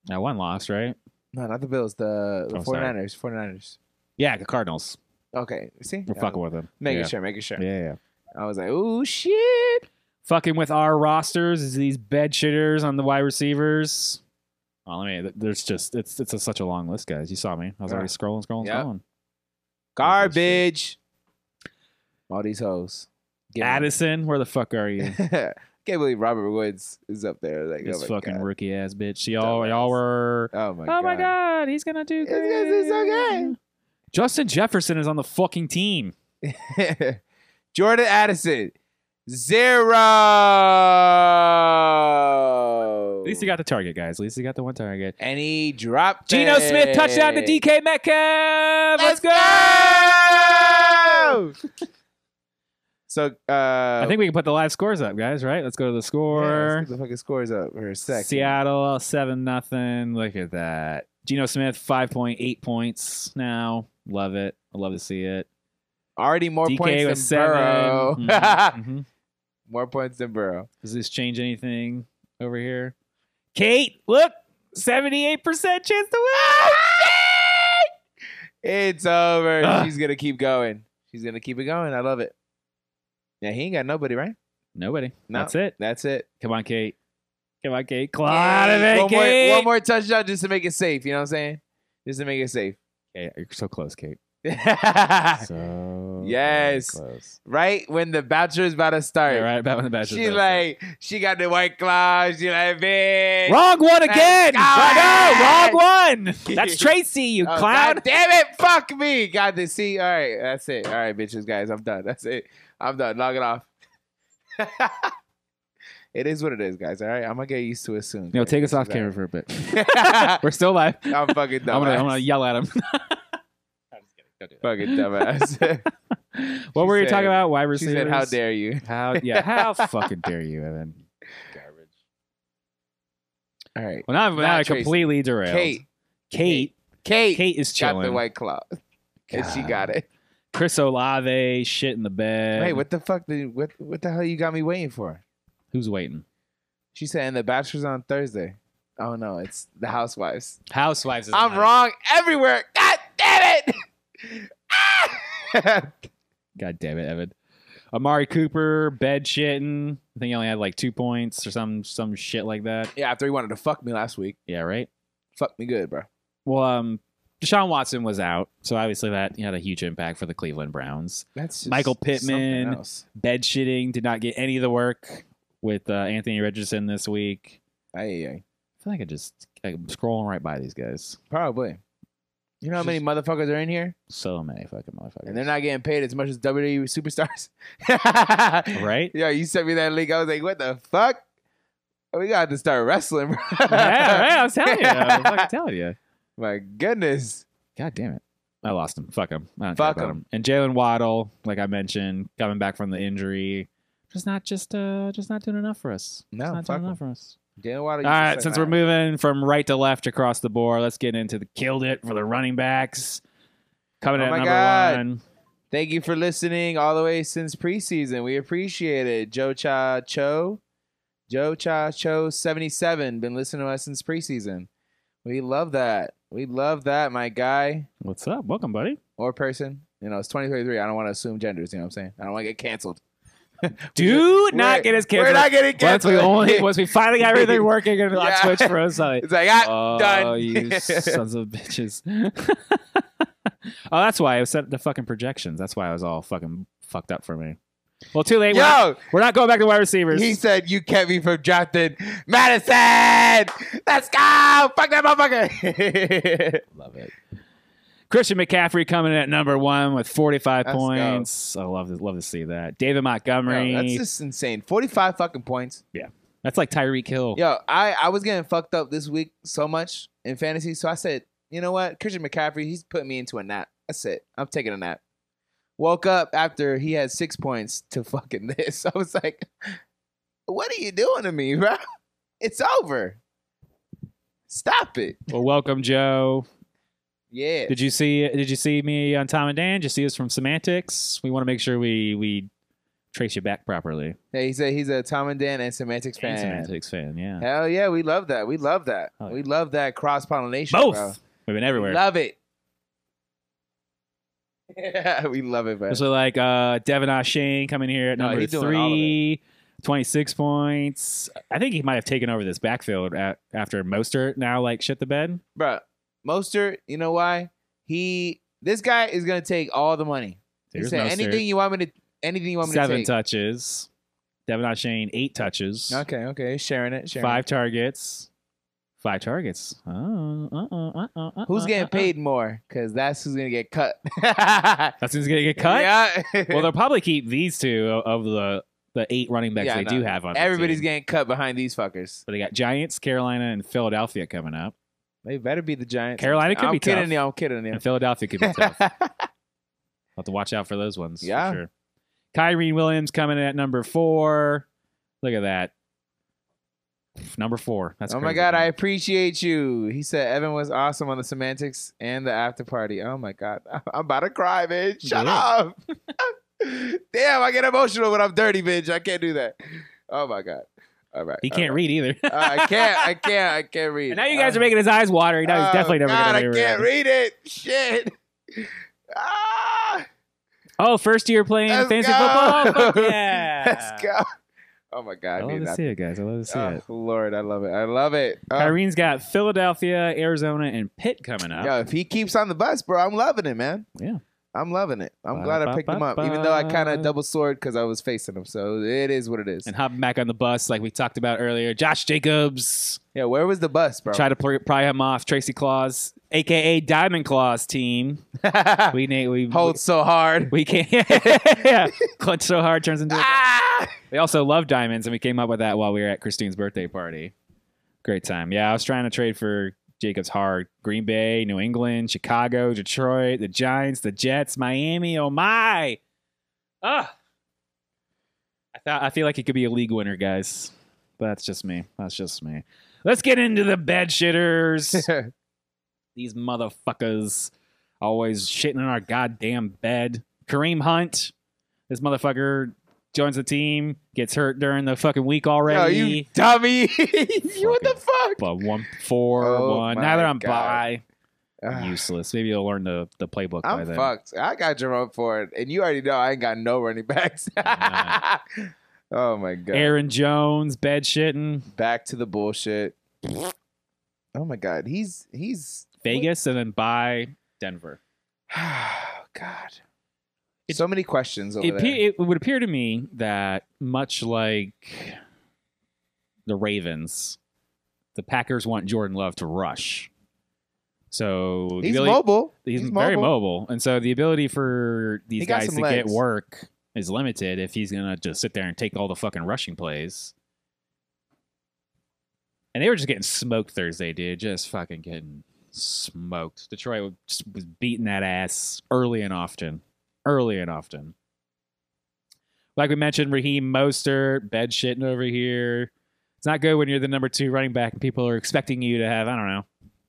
[SPEAKER 2] that one loss, right?
[SPEAKER 1] No, not the Bills. The, the
[SPEAKER 2] Oh, sorry.
[SPEAKER 1] 49ers. 49ers.
[SPEAKER 2] Yeah, the Cardinals.
[SPEAKER 1] Okay, see,
[SPEAKER 2] We're
[SPEAKER 1] Yeah,
[SPEAKER 2] fucking with them.
[SPEAKER 1] making
[SPEAKER 2] yeah.
[SPEAKER 1] sure, making sure.
[SPEAKER 2] Yeah, yeah.
[SPEAKER 1] I was like, oh shit.
[SPEAKER 2] fucking with our rosters is these bed shitters on the wide receivers. Oh, let me. There's just it's it's a, such a long list, guys. You saw me. I was already
[SPEAKER 1] Yeah.
[SPEAKER 2] scrolling, scrolling,
[SPEAKER 1] Yep.
[SPEAKER 2] scrolling.
[SPEAKER 1] Garbage. All these hoes. Get 'em. [laughs]
[SPEAKER 2] Addison, where the fuck are you?
[SPEAKER 1] can't believe Robert Woods is up there. Like,
[SPEAKER 2] This
[SPEAKER 1] oh my
[SPEAKER 2] fucking
[SPEAKER 1] God.
[SPEAKER 2] rookie ass bitch. She all
[SPEAKER 1] Dumbass.
[SPEAKER 2] y'all were.
[SPEAKER 1] Oh my
[SPEAKER 2] oh
[SPEAKER 1] god.
[SPEAKER 2] my god, he's gonna do
[SPEAKER 1] It's gonna
[SPEAKER 2] great.
[SPEAKER 1] do so good.
[SPEAKER 2] Justin Jefferson is on the fucking team.
[SPEAKER 1] [laughs] Jordan Addison, zero.
[SPEAKER 2] At least he got the target, guys. At least he got the one target.
[SPEAKER 1] and he dropped.
[SPEAKER 2] Geno Smith touchdown to
[SPEAKER 1] it.
[SPEAKER 2] DK Metcalf.
[SPEAKER 1] Let's
[SPEAKER 2] Let's,
[SPEAKER 1] go.
[SPEAKER 2] go.
[SPEAKER 1] So uh,
[SPEAKER 2] I think we can put the live scores up, guys. Right? Let's go to the
[SPEAKER 1] yeah,
[SPEAKER 2] score.
[SPEAKER 1] let's get the fucking scores up for a sec.
[SPEAKER 2] Seattle seven nothing. Look at that. Geno Smith five point eight points now. Love it. I love to see it.
[SPEAKER 1] Already more points
[SPEAKER 2] DK
[SPEAKER 1] than
[SPEAKER 2] was seven.
[SPEAKER 1] Burrow.
[SPEAKER 2] Mhm,
[SPEAKER 1] [laughs]
[SPEAKER 2] mhm.
[SPEAKER 1] more points than Burrow.
[SPEAKER 2] Does this change anything over here? Kate, look, seventy eight percent chance to win.
[SPEAKER 1] It's over.
[SPEAKER 2] Ugh.
[SPEAKER 1] She's gonna keep going. She's gonna keep it going. I love it. Yeah, he ain't got nobody, right?
[SPEAKER 2] Nobody.
[SPEAKER 1] No.
[SPEAKER 2] That's it.
[SPEAKER 1] That's it.
[SPEAKER 2] Come on, Kate. Come on, Kate. Claw out of it,
[SPEAKER 1] one
[SPEAKER 2] Kate.
[SPEAKER 1] more, one more touchdown just to make it safe. You know what I'm saying? Just to make it
[SPEAKER 2] [laughs]
[SPEAKER 1] safe.
[SPEAKER 2] Kate, you're so close, Kate. So
[SPEAKER 1] Ah. Yes.
[SPEAKER 2] close.
[SPEAKER 1] right when the bachelor's about to start,
[SPEAKER 2] Yeah, right about when the bachelor's
[SPEAKER 1] she
[SPEAKER 2] over.
[SPEAKER 1] like she got the white claws. She like bitch.
[SPEAKER 2] Wrong one again.
[SPEAKER 1] go.
[SPEAKER 2] I know, wrong one.
[SPEAKER 1] [laughs]
[SPEAKER 2] That's Tracy, you
[SPEAKER 1] Oh,
[SPEAKER 2] clown.
[SPEAKER 1] God damn it! Fuck me! God, this see. All right, that's it. All right, bitches, guys, I'm done. That's it. I'm done. Log it off. [laughs] it is what it is, guys. All right, I'm gonna get used to it soon.
[SPEAKER 2] No,
[SPEAKER 1] guys.
[SPEAKER 2] take us
[SPEAKER 1] This
[SPEAKER 2] off
[SPEAKER 1] is
[SPEAKER 2] camera for a bit. [laughs]
[SPEAKER 1] all
[SPEAKER 2] We're still live.
[SPEAKER 1] right. [laughs] I'm fucking
[SPEAKER 2] [laughs]
[SPEAKER 1] dumbass.
[SPEAKER 2] I'm gonna, I'm gonna yell at him. [laughs]
[SPEAKER 1] fucking
[SPEAKER 2] [laughs]
[SPEAKER 1] dumbass. [laughs]
[SPEAKER 2] what
[SPEAKER 1] She
[SPEAKER 2] were you
[SPEAKER 1] said-
[SPEAKER 2] talking about? Wide
[SPEAKER 1] she
[SPEAKER 2] receivers?
[SPEAKER 1] said, "How dare you?"
[SPEAKER 2] How? Yeah.
[SPEAKER 1] [laughs]
[SPEAKER 2] How fucking dare you, Evan? Garbage.
[SPEAKER 1] All right,
[SPEAKER 2] Well, now, now I
[SPEAKER 1] Tracy.
[SPEAKER 2] completely derailed.
[SPEAKER 1] Kate.
[SPEAKER 2] Kate.
[SPEAKER 1] Kate,
[SPEAKER 2] Kate is
[SPEAKER 1] got
[SPEAKER 2] chilling.
[SPEAKER 1] the white claw, and she
[SPEAKER 2] God.
[SPEAKER 1] got it.
[SPEAKER 2] Chris Olave, shit in the bed.
[SPEAKER 1] Wait, what the fuck? Did, what what the hell you got me waiting for?
[SPEAKER 2] Who's waiting?
[SPEAKER 1] She said, "And the Bachelor's on Thursday." Oh no, it's the Housewives.
[SPEAKER 2] Housewives. Is
[SPEAKER 1] I'm
[SPEAKER 2] on.
[SPEAKER 1] wrong everywhere. God damn it! [laughs] Ah!
[SPEAKER 2] God damn it, Evan. Amari Cooper, bed shitting. I think he only had like two points or some some shit like that.
[SPEAKER 1] yeah, after he wanted to fuck me last week,
[SPEAKER 2] Yeah, right.
[SPEAKER 1] fuck me good, bro.
[SPEAKER 2] Well, um, Deshaun Watson was out, so obviously that had a huge impact for the Cleveland Browns.
[SPEAKER 1] That's just
[SPEAKER 2] Michael
[SPEAKER 1] something
[SPEAKER 2] Pittman.
[SPEAKER 1] else.
[SPEAKER 2] bed shitting did not get any of the work with uh, Anthony Richardson this week.
[SPEAKER 1] Ay, ay, ay.
[SPEAKER 2] I feel like I just I'm scrolling right by these guys.
[SPEAKER 1] probably. You know how
[SPEAKER 2] Just-
[SPEAKER 1] many motherfuckers are in here,
[SPEAKER 2] So many fucking motherfuckers.
[SPEAKER 1] and they're not getting paid as much as WWE superstars. [laughs]
[SPEAKER 2] right.
[SPEAKER 1] Yeah, you sent me that link. I was like, "What the fuck? We got to start wrestling." Bro.
[SPEAKER 2] yeah, right. I was telling you. I was fucking telling you.
[SPEAKER 1] [laughs] My goodness.
[SPEAKER 2] God damn it. I lost him. Fuck him. I don't
[SPEAKER 1] Fuck
[SPEAKER 2] Fuck him.
[SPEAKER 1] him.
[SPEAKER 2] And Jalen Waddle, like I mentioned, coming back from the injury, just not just uh just not doing enough for us.
[SPEAKER 1] No,
[SPEAKER 2] just not
[SPEAKER 1] fuck
[SPEAKER 2] doing
[SPEAKER 1] him.
[SPEAKER 2] enough for us.
[SPEAKER 1] Jalen Waddle.
[SPEAKER 2] All right, since we're moving from right to left across the board, let's get into the killed it for the running backs. Coming
[SPEAKER 1] Oh
[SPEAKER 2] in at
[SPEAKER 1] my
[SPEAKER 2] number
[SPEAKER 1] God.
[SPEAKER 2] one.
[SPEAKER 1] Thank you for listening all the way since preseason. We appreciate it. Joe Cha Cho, Joe Cha Cho seventy seven. Been listening to us since preseason. We love that. We love that, my guy
[SPEAKER 2] What's up? Welcome, buddy.
[SPEAKER 1] or person. You know, it's twenty twenty three. I don't want to assume genders. You know what I'm saying? I don't want to get canceled.
[SPEAKER 2] Do not
[SPEAKER 1] We're-
[SPEAKER 2] get us
[SPEAKER 1] We're
[SPEAKER 2] canceled.
[SPEAKER 1] not getting
[SPEAKER 2] once
[SPEAKER 1] canceled.
[SPEAKER 2] we
[SPEAKER 1] [laughs]
[SPEAKER 2] only once we finally got everything working and
[SPEAKER 1] Yeah.
[SPEAKER 2] on Twitch for us, like,
[SPEAKER 1] it's like ah,
[SPEAKER 2] oh,
[SPEAKER 1] done.
[SPEAKER 2] you
[SPEAKER 1] [laughs]
[SPEAKER 2] sons of bitches. [laughs] oh, that's why I set the fucking projections. That's why I was all fucking fucked up for me. Well, too late. We're not,
[SPEAKER 1] yo.
[SPEAKER 2] we're not going back to wide receivers.
[SPEAKER 1] He said you kept me from drafting Madison. Let's go. Fuck that motherfucker. [laughs]
[SPEAKER 2] love it. Christian McCaffrey coming in at number one with 45
[SPEAKER 1] Let's go.
[SPEAKER 2] points. I love to, love to see that. David Montgomery.
[SPEAKER 1] Yo,
[SPEAKER 2] that's,
[SPEAKER 1] that's just insane. Forty five fucking points.
[SPEAKER 2] like Tyreek Hill.
[SPEAKER 1] Yo, I, I was getting fucked up this week so much in fantasy. So I said, you know what? Christian McCaffrey, he's putting me into a nap. That's it. I'm taking a nap. Woke up after he had six points to [laughs] fucking this. I was like, what are you doing to me, bro? [laughs] It's over. Stop it.
[SPEAKER 2] Well, welcome, Joe.
[SPEAKER 1] Yeah.
[SPEAKER 2] Did you see? Did you see me on Tom and Dan? Did you see us from Semantics? We want to make sure we we trace you back properly.
[SPEAKER 1] Yeah, he said he's a Tom and Dan and Semantics fan.
[SPEAKER 2] And Semantics fan, yeah.
[SPEAKER 1] Hell yeah, we love that. We love that.
[SPEAKER 2] Oh, yeah.
[SPEAKER 1] We love that cross pollination.
[SPEAKER 2] Both.
[SPEAKER 1] Bro.
[SPEAKER 2] We've been everywhere.
[SPEAKER 1] Love it. [laughs] Yeah, we love it, bro.
[SPEAKER 2] So like uh, Devin Ashane coming here at
[SPEAKER 1] No,
[SPEAKER 2] number
[SPEAKER 1] he's doing all of it.
[SPEAKER 2] three, 26 points. I think he might have taken over this backfield at, after Mostert now like shit the bed.
[SPEAKER 1] Bruh, Mostert, you know why? He this guy is gonna take all the money. He
[SPEAKER 2] There's
[SPEAKER 1] said
[SPEAKER 2] Mostert.
[SPEAKER 1] anything you want me to anything you want me
[SPEAKER 2] Seven
[SPEAKER 1] to take.
[SPEAKER 2] touches. Devin Ah Shane, eight touches,
[SPEAKER 1] Okay, okay, sharing it. Sharing
[SPEAKER 2] five
[SPEAKER 1] It.
[SPEAKER 2] targets. Five targets. Oh, uh, uh, uh, uh, uh,
[SPEAKER 1] Who's
[SPEAKER 2] uh,
[SPEAKER 1] getting
[SPEAKER 2] uh.
[SPEAKER 1] paid more? Because that's who's gonna get cut. [laughs]
[SPEAKER 2] That's who's going to get cut?
[SPEAKER 1] Yeah.
[SPEAKER 2] Well, they'll probably keep these two o- of the, the eight running backs
[SPEAKER 1] Yeah,
[SPEAKER 2] they
[SPEAKER 1] no.
[SPEAKER 2] do have on their
[SPEAKER 1] [laughs] everybody's
[SPEAKER 2] team.
[SPEAKER 1] getting cut behind these fuckers.
[SPEAKER 2] So they got Giants, Carolina, and Philadelphia coming up.
[SPEAKER 1] They better be the Giants.
[SPEAKER 2] Carolina could
[SPEAKER 1] I'm
[SPEAKER 2] be
[SPEAKER 1] kidding
[SPEAKER 2] tough.
[SPEAKER 1] you. I'm kidding you.
[SPEAKER 2] And Philadelphia
[SPEAKER 1] [laughs]
[SPEAKER 2] could be tough. I'll have to watch out for those ones. for
[SPEAKER 1] Yeah.
[SPEAKER 2] sure. Kyrie Williams coming in at number four. Look at that. Number four. That's
[SPEAKER 1] oh my
[SPEAKER 2] crazy.
[SPEAKER 1] god, I appreciate you. He said Evan was awesome on the semantics and the after party. Oh my god, [laughs] I'm about to cry, bitch. Shut
[SPEAKER 2] Yeah.
[SPEAKER 1] up. [laughs] Damn, I get emotional when I'm dirty, bitch. I can't do that. Oh my god. All right.
[SPEAKER 2] he can't read either.
[SPEAKER 1] all right. Uh, I
[SPEAKER 2] [laughs]
[SPEAKER 1] can't. I can't. I can't read.
[SPEAKER 2] and now you guys
[SPEAKER 1] Uh,
[SPEAKER 2] are making his eyes watery. Now he's
[SPEAKER 1] oh
[SPEAKER 2] definitely never
[SPEAKER 1] God,
[SPEAKER 2] going to
[SPEAKER 1] I
[SPEAKER 2] be able to
[SPEAKER 1] can't
[SPEAKER 2] read.
[SPEAKER 1] read it. Shit. [laughs] Ah, [laughs]
[SPEAKER 2] Oh, first year playing
[SPEAKER 1] Let's
[SPEAKER 2] fantasy
[SPEAKER 1] go.
[SPEAKER 2] football. Fuck yeah.
[SPEAKER 1] [laughs] let's go. Oh my
[SPEAKER 2] I
[SPEAKER 1] god, I
[SPEAKER 2] love
[SPEAKER 1] need
[SPEAKER 2] to
[SPEAKER 1] that.
[SPEAKER 2] see it, guys. I love to see
[SPEAKER 1] Oh,
[SPEAKER 2] it.
[SPEAKER 1] Lord, I love it. I love it. Oh,
[SPEAKER 2] Kyrene's got Philadelphia, Arizona, and Pitt coming up.
[SPEAKER 1] Yo, if he keeps on the bus, bro, I'm loving it, man.
[SPEAKER 2] Yeah.
[SPEAKER 1] I'm loving it. I'm
[SPEAKER 2] Ba-
[SPEAKER 1] glad
[SPEAKER 2] ba-
[SPEAKER 1] I picked
[SPEAKER 2] ba-
[SPEAKER 1] him up, even though I kind of double sword because I was facing him. So it is what it is.
[SPEAKER 2] And hopping back on the bus like we talked about earlier. Josh Jacobs.
[SPEAKER 1] Yeah, where was the bus, bro? [laughs]
[SPEAKER 2] Try to pr- pry him off. Tracy Claus, aka Diamond Claus team. We na- we
[SPEAKER 1] Hold so hard. [laughs]
[SPEAKER 2] We, we can't. [laughs] yeah. Clutch so hard turns into. A-
[SPEAKER 1] Ah!
[SPEAKER 2] we also love diamonds, and we came up with that while we were at Christine's birthday party. Great time. Yeah, I was trying to trade for Jacobs hard. Green Bay, New England, Chicago, Detroit, the Giants, the Jets, Miami. Oh my! Ah. I thought I feel like it could be a league winner, guys. But that's just me. That's just me. Let's get into the bed shitters. These motherfuckers always shitting in our goddamn bed. Kareem Hunt, this motherfucker joins the team, gets hurt during the fucking week
[SPEAKER 1] Yo,
[SPEAKER 2] already.
[SPEAKER 1] you dummy. [laughs] you what the fuck?
[SPEAKER 2] but one four
[SPEAKER 1] Oh
[SPEAKER 2] one.
[SPEAKER 1] my
[SPEAKER 2] Now that I'm by,
[SPEAKER 1] God. [sighs] Ah,
[SPEAKER 2] useless. Maybe you'll learn the, the playbook by
[SPEAKER 1] I'm
[SPEAKER 2] then.
[SPEAKER 1] fucked. I got Jerome Ford, and you already know I ain't got no running backs.
[SPEAKER 2] Nah.
[SPEAKER 1] [laughs] oh my god.
[SPEAKER 2] Aaron Jones, bed shitting,
[SPEAKER 1] Back to the bullshit. Oh my god, he's he's
[SPEAKER 2] Vegas, and then by Denver.
[SPEAKER 1] [sighs] God.
[SPEAKER 2] It-
[SPEAKER 1] so many questions over
[SPEAKER 2] It,
[SPEAKER 1] there.
[SPEAKER 2] pe- it would appear to me that much like the Ravens, the Packers want Jordan Love to rush. So the
[SPEAKER 1] He's
[SPEAKER 2] ability-
[SPEAKER 1] mobile.
[SPEAKER 2] he's, very mobile. and so the ability for
[SPEAKER 1] He
[SPEAKER 2] these
[SPEAKER 1] got
[SPEAKER 2] guys
[SPEAKER 1] some
[SPEAKER 2] to get
[SPEAKER 1] legs.
[SPEAKER 2] work is limited if he's gonna just sit there and take all the fucking rushing plays. And they were just getting smoked Thursday, dude. Just fucking getting smoked. Detroit was- just was beating that ass early and often, early and often. Like we mentioned, Raheem Mostert bed shitting over here. It's not good when you're the number two running back and people are expecting you to have I don't know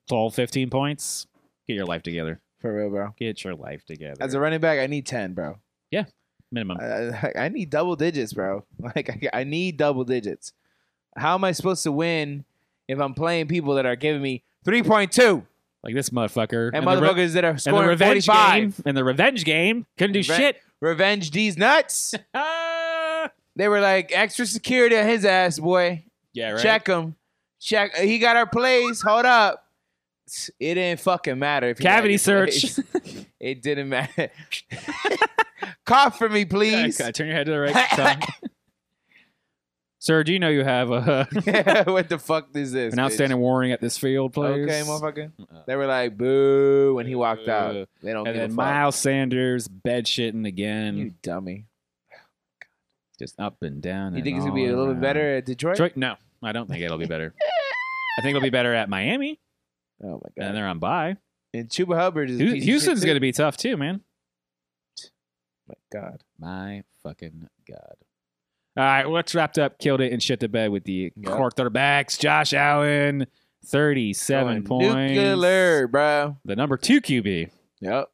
[SPEAKER 2] 12, 15 points. Get your life together
[SPEAKER 1] For real, bro.
[SPEAKER 2] get your life together.
[SPEAKER 1] As a running back, I need 10, bro.
[SPEAKER 2] minimum,
[SPEAKER 1] I, I need double digits, bro. [laughs] Like, I, I need double digits. How am I supposed to win if I'm playing people that are giving me 3.2
[SPEAKER 2] like this motherfucker
[SPEAKER 1] and,
[SPEAKER 2] the re-
[SPEAKER 1] motherfuckers that are
[SPEAKER 2] and the
[SPEAKER 1] scoring
[SPEAKER 2] revenge
[SPEAKER 1] 45?
[SPEAKER 2] game and the revenge game couldn't do
[SPEAKER 1] Reven-
[SPEAKER 2] shit.
[SPEAKER 1] Revenge
[SPEAKER 2] [laughs]
[SPEAKER 1] these nuts.
[SPEAKER 2] Ah!
[SPEAKER 1] they were like, extra security on his ass, boy.
[SPEAKER 2] yeah, right.
[SPEAKER 1] Check him. Check. He got our plays. Hold up. It didn't fucking matter. If he
[SPEAKER 2] Cavity
[SPEAKER 1] got your
[SPEAKER 2] search.
[SPEAKER 1] plays. [laughs] It didn't matter. [laughs] Cough for me, please.
[SPEAKER 2] Okay, turn your head to the right.
[SPEAKER 1] [laughs]
[SPEAKER 2] Tom. Sir, do you know you have a, [laughs]
[SPEAKER 1] [laughs] what the fuck is this?
[SPEAKER 2] an
[SPEAKER 1] bitch?
[SPEAKER 2] outstanding warning at this field, please?
[SPEAKER 1] Okay, motherfucker. They were like, boo, when he walked
[SPEAKER 2] Uh,
[SPEAKER 1] out. They don't
[SPEAKER 2] And
[SPEAKER 1] give a
[SPEAKER 2] then
[SPEAKER 1] fuck.
[SPEAKER 2] Miles Sanders bed shitting again,
[SPEAKER 1] you dummy.
[SPEAKER 2] just up and down.
[SPEAKER 1] You
[SPEAKER 2] and
[SPEAKER 1] think it's
[SPEAKER 2] all
[SPEAKER 1] gonna be a little bit
[SPEAKER 2] around.
[SPEAKER 1] better at Detroit?
[SPEAKER 2] Detroit? No, I don't think it'll be better. I think it'll be better at Miami,
[SPEAKER 1] Oh my
[SPEAKER 2] and
[SPEAKER 1] god.
[SPEAKER 2] they're on bye.
[SPEAKER 1] And Chuba Hubbard is. a piece of
[SPEAKER 2] Houston's
[SPEAKER 1] shit
[SPEAKER 2] going to be tough too, man.
[SPEAKER 1] too. My god.
[SPEAKER 2] My fucking god. All right, what's wrapped up? Killed it and shit the bed with the
[SPEAKER 1] Yep.
[SPEAKER 2] quarterbacks. Josh Allen, thirty-seven
[SPEAKER 1] Going
[SPEAKER 2] points.
[SPEAKER 1] Nuclear, bro.
[SPEAKER 2] The number two QB.
[SPEAKER 1] Yep.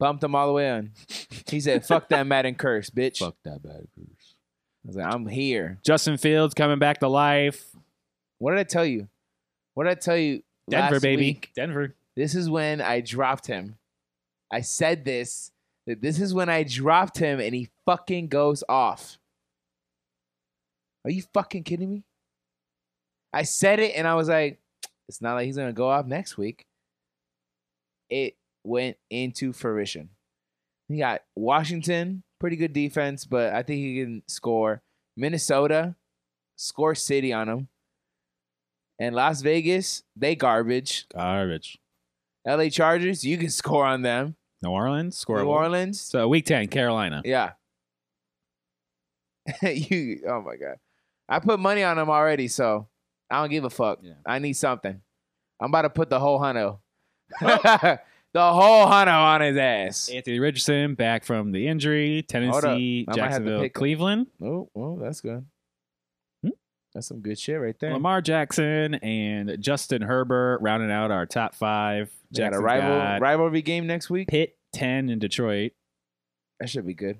[SPEAKER 1] Bumped him all the way on.
[SPEAKER 2] [laughs]
[SPEAKER 1] He said, "Fuck that Madden curse, bitch." I
[SPEAKER 2] that bad curse.
[SPEAKER 1] was like, "I'm here."
[SPEAKER 2] Justin Fields coming back to life.
[SPEAKER 1] What did I tell you? What did I tell you?
[SPEAKER 2] Denver,
[SPEAKER 1] last
[SPEAKER 2] baby.
[SPEAKER 1] week?
[SPEAKER 2] Denver.
[SPEAKER 1] This is when I dropped him. I said this that this is when I dropped him and he fucking goes off. Are you fucking kidding me? I said it and I was like, it's not like he's gonna go off next week. It went into fruition. He got Washington, pretty good defense, but I think he can score. Minnesota, score city on them. And Las Vegas, they garbage.
[SPEAKER 2] Garbage.
[SPEAKER 1] LA Chargers, you can [laughs] score on them.
[SPEAKER 2] New Orleans, score.
[SPEAKER 1] New Orleans,
[SPEAKER 2] So week ten, Carolina.
[SPEAKER 1] yeah. [laughs] you, oh my god, I put money on them already, so I don't give a fuck.
[SPEAKER 6] Yeah.
[SPEAKER 1] I need something. I'm about to put the whole hundo,
[SPEAKER 2] Oh.
[SPEAKER 1] [laughs] the whole hundo on his ass.
[SPEAKER 2] Anthony Richardson back from the injury.
[SPEAKER 1] up.
[SPEAKER 2] Tennessee,
[SPEAKER 1] I might have to
[SPEAKER 2] Jacksonville,
[SPEAKER 1] pick him.
[SPEAKER 2] Cleveland.
[SPEAKER 1] Oh, well, that's good.
[SPEAKER 2] Hmm?
[SPEAKER 1] That's some good shit right there.
[SPEAKER 2] Lamar Jackson and Justin Herbert rounding out our top five.
[SPEAKER 1] They got a
[SPEAKER 2] Jackson
[SPEAKER 1] rival
[SPEAKER 2] got
[SPEAKER 1] rivalry game next week.
[SPEAKER 2] Pitt ten in Detroit.
[SPEAKER 1] That should be good.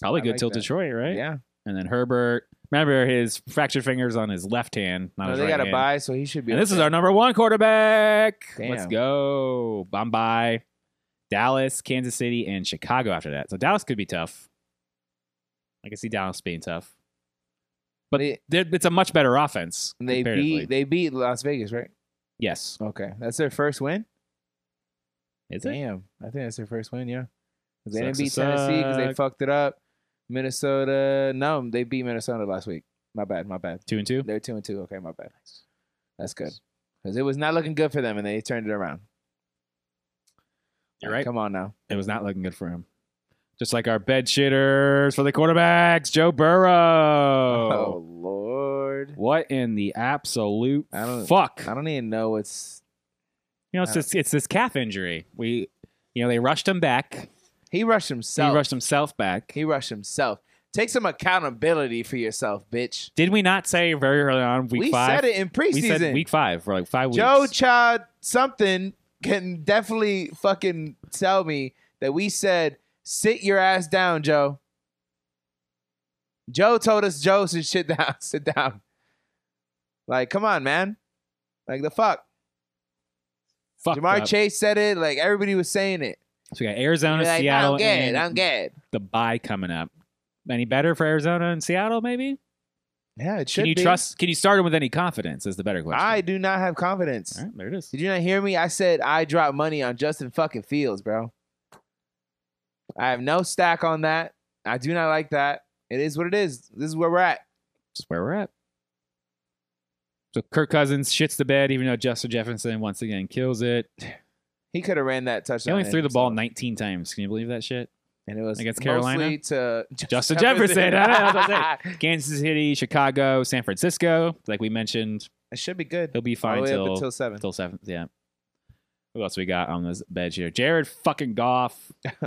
[SPEAKER 2] Probably
[SPEAKER 1] I
[SPEAKER 2] good
[SPEAKER 1] like
[SPEAKER 2] till
[SPEAKER 1] that.
[SPEAKER 2] Detroit, right?
[SPEAKER 1] Yeah,
[SPEAKER 2] And then Herbert. Remember his fractured fingers on his left hand, not
[SPEAKER 1] no,
[SPEAKER 2] his
[SPEAKER 1] they
[SPEAKER 2] right
[SPEAKER 1] got a
[SPEAKER 2] hand.
[SPEAKER 1] bye, so he should be.
[SPEAKER 2] And this
[SPEAKER 1] okay.
[SPEAKER 2] is our number one quarterback. Let's
[SPEAKER 1] Damn.
[SPEAKER 2] go. Bombay, Dallas, Kansas City, and Chicago after that. So Dallas could be tough. I can see Dallas being tough. But
[SPEAKER 1] They-
[SPEAKER 2] they're- it's a much better offense.
[SPEAKER 1] They
[SPEAKER 2] comparatively.
[SPEAKER 1] beat they beat Las Vegas, right?
[SPEAKER 2] yes.
[SPEAKER 1] Okay, that's their first win.
[SPEAKER 2] Is it?
[SPEAKER 1] Damn, I think that's their first win. Yeah, 'Cause they didn't
[SPEAKER 2] Sucks to
[SPEAKER 1] beat Tennessee because they
[SPEAKER 2] suck.
[SPEAKER 1] fucked it up. Minnesota, no, they beat Minnesota last week. My bad, my bad.
[SPEAKER 2] Two and two?
[SPEAKER 1] They're two and two. Okay, my bad. That's good because it was not looking good for them, and they turned it around.
[SPEAKER 2] You're right.
[SPEAKER 1] Come on now.
[SPEAKER 2] It was not looking good for him. Just like our bed shitters for the quarterbacks, Joe Burrow.
[SPEAKER 1] oh lord,
[SPEAKER 2] What in the absolute
[SPEAKER 1] I don't-
[SPEAKER 2] fuck?
[SPEAKER 1] I don't even know what's
[SPEAKER 2] You know, it's
[SPEAKER 1] I-
[SPEAKER 2] this, it's this calf injury. We, you know, they rushed him back.
[SPEAKER 1] he rushed himself.
[SPEAKER 2] He rushed himself back.
[SPEAKER 1] He rushed himself. Take some accountability for yourself, bitch.
[SPEAKER 2] Did we not say very early on week
[SPEAKER 1] we
[SPEAKER 2] five?
[SPEAKER 1] said it in
[SPEAKER 2] we
[SPEAKER 1] preseason.
[SPEAKER 2] said week five for like five
[SPEAKER 1] Joe
[SPEAKER 2] weeks.
[SPEAKER 1] Chad something can definitely fucking tell me that we said sit your ass down, Joe. Joe told us Joe said shit [laughs] down, sit down. Like, come on, man. Like the fuck.
[SPEAKER 2] Fucked
[SPEAKER 1] Jamar
[SPEAKER 2] up.
[SPEAKER 1] Chase said it. Like everybody was saying it.
[SPEAKER 2] So we got Arizona,
[SPEAKER 1] You're like, I
[SPEAKER 2] Seattle,
[SPEAKER 1] don't get it.
[SPEAKER 2] and
[SPEAKER 1] I don't get it.
[SPEAKER 2] the bye coming up. Any better for Arizona and Seattle? Maybe.
[SPEAKER 1] Yeah, it should
[SPEAKER 2] Can you
[SPEAKER 1] be.
[SPEAKER 2] trust? Can you start him with any confidence? Is the better question.
[SPEAKER 1] I do not have confidence.
[SPEAKER 2] All right, there it is.
[SPEAKER 1] Did you not hear me? I said I dropped money on Justin fucking Fields, bro. I have no stack on that. I do not like that. It is what it is. This is where we're at.
[SPEAKER 2] That's where we're at. So Kirk Cousins shits the bed, even though Justin Jefferson once again kills it.
[SPEAKER 1] He could have ran that
[SPEAKER 2] He
[SPEAKER 1] touchdown.
[SPEAKER 2] only threw the
[SPEAKER 1] himself,
[SPEAKER 2] ball 19 times. Can you believe that shit?
[SPEAKER 1] and it was
[SPEAKER 2] against
[SPEAKER 1] mostly
[SPEAKER 2] Carolina?
[SPEAKER 1] to [laughs]
[SPEAKER 2] Justin Jefferson. [laughs] I know, that's what I'm Kansas City, Chicago, San Francisco. Like we mentioned,
[SPEAKER 1] it should be good.
[SPEAKER 2] he'll be
[SPEAKER 1] All the
[SPEAKER 2] fine
[SPEAKER 1] way up
[SPEAKER 2] till
[SPEAKER 1] until seven.
[SPEAKER 2] until seventh. Yeah. Who else we got on this bed here? Jared fucking Goff.
[SPEAKER 1] [laughs]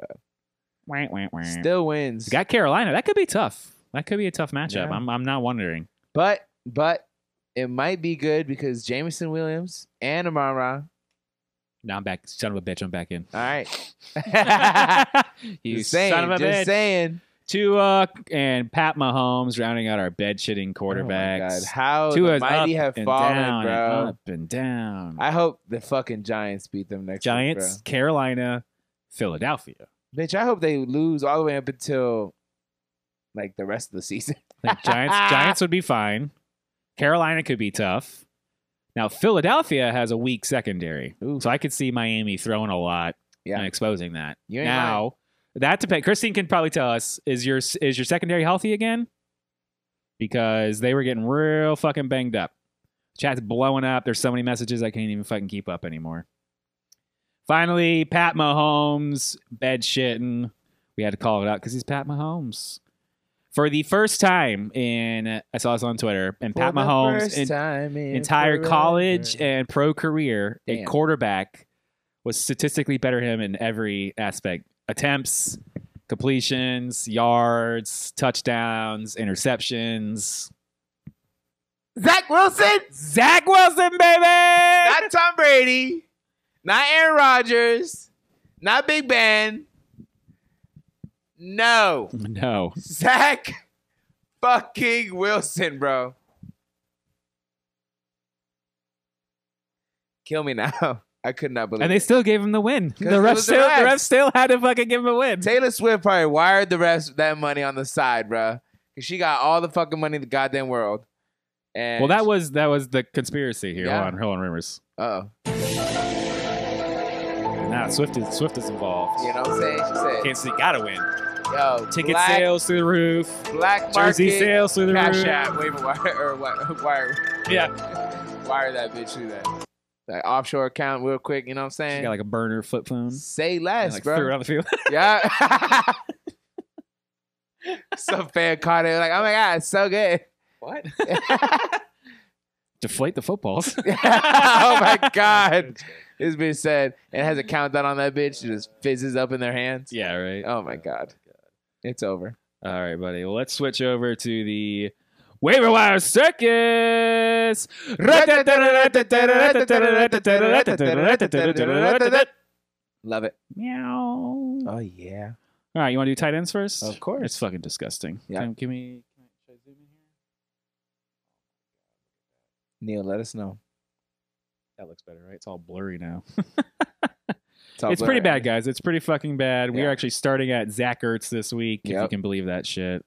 [SPEAKER 1] Oh
[SPEAKER 2] Wah, wah, wah.
[SPEAKER 1] my- Still wins.
[SPEAKER 2] got Carolina. That could be tough. That could be a tough matchup.
[SPEAKER 1] Yeah.
[SPEAKER 2] I'm, I'm not wondering.
[SPEAKER 1] But but it might be good because Jamison Williams and Amara.
[SPEAKER 2] Now I'm back. Son of a bitch. I'm back
[SPEAKER 1] [laughs]
[SPEAKER 2] in.
[SPEAKER 1] All right.
[SPEAKER 2] you
[SPEAKER 1] just saying.
[SPEAKER 2] son of a
[SPEAKER 1] just
[SPEAKER 2] bitch.
[SPEAKER 1] saying.
[SPEAKER 2] Tua and Pat Mahomes rounding out our bed shitting
[SPEAKER 1] Oh my God.
[SPEAKER 2] quarterbacks.
[SPEAKER 1] How the
[SPEAKER 2] Tua's
[SPEAKER 1] mighty
[SPEAKER 2] up
[SPEAKER 1] have
[SPEAKER 2] and
[SPEAKER 1] fallen,
[SPEAKER 2] down
[SPEAKER 1] bro.
[SPEAKER 2] and up and down.
[SPEAKER 1] I hope the fucking Giants beat them next.
[SPEAKER 2] Giants,
[SPEAKER 1] week,
[SPEAKER 2] Carolina, Philadelphia.
[SPEAKER 1] bro. bitch. I hope they lose all the way up until like the rest of the season. [laughs]
[SPEAKER 2] I think Giants, Giants would be fine. Carolina could be tough. Now Philadelphia has a weak secondary,
[SPEAKER 1] Ooh.
[SPEAKER 2] so I could see Miami throwing a lot
[SPEAKER 1] Yeah.
[SPEAKER 2] and exposing that.
[SPEAKER 1] You ain't
[SPEAKER 2] Now that depends. Christine can probably tell us is your is your secondary healthy again? Because they were getting real fucking banged up. Chat's blowing up. There's so many messages I can't even fucking keep up anymore. Finally, Pat Mahomes bed shitting. We had to call it out because he's Pat Mahomes. For the first time in, I saw this on Twitter, and Pat
[SPEAKER 1] For the
[SPEAKER 2] Mahomes
[SPEAKER 1] first
[SPEAKER 2] in,
[SPEAKER 1] time in
[SPEAKER 2] entire
[SPEAKER 1] forever.
[SPEAKER 2] college and pro career, a
[SPEAKER 1] Damn.
[SPEAKER 2] quarterback was statistically better than him in every aspect: attempts, completions, yards, touchdowns, interceptions.
[SPEAKER 1] Zach Wilson,
[SPEAKER 2] Zach Wilson, baby.
[SPEAKER 1] not Tom Brady, not Aaron Rodgers, not Big Ben. No,
[SPEAKER 2] no,
[SPEAKER 1] Zach fucking Wilson, bro. Kill me now. [laughs] I could not believe.
[SPEAKER 2] and they
[SPEAKER 1] it.
[SPEAKER 2] still gave him the win. The
[SPEAKER 1] it
[SPEAKER 2] refs
[SPEAKER 1] was the
[SPEAKER 2] still, the
[SPEAKER 1] refs.
[SPEAKER 2] refs still had to fucking give him a win.
[SPEAKER 1] Taylor Swift probably wired the rest of that money on the side, bruh. Cause she got all the fucking money in the goddamn world. And
[SPEAKER 2] Well, that was that was the conspiracy here.
[SPEAKER 1] Yeah.
[SPEAKER 2] Hold on, hold on, rumors.
[SPEAKER 1] oh,
[SPEAKER 2] Now Swift is Swift is involved.
[SPEAKER 1] you know what I'm saying? She said,
[SPEAKER 2] Kansas City gotta win.
[SPEAKER 1] Yo,
[SPEAKER 2] Ticket
[SPEAKER 1] black,
[SPEAKER 2] sales through the roof.
[SPEAKER 1] black market,
[SPEAKER 2] Jersey sales through the
[SPEAKER 1] cash
[SPEAKER 2] roof.
[SPEAKER 1] app, waiver wire, [laughs] or wi- wire. Yeah, wire that bitch through that. That offshore account, real quick. You know what I'm
[SPEAKER 2] She
[SPEAKER 1] saying?
[SPEAKER 2] got like a burner flip phone.
[SPEAKER 1] Say
[SPEAKER 2] and,
[SPEAKER 1] less,
[SPEAKER 2] like,
[SPEAKER 1] bro.
[SPEAKER 2] Threw it on the field. [laughs]
[SPEAKER 1] Yeah. [laughs] Some fan caught it. Like, oh my god, it's so good. [laughs]
[SPEAKER 2] What? Deflate the footballs.
[SPEAKER 1] [laughs] oh my god, this bitch said and has a countdown on that bitch. It just fizzes up in their hands.
[SPEAKER 2] yeah, right.
[SPEAKER 1] Oh my god, it's over.
[SPEAKER 2] All right, buddy. Well, let's switch over to the waiver wire circus.
[SPEAKER 1] Love it.
[SPEAKER 2] Meow.
[SPEAKER 1] Oh yeah.
[SPEAKER 2] All right, you want to do tight ends first?
[SPEAKER 1] Of course.
[SPEAKER 2] It's fucking disgusting.
[SPEAKER 1] Yeah.
[SPEAKER 2] Can, can we? Can I zoom in here?
[SPEAKER 1] Neil, let us know.
[SPEAKER 2] That looks better, right? It's all blurry now.
[SPEAKER 1] all
[SPEAKER 2] it's pretty
[SPEAKER 1] blurry.
[SPEAKER 2] bad, guys. It's pretty fucking bad. We
[SPEAKER 1] Yeah.
[SPEAKER 2] are actually starting at Zach Ertz this week, if you
[SPEAKER 1] Yep.
[SPEAKER 2] can believe that shit.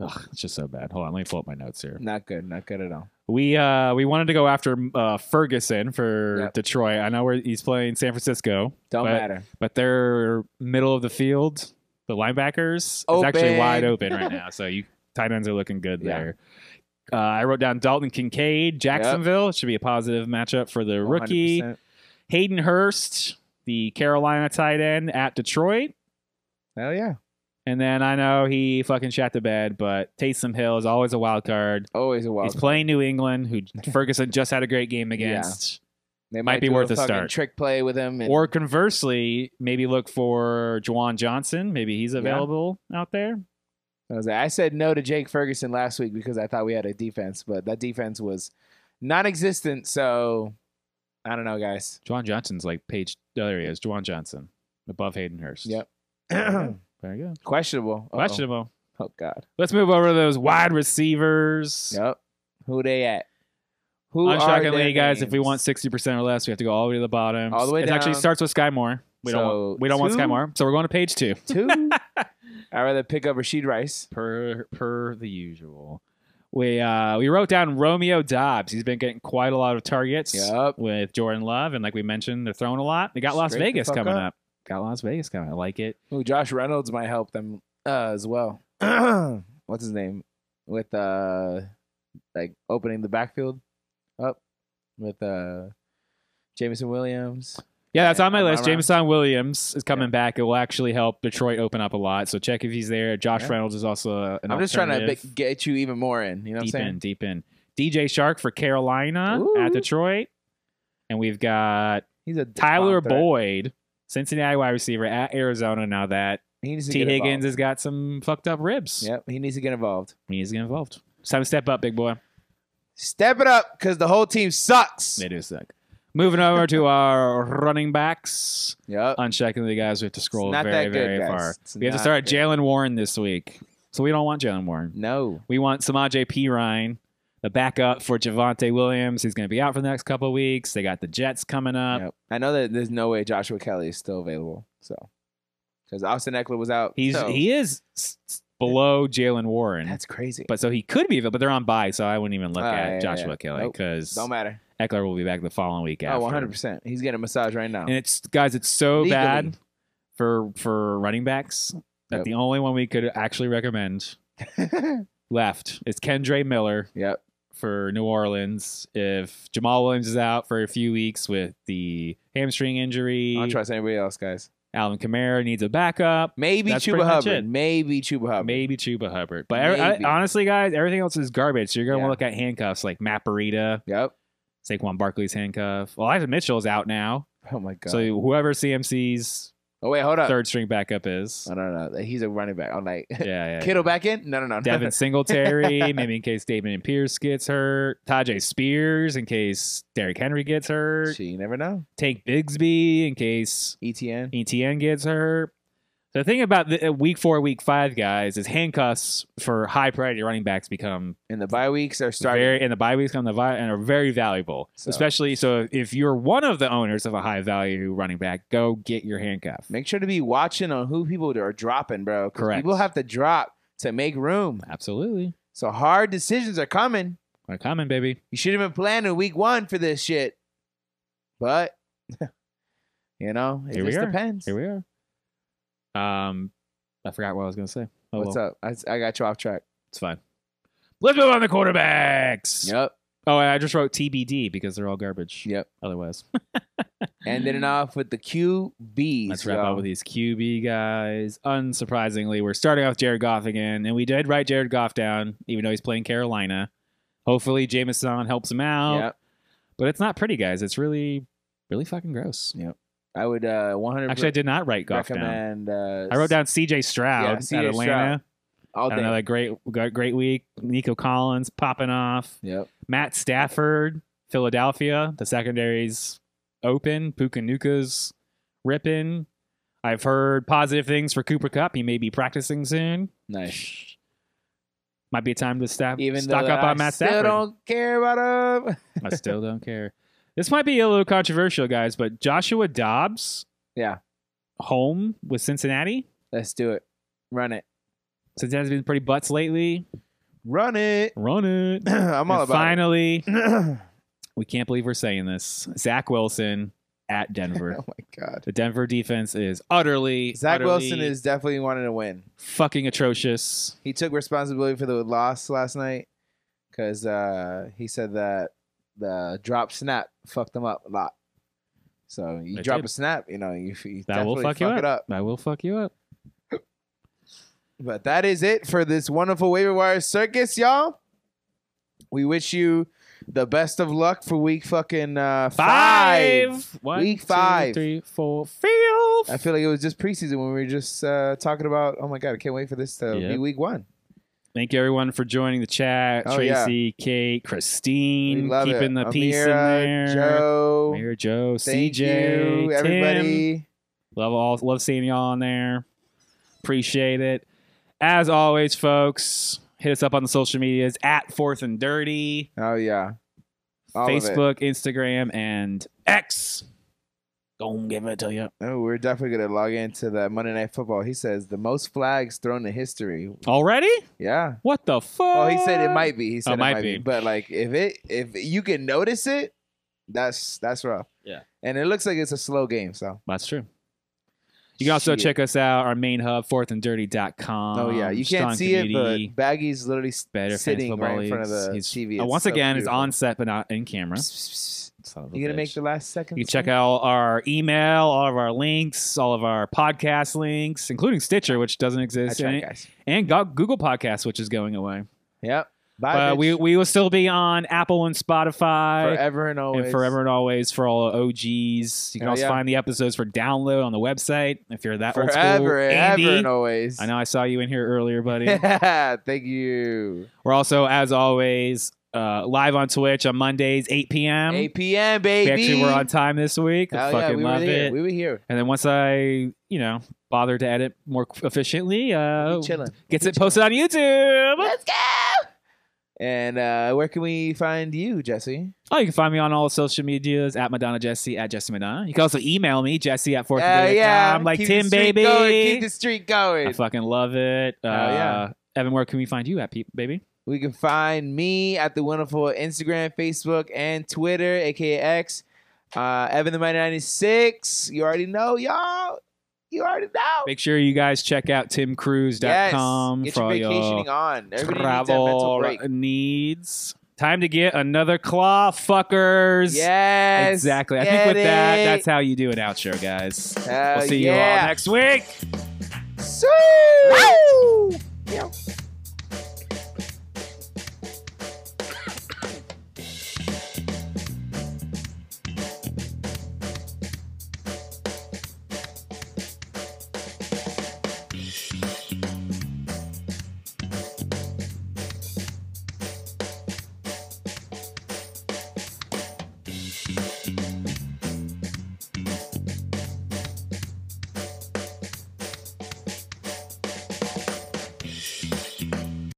[SPEAKER 2] Ugh, it's just so bad. Hold on, let me pull up my notes here.
[SPEAKER 1] Not good. Not good at all.
[SPEAKER 2] We uh we wanted to go after uh, Ferguson for
[SPEAKER 1] Yep.
[SPEAKER 2] Detroit. I know where he's playing San Francisco,
[SPEAKER 1] Don't
[SPEAKER 2] But-
[SPEAKER 1] matter.
[SPEAKER 2] but they're middle of the field. The linebackers is actually
[SPEAKER 1] Open.
[SPEAKER 2] wide open
[SPEAKER 1] [laughs]
[SPEAKER 2] right now. So you tight ends are looking good
[SPEAKER 1] Oh, Yeah.
[SPEAKER 2] there. Uh, I wrote down Dalton Kincaid, Jacksonville. It Should be a positive matchup for the rookie.
[SPEAKER 1] 100%.
[SPEAKER 2] Hayden Hurst, the Carolina tight end at Detroit.
[SPEAKER 1] Hell yeah.
[SPEAKER 2] And then I know he fucking shot the bed, but Taysom Hill is always a wild card.
[SPEAKER 1] Always a wild.
[SPEAKER 2] He's playing New England,
[SPEAKER 1] [laughs]
[SPEAKER 2] who Ferguson just had a great game against.
[SPEAKER 1] They
[SPEAKER 2] might be
[SPEAKER 1] do
[SPEAKER 2] worth a
[SPEAKER 1] fucking
[SPEAKER 2] start.
[SPEAKER 1] Trick play with him. And
[SPEAKER 2] Or conversely, maybe look for Juwan Johnson. Maybe he's available out there.
[SPEAKER 1] I, was like, I said no to Jake Ferguson last week because I thought we had a defense, but that defense was non-existent. So I don't know, guys.
[SPEAKER 2] Juwan Johnson's like page. Oh, there he is. Juwan Johnson above Hayden Hurst.
[SPEAKER 1] Yep.
[SPEAKER 2] There you go.
[SPEAKER 1] Questionable. Uh-oh.
[SPEAKER 2] Questionable.
[SPEAKER 1] Oh God.
[SPEAKER 2] Let's move over to those wide receivers.
[SPEAKER 1] Yep. Who they at? Who are their
[SPEAKER 2] Unshockingly, guys, if we
[SPEAKER 1] names?
[SPEAKER 2] want sixty percent or less, we have to go all the way to the bottom.
[SPEAKER 1] All the way
[SPEAKER 2] It actually
[SPEAKER 1] down.
[SPEAKER 2] starts with Sky Moore. We don't.
[SPEAKER 1] So,
[SPEAKER 2] Want, we don't want
[SPEAKER 1] two?
[SPEAKER 2] Sky Moore, so we're going to page two. [laughs]
[SPEAKER 1] two, I'd rather pick up Rasheed Rice.
[SPEAKER 2] per per the usual. We uh we wrote down Romeo Dobbs. He's been getting quite a lot of targets
[SPEAKER 1] Yep.
[SPEAKER 2] with Jordan Love, and like we mentioned, they're throwing a lot. They got Las
[SPEAKER 1] Straight the
[SPEAKER 2] Vegas
[SPEAKER 1] fuck
[SPEAKER 2] coming
[SPEAKER 1] up.
[SPEAKER 2] up. Got Las Vegas coming. I like it.
[SPEAKER 1] Ooh, Josh Reynolds might help them uh, as well. [clears throat] What's his name? With uh, like opening the backfield up with uh, Jamison Williams.
[SPEAKER 2] Yeah, that's on my
[SPEAKER 1] Am I
[SPEAKER 2] list.
[SPEAKER 1] wrong?
[SPEAKER 2] Jameson Williams is coming back. It will actually help Detroit open up a lot. So check if he's there. Josh
[SPEAKER 1] Yeah.
[SPEAKER 2] Reynolds is also an
[SPEAKER 1] I'm just trying to
[SPEAKER 2] alternative.
[SPEAKER 1] bi- get you even more in. You know what I'm
[SPEAKER 2] deep in,
[SPEAKER 1] saying?
[SPEAKER 2] deep in. DJ Shark for Carolina at
[SPEAKER 1] Ooh.
[SPEAKER 2] Detroit, and we've got
[SPEAKER 1] He's a
[SPEAKER 2] Tyler
[SPEAKER 1] bomb threat.
[SPEAKER 2] Boyd, Cincinnati wide receiver at Arizona. Now that
[SPEAKER 1] He needs to
[SPEAKER 2] T.
[SPEAKER 1] get
[SPEAKER 2] Higgins
[SPEAKER 1] involved.
[SPEAKER 2] has got some fucked up ribs.
[SPEAKER 1] Yep, he needs to get involved.
[SPEAKER 2] He needs to get involved. It's time to step up, big boy.
[SPEAKER 1] Step it up, cause the whole team sucks.
[SPEAKER 2] They do suck. Moving over to our running backs.
[SPEAKER 1] Yep.
[SPEAKER 2] Uncheckingly, guys, we have to scroll
[SPEAKER 1] It's not
[SPEAKER 2] very,
[SPEAKER 1] that good,
[SPEAKER 2] very
[SPEAKER 1] guys.
[SPEAKER 2] far.
[SPEAKER 1] It's
[SPEAKER 2] we have to
[SPEAKER 1] not
[SPEAKER 2] start at
[SPEAKER 1] good.
[SPEAKER 2] Jalen Warren this week. So we don't want Jalen Warren.
[SPEAKER 1] No.
[SPEAKER 2] We want Samaj P. Ryan, the backup for Javante Williams. He's going to be out for the next couple of weeks. They got the Jets coming up.
[SPEAKER 1] Yep. I know that there's no way Joshua Kelly is still available. So, because Austin Eckler was out.
[SPEAKER 2] He's
[SPEAKER 1] so-
[SPEAKER 2] he is s- s- below Jalen Warren,
[SPEAKER 1] That's crazy.
[SPEAKER 2] but so he could be, but they're on bye, so I wouldn't even look
[SPEAKER 1] Ah,
[SPEAKER 2] at
[SPEAKER 1] yeah, yeah,
[SPEAKER 2] Joshua
[SPEAKER 1] yeah.
[SPEAKER 2] Kelly
[SPEAKER 1] Nope.
[SPEAKER 2] because
[SPEAKER 1] Don't matter.
[SPEAKER 2] Eckler will be back the following week.
[SPEAKER 1] Oh,
[SPEAKER 2] After.
[SPEAKER 1] 100%. He's getting a massage right now.
[SPEAKER 2] And it's guys, it's so
[SPEAKER 1] Legally.
[SPEAKER 2] bad for for running backs that
[SPEAKER 1] Yep.
[SPEAKER 2] the only one we could actually
[SPEAKER 1] [laughs]
[SPEAKER 2] recommend left is Kendra Miller
[SPEAKER 1] yep.
[SPEAKER 2] for New Orleans. If Jamal Williams is out for a few weeks with the hamstring
[SPEAKER 1] I
[SPEAKER 2] injury,
[SPEAKER 1] don't trust anybody else, guys.
[SPEAKER 2] Alvin Kamara needs a backup.
[SPEAKER 1] Maybe
[SPEAKER 2] That's
[SPEAKER 1] Chuba
[SPEAKER 2] pretty much
[SPEAKER 1] Hubbard.
[SPEAKER 2] it.
[SPEAKER 1] Maybe Chuba Hubbard.
[SPEAKER 2] Maybe Chuba Hubbard, but every- I-
[SPEAKER 1] Maybe.
[SPEAKER 2] honestly, guys, everything else is garbage. So you're gonna
[SPEAKER 1] Yeah.
[SPEAKER 2] want to look at handcuffs like Maparita,
[SPEAKER 1] Yep.
[SPEAKER 2] Saquon Barkley's handcuff. Well, Elijah Mitchell's out now,
[SPEAKER 1] Oh, my God.
[SPEAKER 2] so whoever CMC's
[SPEAKER 1] oh, wait, [laughs] hold up.
[SPEAKER 2] third string backup is,
[SPEAKER 1] I don't know. He's a running back. I'm like, [laughs]
[SPEAKER 2] yeah, yeah,
[SPEAKER 1] Kittle back in? No, no, no. [laughs]
[SPEAKER 2] Devin Singletary, maybe in case David and Pierce gets hurt. Tajay Spears, in case Derrick Henry gets hurt.
[SPEAKER 1] She, you never know. E
[SPEAKER 2] Tank Bigsby, in case
[SPEAKER 1] ETN.
[SPEAKER 2] ETN gets hurt. The thing about the, uh, week four, week five guys is handcuffs for high priority running backs become
[SPEAKER 1] In the bye weeks are starting.
[SPEAKER 2] very, and the bye weeks come the vi- and are very valuable.
[SPEAKER 1] So-
[SPEAKER 2] Especially so if you're one of the owners of a high value running back, go get your handcuff.
[SPEAKER 1] Make sure to be watching on who people are dropping, bro. 'cause
[SPEAKER 2] Correct.
[SPEAKER 1] People have to drop to make room.
[SPEAKER 2] Absolutely,
[SPEAKER 1] So hard decisions are coming.
[SPEAKER 2] they're coming, baby.
[SPEAKER 1] You should have been planning week one for this shit. But [laughs] you know, it
[SPEAKER 2] Here we
[SPEAKER 1] just
[SPEAKER 2] are.
[SPEAKER 1] depends.
[SPEAKER 2] Here we are. Um, I forgot what I was going to say. Oh,
[SPEAKER 1] What's
[SPEAKER 2] well.
[SPEAKER 1] up? I, I got you off track.
[SPEAKER 2] It's fine. Let's move on to quarterbacks.
[SPEAKER 1] Yep.
[SPEAKER 2] Oh, and I just wrote TBD because they're all garbage.
[SPEAKER 1] Yep.
[SPEAKER 2] Otherwise,
[SPEAKER 1] Ending it off with the QBs.
[SPEAKER 2] Mm. let's wrap
[SPEAKER 1] y'all.
[SPEAKER 2] up with these QB guys. Unsurprisingly, we're starting off Jared Goff again, and we did write Jared Goff down, even though he's playing Carolina. Hopefully, Jameson helps him out.
[SPEAKER 1] Yep.
[SPEAKER 2] But it's not pretty, guys. It's really, really fucking gross.
[SPEAKER 1] I would uh 100
[SPEAKER 2] Actually, I did not write Goff down.
[SPEAKER 1] recommend uh
[SPEAKER 2] I wrote down C.J. Stroud
[SPEAKER 1] Yeah,
[SPEAKER 2] at
[SPEAKER 1] C.J.
[SPEAKER 2] Atlanta.
[SPEAKER 1] Stroud. all
[SPEAKER 2] Had
[SPEAKER 1] day.
[SPEAKER 2] another great, great week. Nico Collins popping off.
[SPEAKER 1] Yep.
[SPEAKER 2] Matt Stafford, Philadelphia. The secondary's open. Puka Nuka's ripping. I've heard positive things for Cooper Cup. He may be practicing soon.
[SPEAKER 1] Nice.
[SPEAKER 2] Might be a time to staff,
[SPEAKER 1] Even
[SPEAKER 2] stock
[SPEAKER 1] though
[SPEAKER 2] up
[SPEAKER 1] I
[SPEAKER 2] on Matt
[SPEAKER 1] still
[SPEAKER 2] Stafford.
[SPEAKER 1] don't care about him. [laughs]
[SPEAKER 2] I still don't care. This might be a little controversial, guys, but Joshua Dobbs,
[SPEAKER 1] Yeah.
[SPEAKER 2] home with Cincinnati.
[SPEAKER 1] Let's do it. Run it.
[SPEAKER 2] Cincinnati's been pretty butts lately.
[SPEAKER 1] Run it. [clears throat]
[SPEAKER 2] Run it.
[SPEAKER 1] I'm all
[SPEAKER 2] And
[SPEAKER 1] about
[SPEAKER 2] finally,
[SPEAKER 1] [clears throat] it.
[SPEAKER 2] we can't believe we're saying this. Zach Wilson at Denver.
[SPEAKER 1] [laughs] oh my god.
[SPEAKER 2] The Denver defense is utterly
[SPEAKER 1] Zach
[SPEAKER 2] utterly
[SPEAKER 1] Wilson is definitely wanting to win.
[SPEAKER 2] fucking atrocious.
[SPEAKER 1] He took responsibility for the loss last night because uh, he said that the drop snap fucked him up a lot. So you
[SPEAKER 2] It
[SPEAKER 1] drop
[SPEAKER 2] did.
[SPEAKER 1] a snap, you know, you, you
[SPEAKER 2] That will
[SPEAKER 1] definitely
[SPEAKER 2] fuck you
[SPEAKER 1] it up.
[SPEAKER 2] I will fuck you up.
[SPEAKER 1] But that is it for this wonderful waiver wire circus, y'all. We wish you the best of luck for week fucking uh, five.
[SPEAKER 2] One,
[SPEAKER 1] Week
[SPEAKER 2] two,
[SPEAKER 1] five.
[SPEAKER 2] three, four. Field.
[SPEAKER 1] I feel like it was just preseason when we were just uh, talking about. Oh my god, I can't wait for this to be
[SPEAKER 2] Yep.
[SPEAKER 1] week one.
[SPEAKER 2] Thank you everyone for joining the chat.
[SPEAKER 1] Oh, yeah.
[SPEAKER 2] Tracy, Kate,
[SPEAKER 1] We
[SPEAKER 2] Christine,
[SPEAKER 1] love
[SPEAKER 2] keeping
[SPEAKER 1] it.
[SPEAKER 2] the peace in
[SPEAKER 1] Amira,
[SPEAKER 2] there.
[SPEAKER 1] Joe,
[SPEAKER 2] Amira, Joe, CJ,
[SPEAKER 1] thank you,
[SPEAKER 2] Tim.
[SPEAKER 1] everybody.
[SPEAKER 2] Love all. Love seeing y'all on there. Appreciate it. As always, folks, hit us up on the social medias at Fourth and Dirty.
[SPEAKER 1] Oh yeah, All of it.
[SPEAKER 2] Facebook, Instagram, and X. Don't give it to you.
[SPEAKER 1] Oh, we're definitely gonna log into the Monday Night Football. He says the most flags thrown in history.
[SPEAKER 2] Already?
[SPEAKER 1] Yeah.
[SPEAKER 2] What the fuck?
[SPEAKER 1] Oh, he said it might be. He said
[SPEAKER 2] Oh,
[SPEAKER 1] it might, be. But like, if it if you can notice it, that's that's rough.
[SPEAKER 2] Yeah.
[SPEAKER 1] And it looks like it's a slow game. So.
[SPEAKER 2] That's true. You can also
[SPEAKER 1] Shit.
[SPEAKER 2] check us out, our main hub, fourthanddirty.com.
[SPEAKER 1] Oh yeah, you can't
[SPEAKER 2] Strong
[SPEAKER 1] see
[SPEAKER 2] Community,
[SPEAKER 1] it, but Baggy's literally s-
[SPEAKER 2] better Fantasy
[SPEAKER 1] sitting
[SPEAKER 2] football
[SPEAKER 1] right in front of
[SPEAKER 2] leagues.
[SPEAKER 1] the
[SPEAKER 2] He's-
[SPEAKER 1] TV.
[SPEAKER 2] uh,
[SPEAKER 1] It's
[SPEAKER 2] once
[SPEAKER 1] so
[SPEAKER 2] again, it's
[SPEAKER 1] beautiful.
[SPEAKER 2] on set but not in camera. Son of a
[SPEAKER 1] You gonna make
[SPEAKER 2] bitch.
[SPEAKER 1] the last second?
[SPEAKER 2] You can check out our email, all of our links, all of our podcast links, including Stitcher, which doesn't
[SPEAKER 1] I
[SPEAKER 2] exist,
[SPEAKER 1] tried,
[SPEAKER 2] and,
[SPEAKER 1] guys.
[SPEAKER 2] and Go- Google Podcasts, which is going away.
[SPEAKER 1] Yep. Bye.
[SPEAKER 2] But we,
[SPEAKER 1] bitch.
[SPEAKER 2] we will still be on Apple and Spotify
[SPEAKER 1] forever and always.
[SPEAKER 2] and forever and always for all OGs. You can
[SPEAKER 1] Hell
[SPEAKER 2] also
[SPEAKER 1] yeah.
[SPEAKER 2] find the episodes for download on the website if you're that old school.
[SPEAKER 1] Forever and
[SPEAKER 2] Andy,
[SPEAKER 1] ever and always.
[SPEAKER 2] I
[SPEAKER 1] [laughs]
[SPEAKER 2] know I saw you in here earlier, buddy.
[SPEAKER 1] Thank you.
[SPEAKER 2] We're also, as always, uh, live on Twitch on Mondays, 8 p.m.
[SPEAKER 1] 8 p.m.
[SPEAKER 2] We
[SPEAKER 1] baby.
[SPEAKER 2] actually were on time this week. I
[SPEAKER 1] Hell yeah,
[SPEAKER 2] fucking
[SPEAKER 1] we
[SPEAKER 2] love
[SPEAKER 1] were
[SPEAKER 2] it.
[SPEAKER 1] here. We were here.
[SPEAKER 2] and then once I, you know, bother to edit more efficiently, uh,
[SPEAKER 1] We chilling.
[SPEAKER 2] gets it posted on YouTube.
[SPEAKER 1] Let's go. And uh, where can we find you, Jesse?
[SPEAKER 2] Oh, you can find me on all social medias at Madonna Jesse at Jesse Madonna. You can also email me Jesse at fourth.
[SPEAKER 1] Hell
[SPEAKER 2] I'm like
[SPEAKER 1] Uh, Keep the
[SPEAKER 2] Tim,
[SPEAKER 1] streak
[SPEAKER 2] baby.
[SPEAKER 1] Going. Keep the streak
[SPEAKER 2] I
[SPEAKER 1] going.
[SPEAKER 2] fucking love it. Uh,
[SPEAKER 1] Hell yeah.
[SPEAKER 2] Evan, where can we find you at, Pete, baby?
[SPEAKER 1] We can find me at the wonderful Instagram, Facebook, and Twitter, aka X. Uh, Evan the Mighty 96. You already know, y'all. You already know.
[SPEAKER 2] Make sure you guys check out timcruise.com
[SPEAKER 1] Yes. Get
[SPEAKER 2] for all
[SPEAKER 1] your
[SPEAKER 2] your
[SPEAKER 1] vacationing on. Everybody needs that
[SPEAKER 2] travel
[SPEAKER 1] mental break.
[SPEAKER 2] needs. Time to get another claw, fuckers.
[SPEAKER 1] Yes.
[SPEAKER 2] Exactly. I think
[SPEAKER 1] Get
[SPEAKER 2] with that,
[SPEAKER 1] it. Uh,
[SPEAKER 2] that's how you do an outro, guys.
[SPEAKER 1] Hell
[SPEAKER 2] we'll see you all
[SPEAKER 1] yeah.
[SPEAKER 2] next week.
[SPEAKER 1] See you all next.